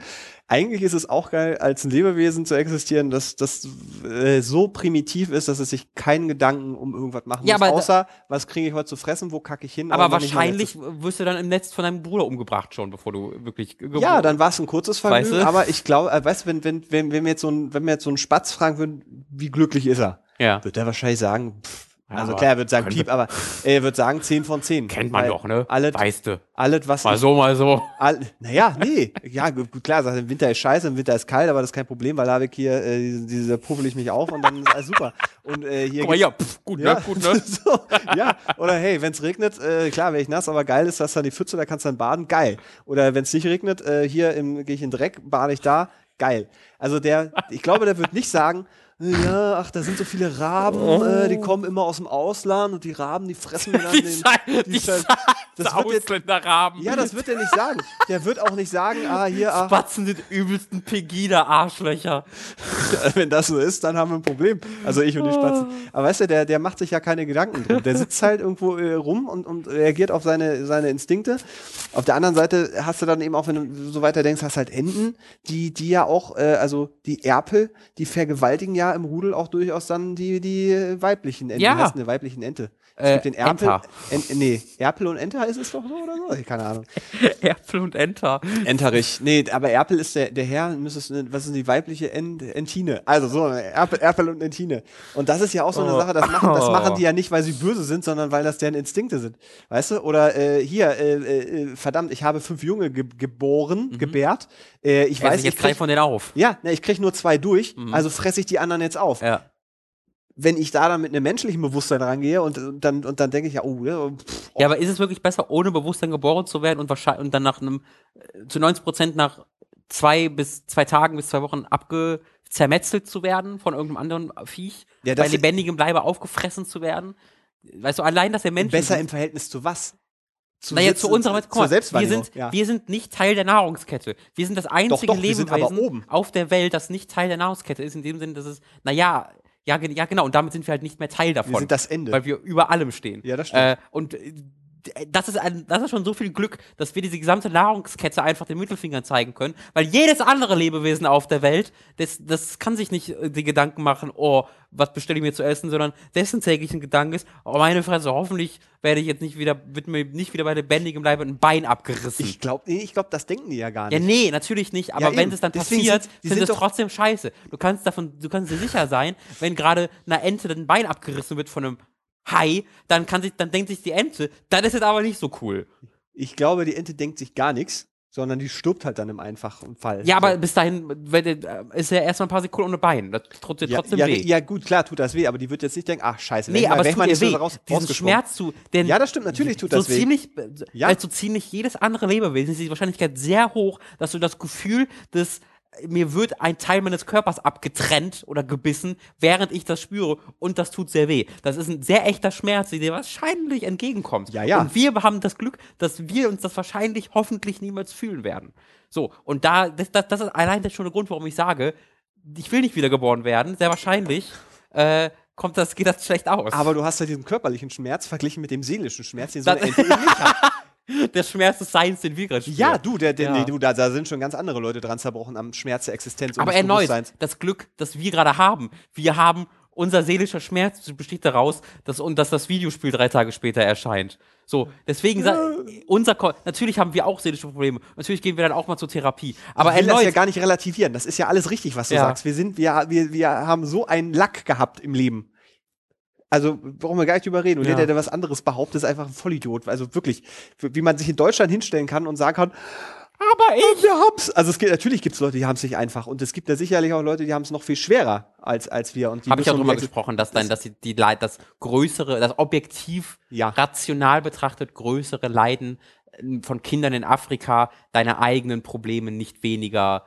Speaker 1: eigentlich ist es auch geil, als ein Lebewesen zu existieren, das, das äh, so primitiv ist, dass es sich keinen Gedanken um irgendwas machen
Speaker 2: Ja,
Speaker 1: muss,
Speaker 2: aber-
Speaker 1: außer, was kriege ich heute zu fressen, wo kacke ich hin.
Speaker 2: Aber
Speaker 1: und wenn ich mein letztes-
Speaker 2: wahrscheinlich wirst du dann im Netz von deinem Bruder umgebracht schon, bevor du wirklich geboren
Speaker 1: Ja, dann war es ein kurzes Vergnügen,
Speaker 2: Weißt du?
Speaker 1: aber ich glaube, äh, weißt du, wenn, wenn, wenn, wenn, wir jetzt so ein, wenn wir jetzt so einen Spatz fragen würden, wie glücklich ist er,
Speaker 2: Ja.
Speaker 1: wird er wahrscheinlich sagen, pff,
Speaker 2: Ja,
Speaker 1: also
Speaker 2: aber
Speaker 1: klar, er wird sagen,
Speaker 2: könnte-
Speaker 1: piep, aber er wird sagen 10 von 10.
Speaker 2: Kennt man
Speaker 1: Weil
Speaker 2: doch, ne?
Speaker 1: Alles,
Speaker 2: weißt du.
Speaker 1: alles was
Speaker 2: Mal so, mal so.
Speaker 1: all, naja, nee. Ja, gu- gut, klar, sagt, er, im Winter ist scheiße, im Winter ist kalt, aber das ist kein Problem, weil da habe ich hier, äh, diese, diese puffel ich mich auf und dann ist alles super. Und äh, hier
Speaker 2: Guck mal
Speaker 1: gibt's-
Speaker 2: hier, pff, gut,
Speaker 1: ja,
Speaker 2: ne? Gut, ne?
Speaker 1: so, ja, oder hey, wenn es regnet, äh, klar wäre ich nass, aber geil ist, dass dann die Pfütze, da kannst du dann baden, geil. Oder wenn es nicht regnet, äh, hier gehe ich in den Dreck, bade ich da, geil. Also der, ich glaube, der wird nicht sagen, äh, ja, ach, da sind so viele Raben, äh, die kommen immer aus dem Ausland und die Raben, die fressen mir dann
Speaker 2: Oh. Die
Speaker 1: den.
Speaker 2: Schei-
Speaker 1: die
Speaker 2: die
Speaker 1: Schei-
Speaker 2: Scheiße,
Speaker 1: das wird jetzt-
Speaker 2: Ausländerraben.
Speaker 1: Ja, das wird er nicht sagen. Der wird auch nicht sagen, ah, hier, ah,
Speaker 2: Spatzen sind übelsten Pegida-Arschlöcher.
Speaker 1: wenn das so ist, dann haben wir ein Problem. Also ich und die Spatzen. Aber weißt du, der, der macht sich ja keine Gedanken drum. Der sitzt halt irgendwo äh, rum und, und reagiert auf seine, seine Instinkte. Auf der anderen Seite hast du dann eben auch, wenn du so weiter denkst, hast halt Enten, die, die ja auch, äh, also die Erpel, die vergewaltigen ja im Rudel auch durchaus dann die, die weiblichen Enten.
Speaker 2: Ja.
Speaker 1: Wie heißt denn eine weibliche Ente? Es
Speaker 2: Äh,
Speaker 1: gibt den Erpel.
Speaker 2: Enta.
Speaker 1: En, nee, Erpel und Ente heißt es doch so oder so? Ich- Keine Ahnung.
Speaker 2: Erpel und Enter.
Speaker 1: Enterich. Nee, aber Erpel ist der, der Herr, müsste es, was ist die weibliche Ent, Entine? Also so, Erpel, Erpel und Entine. Und das ist ja auch so eine
Speaker 2: Oh.
Speaker 1: Sache, das machen, das
Speaker 2: Oh.
Speaker 1: machen die ja nicht, weil sie böse sind, sondern weil das deren Instinkte sind. Weißt du? Oder äh, hier, äh, äh, verdammt, ich habe fünf Junge ge geboren,
Speaker 2: Mhm.
Speaker 1: gebärt. Äh, ich
Speaker 2: Weiß
Speaker 1: weiß,
Speaker 2: ich
Speaker 1: ich
Speaker 2: jetzt drei
Speaker 1: krieg,
Speaker 2: von denen auf.
Speaker 1: ja, ne, ich krieg nur zwei durch, also fresse ich die anderen jetzt auf.
Speaker 2: Ja.
Speaker 1: Wenn ich da dann mit einem menschlichen Bewusstsein rangehe und, und dann, und dann denke ich ja, oh, ja, pff,
Speaker 2: ja, aber ist es wirklich besser, ohne Bewusstsein geboren zu werden und wahrscheinlich und dann nach einem äh, zu 90 Prozent nach zwei bis zwei Tagen bis zwei Wochen abge zermetzelt zu werden von irgendeinem anderen Viech,
Speaker 1: Ja,
Speaker 2: bei
Speaker 1: das-
Speaker 2: lebendigem Leibe aufgefressen zu werden. Weißt du, allein, dass der Mensch
Speaker 1: besser im Verhältnis zu was? Zu
Speaker 2: naja,
Speaker 1: sitzen-
Speaker 2: zu unserer Welt,
Speaker 1: zur
Speaker 2: guck mal, wir
Speaker 1: Selbstwahrnehmung.
Speaker 2: sind,
Speaker 1: ja.
Speaker 2: wir sind nicht Teil der Nahrungskette. Wir sind das einzige
Speaker 1: doch, wir sind aber
Speaker 2: Lebewesen
Speaker 1: oben.
Speaker 2: auf der Welt, das nicht Teil der Nahrungskette ist, in dem Sinne, dass es, naja, ja, ge- ja, genau, und damit sind wir halt nicht mehr Teil davon.
Speaker 1: sind das Ende.
Speaker 2: Weil wir über allem stehen.
Speaker 1: Ja, das stimmt.
Speaker 2: Äh, und äh, das ist, ein, das ist schon so viel Glück, dass wir diese gesamte Nahrungskette einfach den Mittelfinger zeigen können, weil jedes andere Lebewesen auf der Welt, das, das kann sich nicht äh, die Gedanken machen, oh, was bestelle ich mir zu essen, sondern dessen täglichen Gedanken ist, oh meine Fresse, hoffentlich werde ich jetzt nicht wieder, wird mir nicht wieder bei lebendigem Leibe ein Bein abgerissen.
Speaker 1: Ich glaube, nee, ich glaub, das denken die ja gar
Speaker 2: Hm. ja,
Speaker 1: nicht.
Speaker 2: nee, natürlich nicht, aber
Speaker 1: eben.
Speaker 2: wenn es dann
Speaker 1: Deswegen
Speaker 2: passiert,
Speaker 1: sind-
Speaker 2: sind,
Speaker 1: die sind
Speaker 2: es
Speaker 1: doch-
Speaker 2: trotzdem scheiße. Du kannst davon, du kannst dir sicher sein, wenn gerade einer Ente ein Bein abgerissen wird von einem Hai, dann kann sich, dann denkt sich die Ente, das ist jetzt aber nicht so cool.
Speaker 1: Ich glaube, die Ente denkt sich gar nichts, sondern die stirbt halt dann im einfachen Fall.
Speaker 2: Ja, aber
Speaker 1: So.
Speaker 2: bis dahin wenn, äh, ist er erstmal ein paar Sekunden ohne Bein. Das tut trotzdem,
Speaker 1: ja,
Speaker 2: trotzdem
Speaker 1: ja,
Speaker 2: weh.
Speaker 1: ja, gut, klar tut das weh, aber die wird jetzt nicht denken, ach scheiße,
Speaker 2: nee, aber es tut
Speaker 1: man
Speaker 2: ihr weh.
Speaker 1: raus,
Speaker 2: Diesen
Speaker 1: rausgesprungen.
Speaker 2: Schmerz zu. Denn
Speaker 1: Ja, das stimmt, natürlich tut
Speaker 2: so
Speaker 1: das weh.
Speaker 2: ziemlich,
Speaker 1: Ja.
Speaker 2: ja. Als so ziemlich jedes andere Lebewesen ist die Wahrscheinlichkeit sehr hoch, dass du das Gefühl des äh, mir wird ein Teil meines Körpers abgetrennt oder gebissen, während ich das spüre und das tut sehr weh. Das ist ein sehr echter Schmerz, der dir wahrscheinlich entgegenkommt.
Speaker 1: Ja, ja.
Speaker 2: Und wir haben das Glück, dass wir uns das wahrscheinlich hoffentlich niemals fühlen werden. So, und da, das, das, das ist allein der schon der Grund, warum ich sage, ich will nicht wiedergeboren werden, sehr wahrscheinlich äh, kommt das, geht das schlecht aus.
Speaker 1: Aber du hast ja diesen körperlichen Schmerz verglichen mit dem seelischen Schmerz, den so eine Ente eben nicht hat.
Speaker 2: der Schmerz des Seins, den wir gerade spüren.
Speaker 1: Ja, du, der, der,
Speaker 2: Ja.
Speaker 1: Nee, du da, da sind schon ganz andere Leute dran zerbrochen am Schmerz der Existenz und
Speaker 2: Aber
Speaker 1: des
Speaker 2: erneut,
Speaker 1: Bewusstseins.
Speaker 2: das Glück, das wir gerade haben, wir haben unser seelischer Schmerz besteht daraus, dass, und dass das Videospiel drei Tage später erscheint. So, deswegen, sa- unser, Ko- natürlich haben wir auch seelische Probleme. Natürlich gehen wir dann auch mal zur Therapie. Aber
Speaker 1: Ich will das
Speaker 2: erneut,
Speaker 1: ja gar nicht relativieren. Das ist ja alles richtig, was du
Speaker 2: Ja.
Speaker 1: sagst. Wir sind, wir, wir, wir haben so einen Lack gehabt im Leben. Also brauchen wir gar nicht drüber reden. Und
Speaker 2: Ja.
Speaker 1: jeder, der was anderes behauptet, ist einfach ein Vollidiot. Also wirklich, wie man sich in Deutschland hinstellen kann und sagen kann, aber ich wir haben's. Also es gibt natürlich gibt's Leute, die haben's nicht einfach. Und es gibt ja sicherlich auch Leute, die haben's noch viel schwerer als, als wir. Und die
Speaker 2: habe ich auch
Speaker 1: müssen
Speaker 2: drüber
Speaker 1: jetzt-
Speaker 2: gesprochen, dass dann, dass die, die Leid, das größere, das objektiv,
Speaker 1: Ja.
Speaker 2: rational betrachtet größere Leiden äh, von Kindern in Afrika deine eigenen Probleme nicht weniger,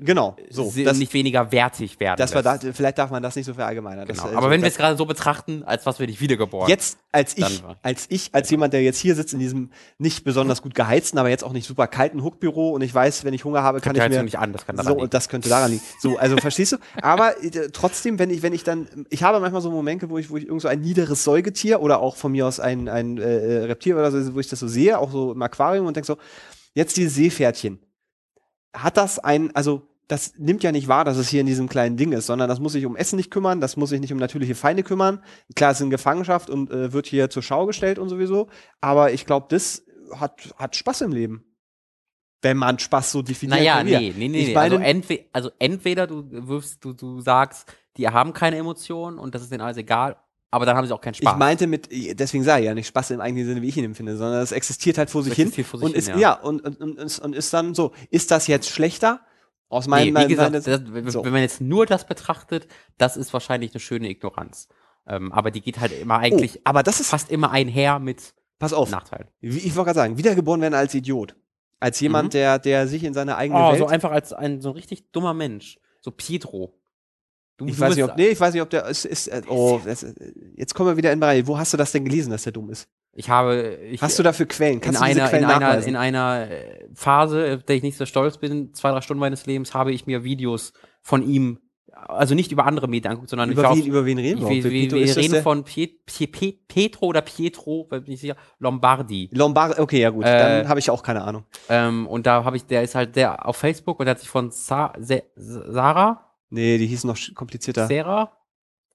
Speaker 1: Genau. So.
Speaker 2: sie-
Speaker 1: Das,
Speaker 2: nicht weniger wertig werden.
Speaker 1: das war da,
Speaker 2: lässt.
Speaker 1: vielleicht darf man das nicht so verallgemeinern.
Speaker 2: Genau.
Speaker 1: Das, äh,
Speaker 2: Aber
Speaker 1: so-
Speaker 2: wenn wir
Speaker 1: das-
Speaker 2: es gerade so betrachten, als was wir nicht wiedergeboren.
Speaker 1: Jetzt, als ich,
Speaker 2: Dann war- Genau.
Speaker 1: als ich, als jemand, der jetzt hier sitzt in diesem nicht besonders gut geheizten, aber jetzt auch nicht super kalten Huckbüro und ich weiß, wenn ich Hunger habe, kann
Speaker 2: Die
Speaker 1: ich
Speaker 2: Heizung
Speaker 1: mir.
Speaker 2: nicht an, das kann daran
Speaker 1: so,
Speaker 2: liegen.
Speaker 1: und das könnte daran liegen. So, also verstehst du? Aber äh, trotzdem, wenn ich, wenn ich dann, ich habe manchmal so Momente, wo ich, wo ich irgend so ein niederes Säugetier oder auch von mir aus ein, ein äh, Reptil oder so, wo ich das so sehe, auch so im Aquarium und denke so, jetzt die Seepferdchen. Hat das ein, also das nimmt ja nicht wahr, dass es hier in diesem kleinen Ding ist, sondern das muss sich um Essen nicht kümmern, das muss sich nicht um natürliche Feinde kümmern. Klar, es ist in Gefangenschaft und äh, wird hier zur Schau gestellt und sowieso, aber ich glaube, das hat, hat Spaß im Leben. Wenn man Spaß so definiert.
Speaker 2: Naja,
Speaker 1: wie wir.
Speaker 2: nee, nee, nee.
Speaker 1: Ich
Speaker 2: nee.
Speaker 1: meine-
Speaker 2: also, entweder, also entweder du wirfst, du, du sagst, die haben keine Emotionen und das ist denen alles egal, aber dann haben sie auch keinen Spaß.
Speaker 1: Ich meinte mit, deswegen sage ich ja nicht Spaß im eigentlichen Sinne, wie ich ihn empfinde, sondern es existiert halt vor sich hin.
Speaker 2: Existiert vor sich
Speaker 1: und
Speaker 2: hin,
Speaker 1: ist,
Speaker 2: ja.
Speaker 1: ja, und, und, und, ist- und ist dann so, ist das jetzt schlechter? Aus meinem,
Speaker 2: nee, wie
Speaker 1: meinem-
Speaker 2: gesagt,
Speaker 1: meines-
Speaker 2: das, wenn
Speaker 1: so.
Speaker 2: wenn man jetzt nur das betrachtet, das ist wahrscheinlich eine schöne Ignoranz. Ähm, aber die geht halt immer
Speaker 1: oh,
Speaker 2: eigentlich
Speaker 1: aber das ist,
Speaker 2: fast immer einher mit
Speaker 1: pass auf,
Speaker 2: Nachteilen.
Speaker 1: wie, ich wollte gerade sagen, wiedergeboren werden als Idiot. Als jemand,
Speaker 2: Mhm.
Speaker 1: der, der sich in seiner eigenen
Speaker 2: Oh,
Speaker 1: Welt.
Speaker 2: so einfach als ein so ein richtig dummer Mensch. So Pietro. Du,
Speaker 1: ich
Speaker 2: du
Speaker 1: weiß
Speaker 2: bist-
Speaker 1: nicht, ob, nee, ich weiß nicht, ob der, ist, ist, äh, oh, das, äh, jetzt kommen wir wieder in den Bereich. Wo hast du das denn gelesen, dass der dumm ist?
Speaker 2: Ich habe. Ich,
Speaker 1: Hast du dafür Quellen?
Speaker 2: in
Speaker 1: Kannst du diese
Speaker 2: einer, in,
Speaker 1: Quellen
Speaker 2: einer,
Speaker 1: nachweisen?
Speaker 2: in einer äh, Phase, äh, der ich nicht so stolz bin, zwei, drei Stunden meines Lebens, habe ich mir Videos von ihm, also nicht über andere Medien angeguckt, sondern ich
Speaker 1: über,
Speaker 2: war
Speaker 1: wen,
Speaker 2: auf-
Speaker 1: über wen reden
Speaker 2: ich,
Speaker 1: wir?
Speaker 2: wir, wir,
Speaker 1: Pepito,
Speaker 2: wir
Speaker 1: ist das
Speaker 2: reden
Speaker 1: der-
Speaker 2: von Piet, Piet, Piet, Petro oder Pietro, weil bin ich sicher, Lombardi.
Speaker 1: Lombard, okay, ja gut,
Speaker 2: Äh,
Speaker 1: dann habe ich auch keine Ahnung.
Speaker 2: Ähm, und da habe ich, der ist halt der auf Facebook und der hat sich von Sa Se Sarah,
Speaker 1: Nee, die hießen noch sch- komplizierter.
Speaker 2: Sarah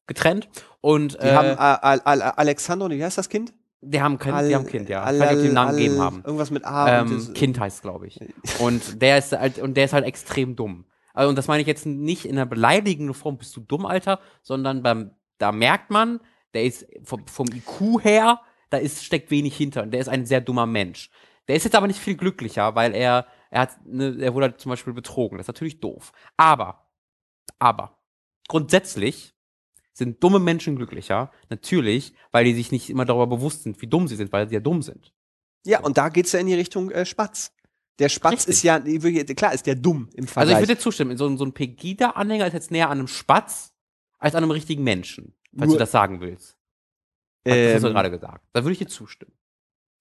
Speaker 2: getrennt und
Speaker 1: Die
Speaker 2: äh,
Speaker 1: haben äh, Al Al Alexander, wie heißt das Kind?
Speaker 2: die haben kein, die
Speaker 1: Al-
Speaker 2: haben ein Kind, ja.
Speaker 1: Al
Speaker 2: ich weiß nicht, ob die den Namen
Speaker 1: Al-
Speaker 2: gegeben haben.
Speaker 1: Irgendwas mit A. und
Speaker 2: ähm,
Speaker 1: das-
Speaker 2: Kind heißt, glaube ich. Und der ist halt, und der ist halt extrem dumm. Also, und das meine ich jetzt nicht in einer beleidigenden Form, bist du dumm, Alter, sondern beim, da merkt man, der ist vom, vom IQ her, da ist, steckt wenig hinter. Und der ist ein sehr dummer Mensch. Der ist jetzt aber nicht viel glücklicher, weil er, er hat, ne, er wurde halt zum Beispiel betrogen. Das ist natürlich doof. Aber, aber, grundsätzlich sind dumme Menschen glücklicher, natürlich, weil die sich nicht immer darüber bewusst sind, wie dumm sie sind, weil sie ja dumm sind.
Speaker 1: Ja, und da geht's ja in die Richtung äh, Spatz. Der Spatz
Speaker 2: Richtig.
Speaker 1: ist ja, ich würde- klar, ist der dumm im
Speaker 2: Also
Speaker 1: Vergleich.
Speaker 2: ich würde dir zustimmen, so, ein- so ein Pegida-Anhänger ist jetzt näher an einem Spatz als an einem richtigen Menschen, falls
Speaker 1: Nur-
Speaker 2: du das sagen willst. Das
Speaker 1: ähm,
Speaker 2: hast du gerade gesagt. Da würde ich dir zustimmen.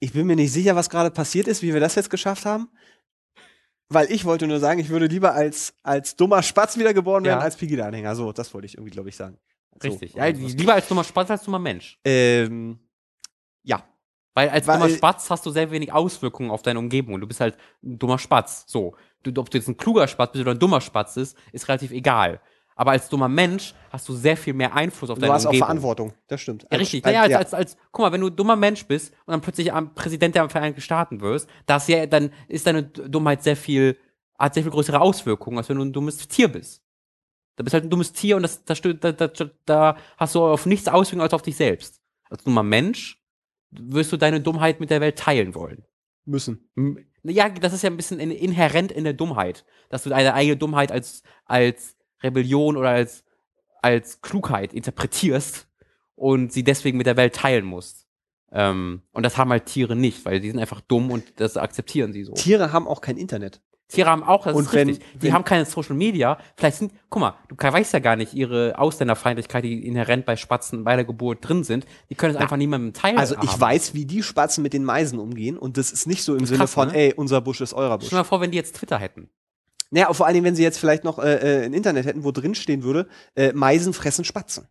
Speaker 1: ich bin mir nicht sicher, was gerade passiert ist, wie wir das jetzt geschafft haben. Weil ich wollte nur sagen, ich würde lieber als, als dummer Spatz wiedergeboren werden
Speaker 2: Ja.
Speaker 1: als Pegida-Anhänger. So, das wollte ich irgendwie, glaube ich, sagen. So,
Speaker 2: Richtig.
Speaker 1: oder
Speaker 2: Ja,
Speaker 1: sowas.
Speaker 2: lieber als dummer Spatz als dummer Mensch.
Speaker 1: ähm, ja,
Speaker 2: Weil als
Speaker 1: Weil-
Speaker 2: dummer Spatz hast du sehr wenig Auswirkungen auf deine Umgebung. Du bist halt ein dummer Spatz. So. Du, ob du jetzt ein kluger Spatz bist oder ein dummer Spatz ist, ist relativ egal. Aber als dummer Mensch hast du sehr viel mehr Einfluss auf
Speaker 1: du
Speaker 2: deine
Speaker 1: hast auch
Speaker 2: Umgebung.
Speaker 1: Verantwortung. Das stimmt.
Speaker 2: Ja,
Speaker 1: Als-
Speaker 2: richtig.
Speaker 1: als-
Speaker 2: Naja, als, als, als, guck mal, wenn du ein dummer Mensch bist und dann plötzlich am Präsident der Vereinigten Staaten wirst, das ja, dann ist deine D- Dummheit sehr viel, hat sehr viel größere Auswirkungen, als wenn du ein dummes Tier bist. Da bist halt ein dummes Tier und das, das, stö- da, da, da hast du auf nichts Auswirkungen als auf dich selbst. Als dummer Mensch wirst du deine Dummheit mit der Welt teilen wollen.
Speaker 1: müssen.
Speaker 2: M- Ja, das ist ja ein bisschen in, inhärent in der Dummheit, dass du deine eigene Dummheit als, als Rebellion oder als, als Klugheit interpretierst und sie deswegen mit der Welt teilen musst. Ähm, und das haben halt Tiere nicht, weil die sind einfach dumm und das akzeptieren sie so.
Speaker 1: Tiere haben auch kein Internet.
Speaker 2: Tiere haben auch, das
Speaker 1: Und
Speaker 2: ist
Speaker 1: wenn-
Speaker 2: richtig. Die
Speaker 1: wenn-
Speaker 2: haben keine Social Media. Vielleicht sind, guck mal, du ke- weißt ja gar nicht ihre Ausländerfeindlichkeit, die inhärent bei Spatzen bei der Geburt drin sind. Die können es einfach niemandem teilen.
Speaker 1: Also ich weiß, wie die Spatzen mit den Meisen umgehen und das ist nicht so im Sinne
Speaker 2: krass,
Speaker 1: von,
Speaker 2: ne?
Speaker 1: ey, unser Busch ist eurer
Speaker 2: Stell
Speaker 1: Busch.
Speaker 2: dir mal vor, wenn die jetzt Twitter hätten.
Speaker 1: Naja, vor allen Dingen, wenn sie jetzt vielleicht noch äh, äh, ein Internet hätten, wo drin stehen würde, äh, Meisen fressen Spatzen.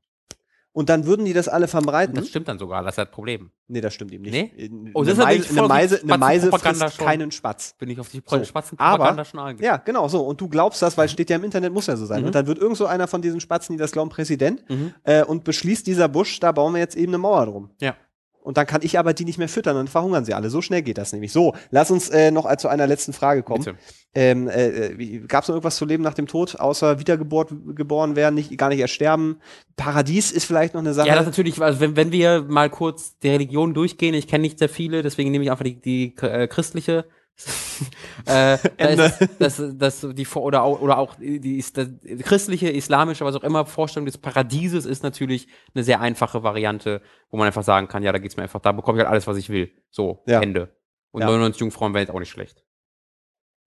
Speaker 1: Und dann würden die das alle verbreiten.
Speaker 2: Das stimmt dann sogar, das ist das Problem.
Speaker 1: nee, das stimmt eben nicht.
Speaker 2: Nee?
Speaker 1: Äh,
Speaker 2: Oh, das
Speaker 1: eine, Meise,
Speaker 2: ist natürlich
Speaker 1: eine
Speaker 2: voll die
Speaker 1: Meise, eine Meise
Speaker 2: Spatzenpropaganda
Speaker 1: frisst
Speaker 2: schon.
Speaker 1: keinen Spatz.
Speaker 2: Bin ich auf die
Speaker 1: So,
Speaker 2: Spatzen
Speaker 1: aber-
Speaker 2: schon angegangen.
Speaker 1: Ja, genau so. Und du glaubst das, weil
Speaker 2: Mhm.
Speaker 1: steht ja im Internet, muss ja so sein. Und dann wird irgend so einer von diesen Spatzen, die das glauben, Präsident
Speaker 2: Mhm.
Speaker 1: äh, und beschließt dieser Busch, da bauen wir jetzt eben eine Mauer drum.
Speaker 2: Ja.
Speaker 1: Und dann kann ich aber die nicht mehr füttern, dann verhungern sie alle. So schnell geht das nämlich. So, lass uns äh, noch zu einer letzten Frage kommen.
Speaker 2: Bitte.
Speaker 1: Ähm, äh, Gab es noch irgendwas zu leben nach dem Tod, außer Wiedergeburt geboren werden, nicht, gar nicht ersterben? Paradies ist vielleicht noch eine Sache.
Speaker 2: Ja, das ist natürlich, also wenn, wenn wir mal kurz die Religion durchgehen, ich kenne nicht sehr viele, deswegen nehme ich einfach die, die äh, christliche. äh, da
Speaker 1: Ende.
Speaker 2: ist das, das die Vor- oder auch, oder auch die, ist das, christliche, islamische, was auch immer Vorstellung des Paradieses ist natürlich eine sehr einfache Variante, wo man einfach sagen kann, ja, da geht's mir einfach, da bekomme ich halt alles, was ich will. So,
Speaker 1: Ja.
Speaker 2: Ende. Und
Speaker 1: Ja.
Speaker 2: 99 Jungfrauen wären jetzt auch nicht schlecht.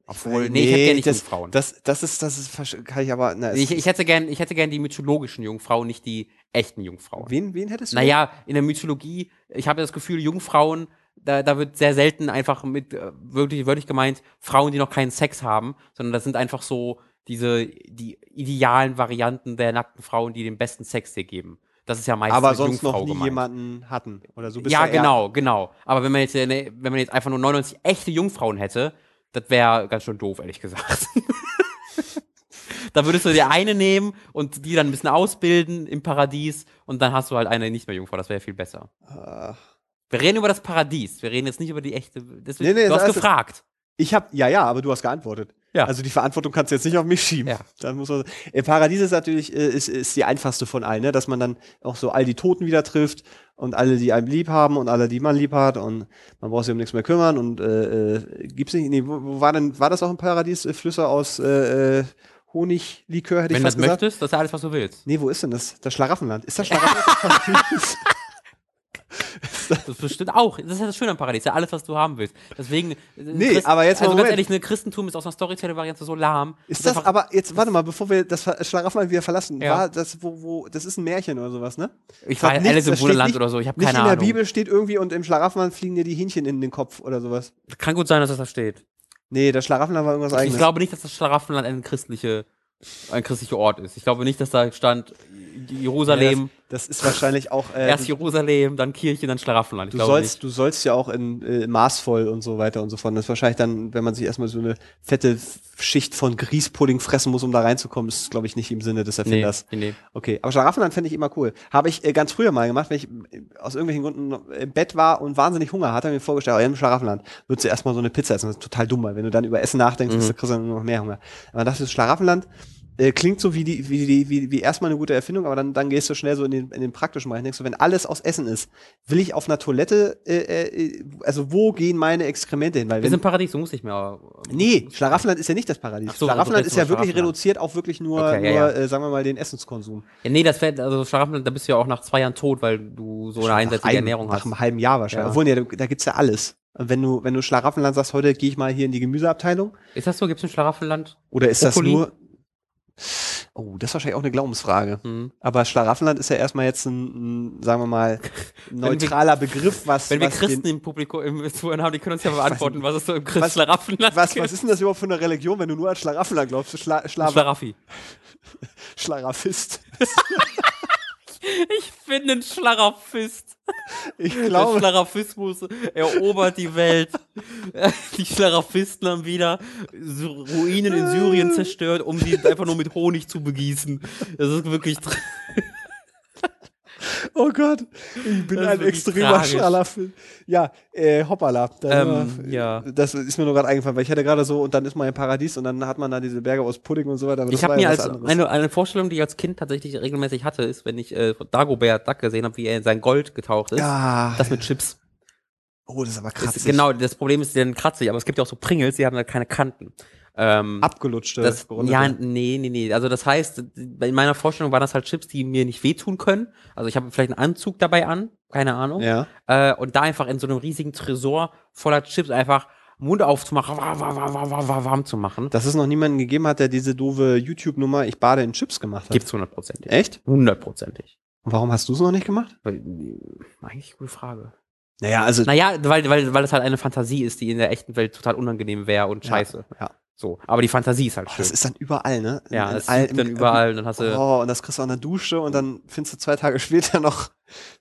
Speaker 2: Obwohl, nee, ich
Speaker 1: Nee,
Speaker 2: hätte gerne nicht
Speaker 1: das-
Speaker 2: Jungfrauen.
Speaker 1: das, das ist, das ist, versch- kann ich aber, na, es-
Speaker 2: ich, ich hätte gern, ich hätte gern die mythologischen Jungfrauen, nicht die echten Jungfrauen.
Speaker 1: wen, wen hättest du?
Speaker 2: Naja, in der Mythologie, ich habe das Gefühl, Jungfrauen, da, da wird sehr selten einfach mit, äh, wirklich, wirklich gemeint, Frauen, die noch keinen Sex haben, sondern das sind einfach so diese, die idealen Varianten der nackten Frauen, die den besten Sex dir geben. Das ist ja meistens
Speaker 1: aber
Speaker 2: mit
Speaker 1: sonst noch
Speaker 2: Jungfrau
Speaker 1: nie
Speaker 2: gemeint.
Speaker 1: jemanden hatten. Oder so bist
Speaker 2: Ja,
Speaker 1: du eher-
Speaker 2: genau, genau. Aber wenn man jetzt, eine, wenn man jetzt einfach nur 99 echte Jungfrauen hätte, das wäre ganz schön doof, ehrlich gesagt. da würdest du dir eine nehmen und die dann ein bisschen ausbilden im Paradies und dann hast du halt eine nicht mehr Jungfrau. Das wäre viel besser.
Speaker 1: Ach.
Speaker 2: Wir reden über das Paradies. Wir reden jetzt nicht über die echte. Deswegen,
Speaker 1: Nee, nee,
Speaker 2: du
Speaker 1: das
Speaker 2: hast
Speaker 1: heißt-
Speaker 2: gefragt.
Speaker 1: Ich habe, ja, ja, aber du hast geantwortet.
Speaker 2: Ja.
Speaker 1: Also die Verantwortung kannst du jetzt nicht auf mich schieben.
Speaker 2: Ja.
Speaker 1: Dann muss man, äh, Paradies ist natürlich äh, ist, ist die einfachste von allen, ne? dass man dann auch so all die Toten wieder trifft und alle, die einem lieb haben und alle, die man lieb hat und man braucht sich um nichts mehr kümmern und äh, äh, gibt's nicht. Nee, wo, wo war denn war das auch im Paradies äh, Flüsse aus äh, äh, Honiglikör hätte ich
Speaker 2: Wenn du das
Speaker 1: fast gesagt?
Speaker 2: möchtest, das ist alles, was du willst.
Speaker 1: Nee, wo ist denn das? Das Schlaraffenland. Ist das Schlaraffenland?
Speaker 2: Das bestimmt auch. Das ist ja das Schöne am Paradies. Das ist ja alles, was du haben willst. Deswegen. äh,
Speaker 1: Nee, aber jetzt mal
Speaker 2: Also ganz
Speaker 1: Moment.
Speaker 2: ehrlich, eine Christentum ist aus einer Storytelling-Variante so lahm.
Speaker 1: ist das
Speaker 2: einfach-
Speaker 1: aber jetzt warte mal, bevor wir das Ver- Schlaraffenland wieder verlassen,
Speaker 2: Ja.
Speaker 1: war das wo wo das ist ein Märchen oder sowas, ne?
Speaker 2: Ich
Speaker 1: Das
Speaker 2: war
Speaker 1: hat nichts,
Speaker 2: Alice im
Speaker 1: das steht
Speaker 2: Wunderland
Speaker 1: nicht-
Speaker 2: oder so. Ich habe
Speaker 1: Nicht
Speaker 2: keine
Speaker 1: in der
Speaker 2: Ahnung.
Speaker 1: Bibel steht irgendwie und im Schlaraffenland fliegen dir die Hähnchen in den Kopf oder sowas.
Speaker 2: Kann gut sein, dass das da steht.
Speaker 1: Nee, der Schlaraffenland war irgendwas
Speaker 2: Ich
Speaker 1: eigenes.
Speaker 2: glaube nicht, dass das Schlaraffenland ein christlicher ein christlicher Ort ist. Ich glaube nicht, dass da stand Jerusalem,
Speaker 1: das, das ist wahrscheinlich auch. Äh,
Speaker 2: erst
Speaker 1: du
Speaker 2: Jerusalem, dann Kirche, dann Schlaraffenland. Ich
Speaker 1: du
Speaker 2: glaube
Speaker 1: sollst, du sollst ja auch in äh, maßvoll und so weiter und so fort. Das ist wahrscheinlich dann, wenn man sich erstmal so eine fette Schicht von Grießpudding fressen muss, um da reinzukommen, ist glaube ich nicht im Sinne des
Speaker 2: nicht.
Speaker 1: Erfinders.
Speaker 2: Nee, nee, nee.
Speaker 1: Okay, aber Schlaraffenland fände ich immer cool. Habe ich äh, ganz früher mal gemacht, wenn ich äh, aus irgendwelchen Gründen noch im Bett war und wahnsinnig Hunger hatte, mir vorgestellt, oh, ja, im Schlaraffenland würdest du erstmal so eine Pizza essen. Das ist total dumm, weil wenn du dann über Essen
Speaker 2: Mhm.
Speaker 1: nachdenkst, ist- kriegst du dann nur noch mehr Hunger. Aber das ist Schlaraffenland. Äh, klingt so wie die, wie die, wie, wie erstmal eine gute Erfindung, aber dann, dann gehst du schnell so in den, in den praktischen Bereich. Denkst du, wenn alles aus Essen ist, will ich auf einer Toilette, äh, äh, also wo gehen meine Exkremente hin? Weil
Speaker 2: Wir
Speaker 1: wenn,
Speaker 2: sind im Paradies, du musst nicht mehr.
Speaker 1: Nee, Schlaraffenland ist ja nicht das Paradies.
Speaker 2: Ach so,
Speaker 1: Schlaraffenland
Speaker 2: also
Speaker 1: ist ja
Speaker 2: redest du
Speaker 1: wirklich
Speaker 2: von Schlaraffenland.
Speaker 1: reduziert auf wirklich nur,
Speaker 2: Okay, ja,
Speaker 1: nur
Speaker 2: ja.
Speaker 1: Äh, sagen wir mal, den Essenskonsum.
Speaker 2: Ja, nee, das fällt, also Schlaraffenland, da bist du ja auch nach zwei Jahren tot, weil du so eine
Speaker 1: Nach
Speaker 2: einseitige
Speaker 1: einem-
Speaker 2: Ernährung
Speaker 1: Nach
Speaker 2: hast.
Speaker 1: einem halben Jahr wahrscheinlich.
Speaker 2: Ja.
Speaker 1: Obwohl, nee, da, da gibt's ja alles. Und Wenn du, wenn du Schlaraffenland sagst, heute gehe ich mal hier in die Gemüseabteilung,
Speaker 2: Ist das so? Gibt es ein Schlaraffenland?
Speaker 1: oder ist
Speaker 2: Brokkoli?
Speaker 1: das nur. Oh, das ist wahrscheinlich auch eine Glaubensfrage.
Speaker 2: Hm.
Speaker 1: Aber Schlaraffenland ist ja erstmal jetzt ein, ein sagen wir mal, neutraler Begriff, was.
Speaker 2: Wenn wir
Speaker 1: was
Speaker 2: Christen
Speaker 1: den,
Speaker 2: im Publikum im Zuhören haben, die können uns ja beantworten, was es so im Christ
Speaker 1: was-
Speaker 2: Schlaraffenland
Speaker 1: was,
Speaker 2: gibt.
Speaker 1: was ist denn das überhaupt für eine Religion, wenn du nur an Schlaraffenland glaubst? Schla, Schla,
Speaker 2: Schlaraffi.
Speaker 1: Schlaraffist.
Speaker 2: Ich bin ein Schlaraffist.
Speaker 1: Ich
Speaker 2: Der
Speaker 1: glaube.
Speaker 2: Schlaraffismus erobert die Welt. Die Schlaraffisten haben wieder Sy- Ruinen in Syrien zerstört, um sie einfach nur mit Honig zu begießen. Das ist wirklich. tr-
Speaker 1: Oh Gott, ich bin
Speaker 2: Das ist
Speaker 1: ein
Speaker 2: wirklich
Speaker 1: extremer
Speaker 2: tragisch.
Speaker 1: Schlaraffel. Ja, äh, hoppala. Da
Speaker 2: Ähm,
Speaker 1: sind wir-
Speaker 2: ja.
Speaker 1: Das ist mir nur gerade eingefallen, weil ich hatte gerade so, und dann ist man im Paradies und dann hat man da diese Berge aus Pudding und so weiter. Aber das
Speaker 2: Ich habe
Speaker 1: war
Speaker 2: mir
Speaker 1: ja was
Speaker 2: als
Speaker 1: anderes.
Speaker 2: eine, eine Vorstellung, die ich als Kind tatsächlich regelmäßig hatte, ist, wenn ich äh, von Dagobert Duck gesehen habe, wie er in sein Gold getaucht ist.
Speaker 1: ja,
Speaker 2: Das mit Chips.
Speaker 1: Oh, das ist aber kratzig.
Speaker 2: Ist, genau, das Problem ist, die sind kratzig, aber es gibt ja auch so Pringles, die haben halt keine Kanten. Ähm,
Speaker 1: Abgelutschte.
Speaker 2: das,
Speaker 1: gerundete.
Speaker 2: ja, nee, nee, nee. Also das heißt, in meiner Vorstellung waren das halt Chips, die mir nicht wehtun können. Also ich habe vielleicht einen Anzug dabei an, keine Ahnung.
Speaker 1: ja.
Speaker 2: Äh, und da einfach in so einem riesigen Tresor voller Chips einfach Mund aufzumachen, wa- wa- wa- wa- wa- wa- warm zu machen.
Speaker 1: Dass es noch niemanden gegeben hat, der diese doofe YouTube-Nummer Ich bade in Chips gemacht hat.
Speaker 2: Gibt's hundertprozentig.
Speaker 1: Echt?
Speaker 2: Hundertprozentig.
Speaker 1: Und warum hast du es noch nicht gemacht?
Speaker 2: Weil, äh, Eigentlich gute Frage.
Speaker 1: Naja, also
Speaker 2: Naja, weil, weil, weil das halt eine Fantasie ist, die in der echten Welt total unangenehm wäre und
Speaker 1: Ja,
Speaker 2: scheiße.
Speaker 1: ja.
Speaker 2: So. Aber die Fantasie ist halt
Speaker 1: oh,
Speaker 2: schön.
Speaker 1: das ist dann überall, ne? In-
Speaker 2: ja,
Speaker 1: in
Speaker 2: das
Speaker 1: all-
Speaker 2: liegt dann
Speaker 1: im-
Speaker 2: überall. Dann hast du.
Speaker 1: Oh, und das kriegst du an der Dusche und dann findest du zwei Tage später noch,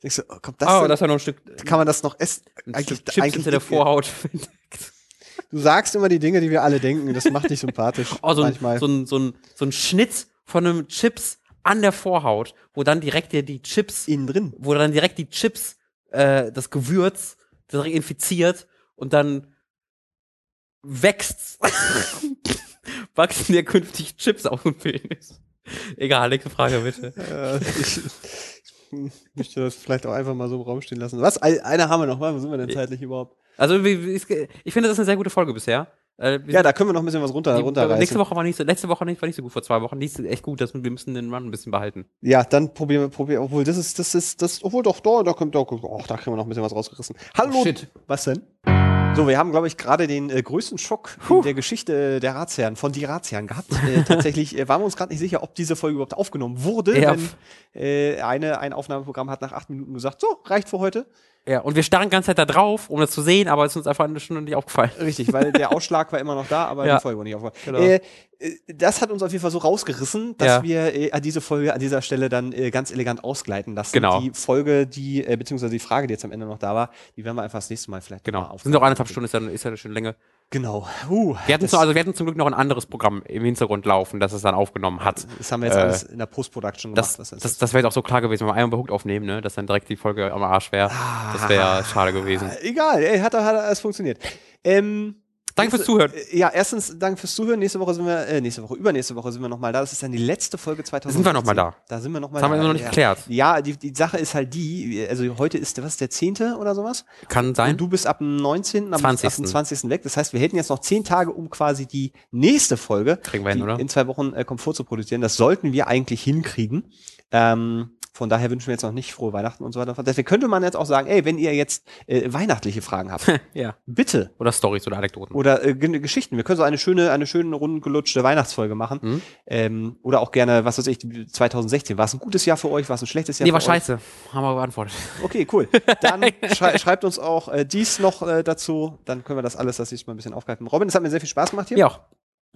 Speaker 1: denkst du, oh, kommt das,
Speaker 2: Ah, und
Speaker 1: denn,
Speaker 2: das war noch ein Stück,
Speaker 1: kann man das noch essen?
Speaker 2: ein
Speaker 1: eigentlich-
Speaker 2: Stück Chips
Speaker 1: eigentlich-
Speaker 2: hinter der Vorhaut.
Speaker 1: Du sagst immer die Dinge, die wir alle denken, und das macht dich sympathisch
Speaker 2: oh, so ein,
Speaker 1: manchmal.
Speaker 2: so, ein, so, ein, so ein Schnitz von einem Chips an der Vorhaut, wo dann direkt dir die Chips,
Speaker 1: Innen drin.
Speaker 2: wo dann direkt die Chips, äh, das Gewürz direkt infiziert und dann wächst. Wachsen dir künftig Chips auf dem Penis. Egal, nächste Frage bitte.
Speaker 1: Äh, ich, ich möchte das vielleicht auch einfach mal so im Raum stehen lassen. Was? Ei- Einer haben wir noch, wa? wo sind wir denn zeitlich überhaupt?
Speaker 2: Also wie- wie es ge- ich finde, das ist eine sehr gute Folge bisher. Äh, wir
Speaker 1: Ja,
Speaker 2: sind-
Speaker 1: da können wir noch ein bisschen was runter,
Speaker 2: die, nächste
Speaker 1: runterreißen.
Speaker 2: Woche war nicht so, letzte Woche nicht, war nicht so gut, vor zwei Wochen. Die ist echt gut, dass wir wir müssen den Run ein bisschen behalten.
Speaker 1: Ja, dann probieren wir, probieren, obwohl das ist, das ist, das, obwohl doch, da, da kommt, da, oh, da kriegen wir noch ein bisschen was rausgerissen. Hallo!
Speaker 2: Oh, shit.
Speaker 1: Was denn? So, wir haben, glaube ich, gerade den äh, größten Schock in der Geschichte äh, der Ratsherren, von die Ratsherren gehabt. Äh, tatsächlich äh, waren wir uns gerade nicht sicher, ob diese Folge überhaupt aufgenommen wurde,
Speaker 2: Ja.
Speaker 1: wenn äh, eine, ein Aufnahmeprogramm hat nach acht Minuten gesagt, so, reicht für heute.
Speaker 2: Ja, und wir starren die ganze Zeit da drauf, um das zu sehen, aber es ist uns einfach eine Stunde nicht aufgefallen.
Speaker 1: Richtig, weil der Ausschlag war immer noch da, aber
Speaker 2: Ja.
Speaker 1: die Folge war nicht aufgefallen.
Speaker 2: Genau.
Speaker 1: Äh, äh, das hat uns auf jeden Fall so rausgerissen, dass
Speaker 2: Ja.
Speaker 1: wir äh, an diese Folge an dieser Stelle dann äh, ganz elegant ausgleiten lassen.
Speaker 2: Genau.
Speaker 1: Die Folge, die, äh, beziehungsweise die Frage, die jetzt am Ende noch da war, die werden wir einfach das nächste Mal vielleicht noch mal
Speaker 2: Genau.
Speaker 1: aufnehmen.
Speaker 2: Sind noch anderthalb Stunden, ist ja, ist ja eine schöne Länge.
Speaker 1: Genau. Uh,
Speaker 2: Wir hatten,
Speaker 1: das-
Speaker 2: zu, also wir hatten zum Glück noch ein anderes Programm im Hintergrund laufen, das es dann aufgenommen hat.
Speaker 1: Das haben wir jetzt
Speaker 2: Äh,
Speaker 1: alles in der Post-Production gemacht.
Speaker 2: Das,
Speaker 1: was
Speaker 2: das,
Speaker 1: jetzt
Speaker 2: das, wäre jetzt auch so klar gewesen, wenn wir einmal bei Hooked aufnehmen, ne, dass dann direkt die Folge am Arsch wäre.
Speaker 1: Ah.
Speaker 2: Das wäre schade gewesen.
Speaker 1: ist. Äh, Egal, ey, hat, hat alles funktioniert. Ähm,
Speaker 2: Danke fürs Zuhören.
Speaker 1: äh, Ja, erstens, danke fürs Zuhören. Nächste Woche sind wir, äh, nächste Woche, übernächste Woche sind wir nochmal da. Das ist dann die letzte Folge 2000.
Speaker 2: Sind wir noch mal da?
Speaker 1: Da sind wir nochmal da.
Speaker 2: Das haben wir immer noch nicht
Speaker 1: ja.
Speaker 2: geklärt.
Speaker 1: Ja, die, die Sache ist halt die, also heute ist, was ist der 10. oder sowas?
Speaker 2: Kann sein.
Speaker 1: Und du bist ab dem 19., ab,
Speaker 2: 20..
Speaker 1: ab dem 20. weg. Das heißt, wir hätten jetzt noch 10 Tage, um quasi die nächste Folge
Speaker 2: Kriegen wir hin,
Speaker 1: die
Speaker 2: oder?
Speaker 1: in zwei Wochen äh, Komfort zu produzieren. Das sollten wir eigentlich hinkriegen. Ähm, von daher wünschen wir jetzt noch nicht frohe Weihnachten und so weiter. Deswegen könnte man jetzt auch sagen, ey, wenn ihr jetzt äh, weihnachtliche Fragen habt,
Speaker 2: Ja.
Speaker 1: bitte
Speaker 2: Oder Stories oder Anekdoten.
Speaker 1: oder äh, Gen- Geschichten. Wir können so eine schöne, eine schöne rundgelutschte Weihnachtsfolge machen.
Speaker 2: Mhm.
Speaker 1: Ähm, oder auch gerne, was weiß ich, 2016. War es ein gutes Jahr für euch? War es ein schlechtes Jahr
Speaker 2: nee,
Speaker 1: für
Speaker 2: war
Speaker 1: euch?
Speaker 2: scheiße. Haben wir beantwortet.
Speaker 1: Okay, cool. Dann schrei schreibt uns auch äh, dies noch äh, dazu. Dann können wir das alles das nächste Mal ein bisschen aufgreifen. Robin, es hat mir sehr viel Spaß gemacht hier.
Speaker 2: Ja, auch.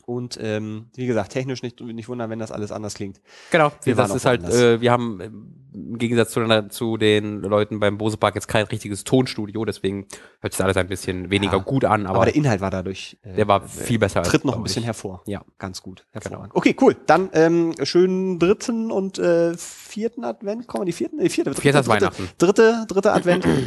Speaker 1: Und ähm, wie gesagt, technisch nicht, nicht wundern, wenn das alles anders klingt.
Speaker 2: Genau,
Speaker 1: Wir
Speaker 2: das
Speaker 1: waren
Speaker 2: ist
Speaker 1: auch
Speaker 2: halt,
Speaker 1: woanders.
Speaker 2: äh, wir haben ähm, im Gegensatz zu, den- zu den Leuten beim Bose Park jetzt kein richtiges Tonstudio, deswegen hört sich alles ein bisschen weniger
Speaker 1: Ja.
Speaker 2: gut an,
Speaker 1: Aber,
Speaker 2: aber,
Speaker 1: der Inhalt war dadurch. äh,
Speaker 2: der war
Speaker 1: äh,
Speaker 2: viel besser. als
Speaker 1: Tritt noch
Speaker 2: bei
Speaker 1: ein bisschen
Speaker 2: euch.
Speaker 1: hervor.
Speaker 2: Ja. Genau.
Speaker 1: Ganz gut. Hervorragend. Okay, cool. Dann ähm, schönen dritten und äh, vierten Advent. Kommen wir die vierten? Nee, vierte.
Speaker 2: Vierter ist
Speaker 1: dritte,
Speaker 2: Weihnachten.
Speaker 1: Dritte, dritte Advent.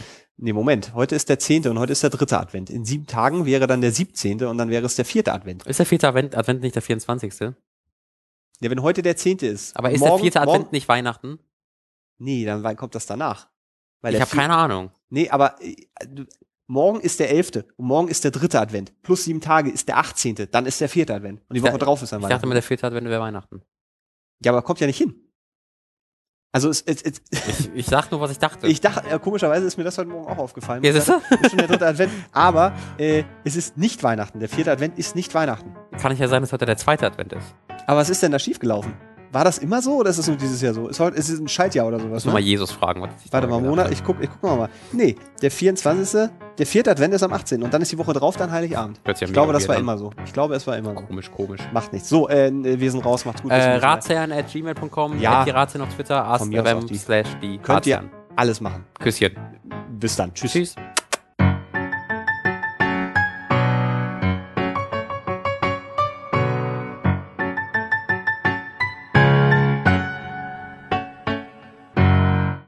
Speaker 1: Nee, Moment. Heute ist der zehnte und heute ist der dritte Advent. In sieben Tagen wäre dann der siebzehnte und dann wäre es der vierte Advent.
Speaker 2: Ist der vierte Advent, Advent nicht der 24.?
Speaker 1: Ja, wenn heute der zehnte ist.
Speaker 2: Aber ist
Speaker 1: morgen-
Speaker 2: der vierte
Speaker 1: morgen-
Speaker 2: Advent nicht Weihnachten?
Speaker 1: Nee, dann wann kommt das danach. Weil
Speaker 2: Ich
Speaker 1: der
Speaker 2: habe
Speaker 1: vier-
Speaker 2: keine Ahnung.
Speaker 1: Nee, aber äh, du- morgen ist der elfte und morgen ist der dritte Advent. Plus sieben Tage ist der achtzehnte. Dann ist der vierte Advent. Und die
Speaker 2: Ich
Speaker 1: Woche
Speaker 2: dach-
Speaker 1: drauf ist dann
Speaker 2: Ich dachte immer, der vierte Advent wäre Weihnachten.
Speaker 1: Ja, aber kommt ja nicht hin. Also es, es, es,
Speaker 2: Ich, ich sag nur, was ich dachte.
Speaker 1: ich dachte, äh, komischerweise ist mir das heute Morgen auch aufgefallen.
Speaker 2: ja, siehst du?
Speaker 1: Ist schon der dritte Advent. Aber äh, es ist nicht Weihnachten. Der vierte Advent ist nicht Weihnachten.
Speaker 2: Kann ich ja sein, dass heute der zweite Advent ist.
Speaker 1: Aber was ist denn da schiefgelaufen? War das immer so oder ist es nur dieses Jahr so? Ist heute, ist es ein Schaltjahr oder sowas?
Speaker 2: Muss nur mal
Speaker 1: Ne?
Speaker 2: Jesus fragen. Was ich
Speaker 1: Warte mal,
Speaker 2: gedacht
Speaker 1: Monat,
Speaker 2: habe.
Speaker 1: ich guck, ich guck mal. Nee, der 24. Der vierte Advent ist am 18. Und dann ist die Woche drauf, dann Heiligabend.
Speaker 2: Hört sich ja
Speaker 1: Ich glaube,
Speaker 2: mega
Speaker 1: das
Speaker 2: weird
Speaker 1: war
Speaker 2: an.
Speaker 1: immer so. Ich glaube, es war immer so.
Speaker 2: Komisch, komisch.
Speaker 1: Macht nichts. So, äh, wir sind raus, macht's gut.
Speaker 2: Äh,
Speaker 1: bis zum nächsten Mal.
Speaker 2: Ratsherren at gmail.com,
Speaker 1: Ja.
Speaker 2: at die Ratsherren auf Twitter,
Speaker 1: Von mir aus auch
Speaker 2: askabem
Speaker 1: die.
Speaker 2: slash die
Speaker 1: Könnt ihr
Speaker 2: Ratsherren.
Speaker 1: alles machen.
Speaker 2: Küsschen.
Speaker 1: Bis dann. Tschüss.
Speaker 2: Tschüss.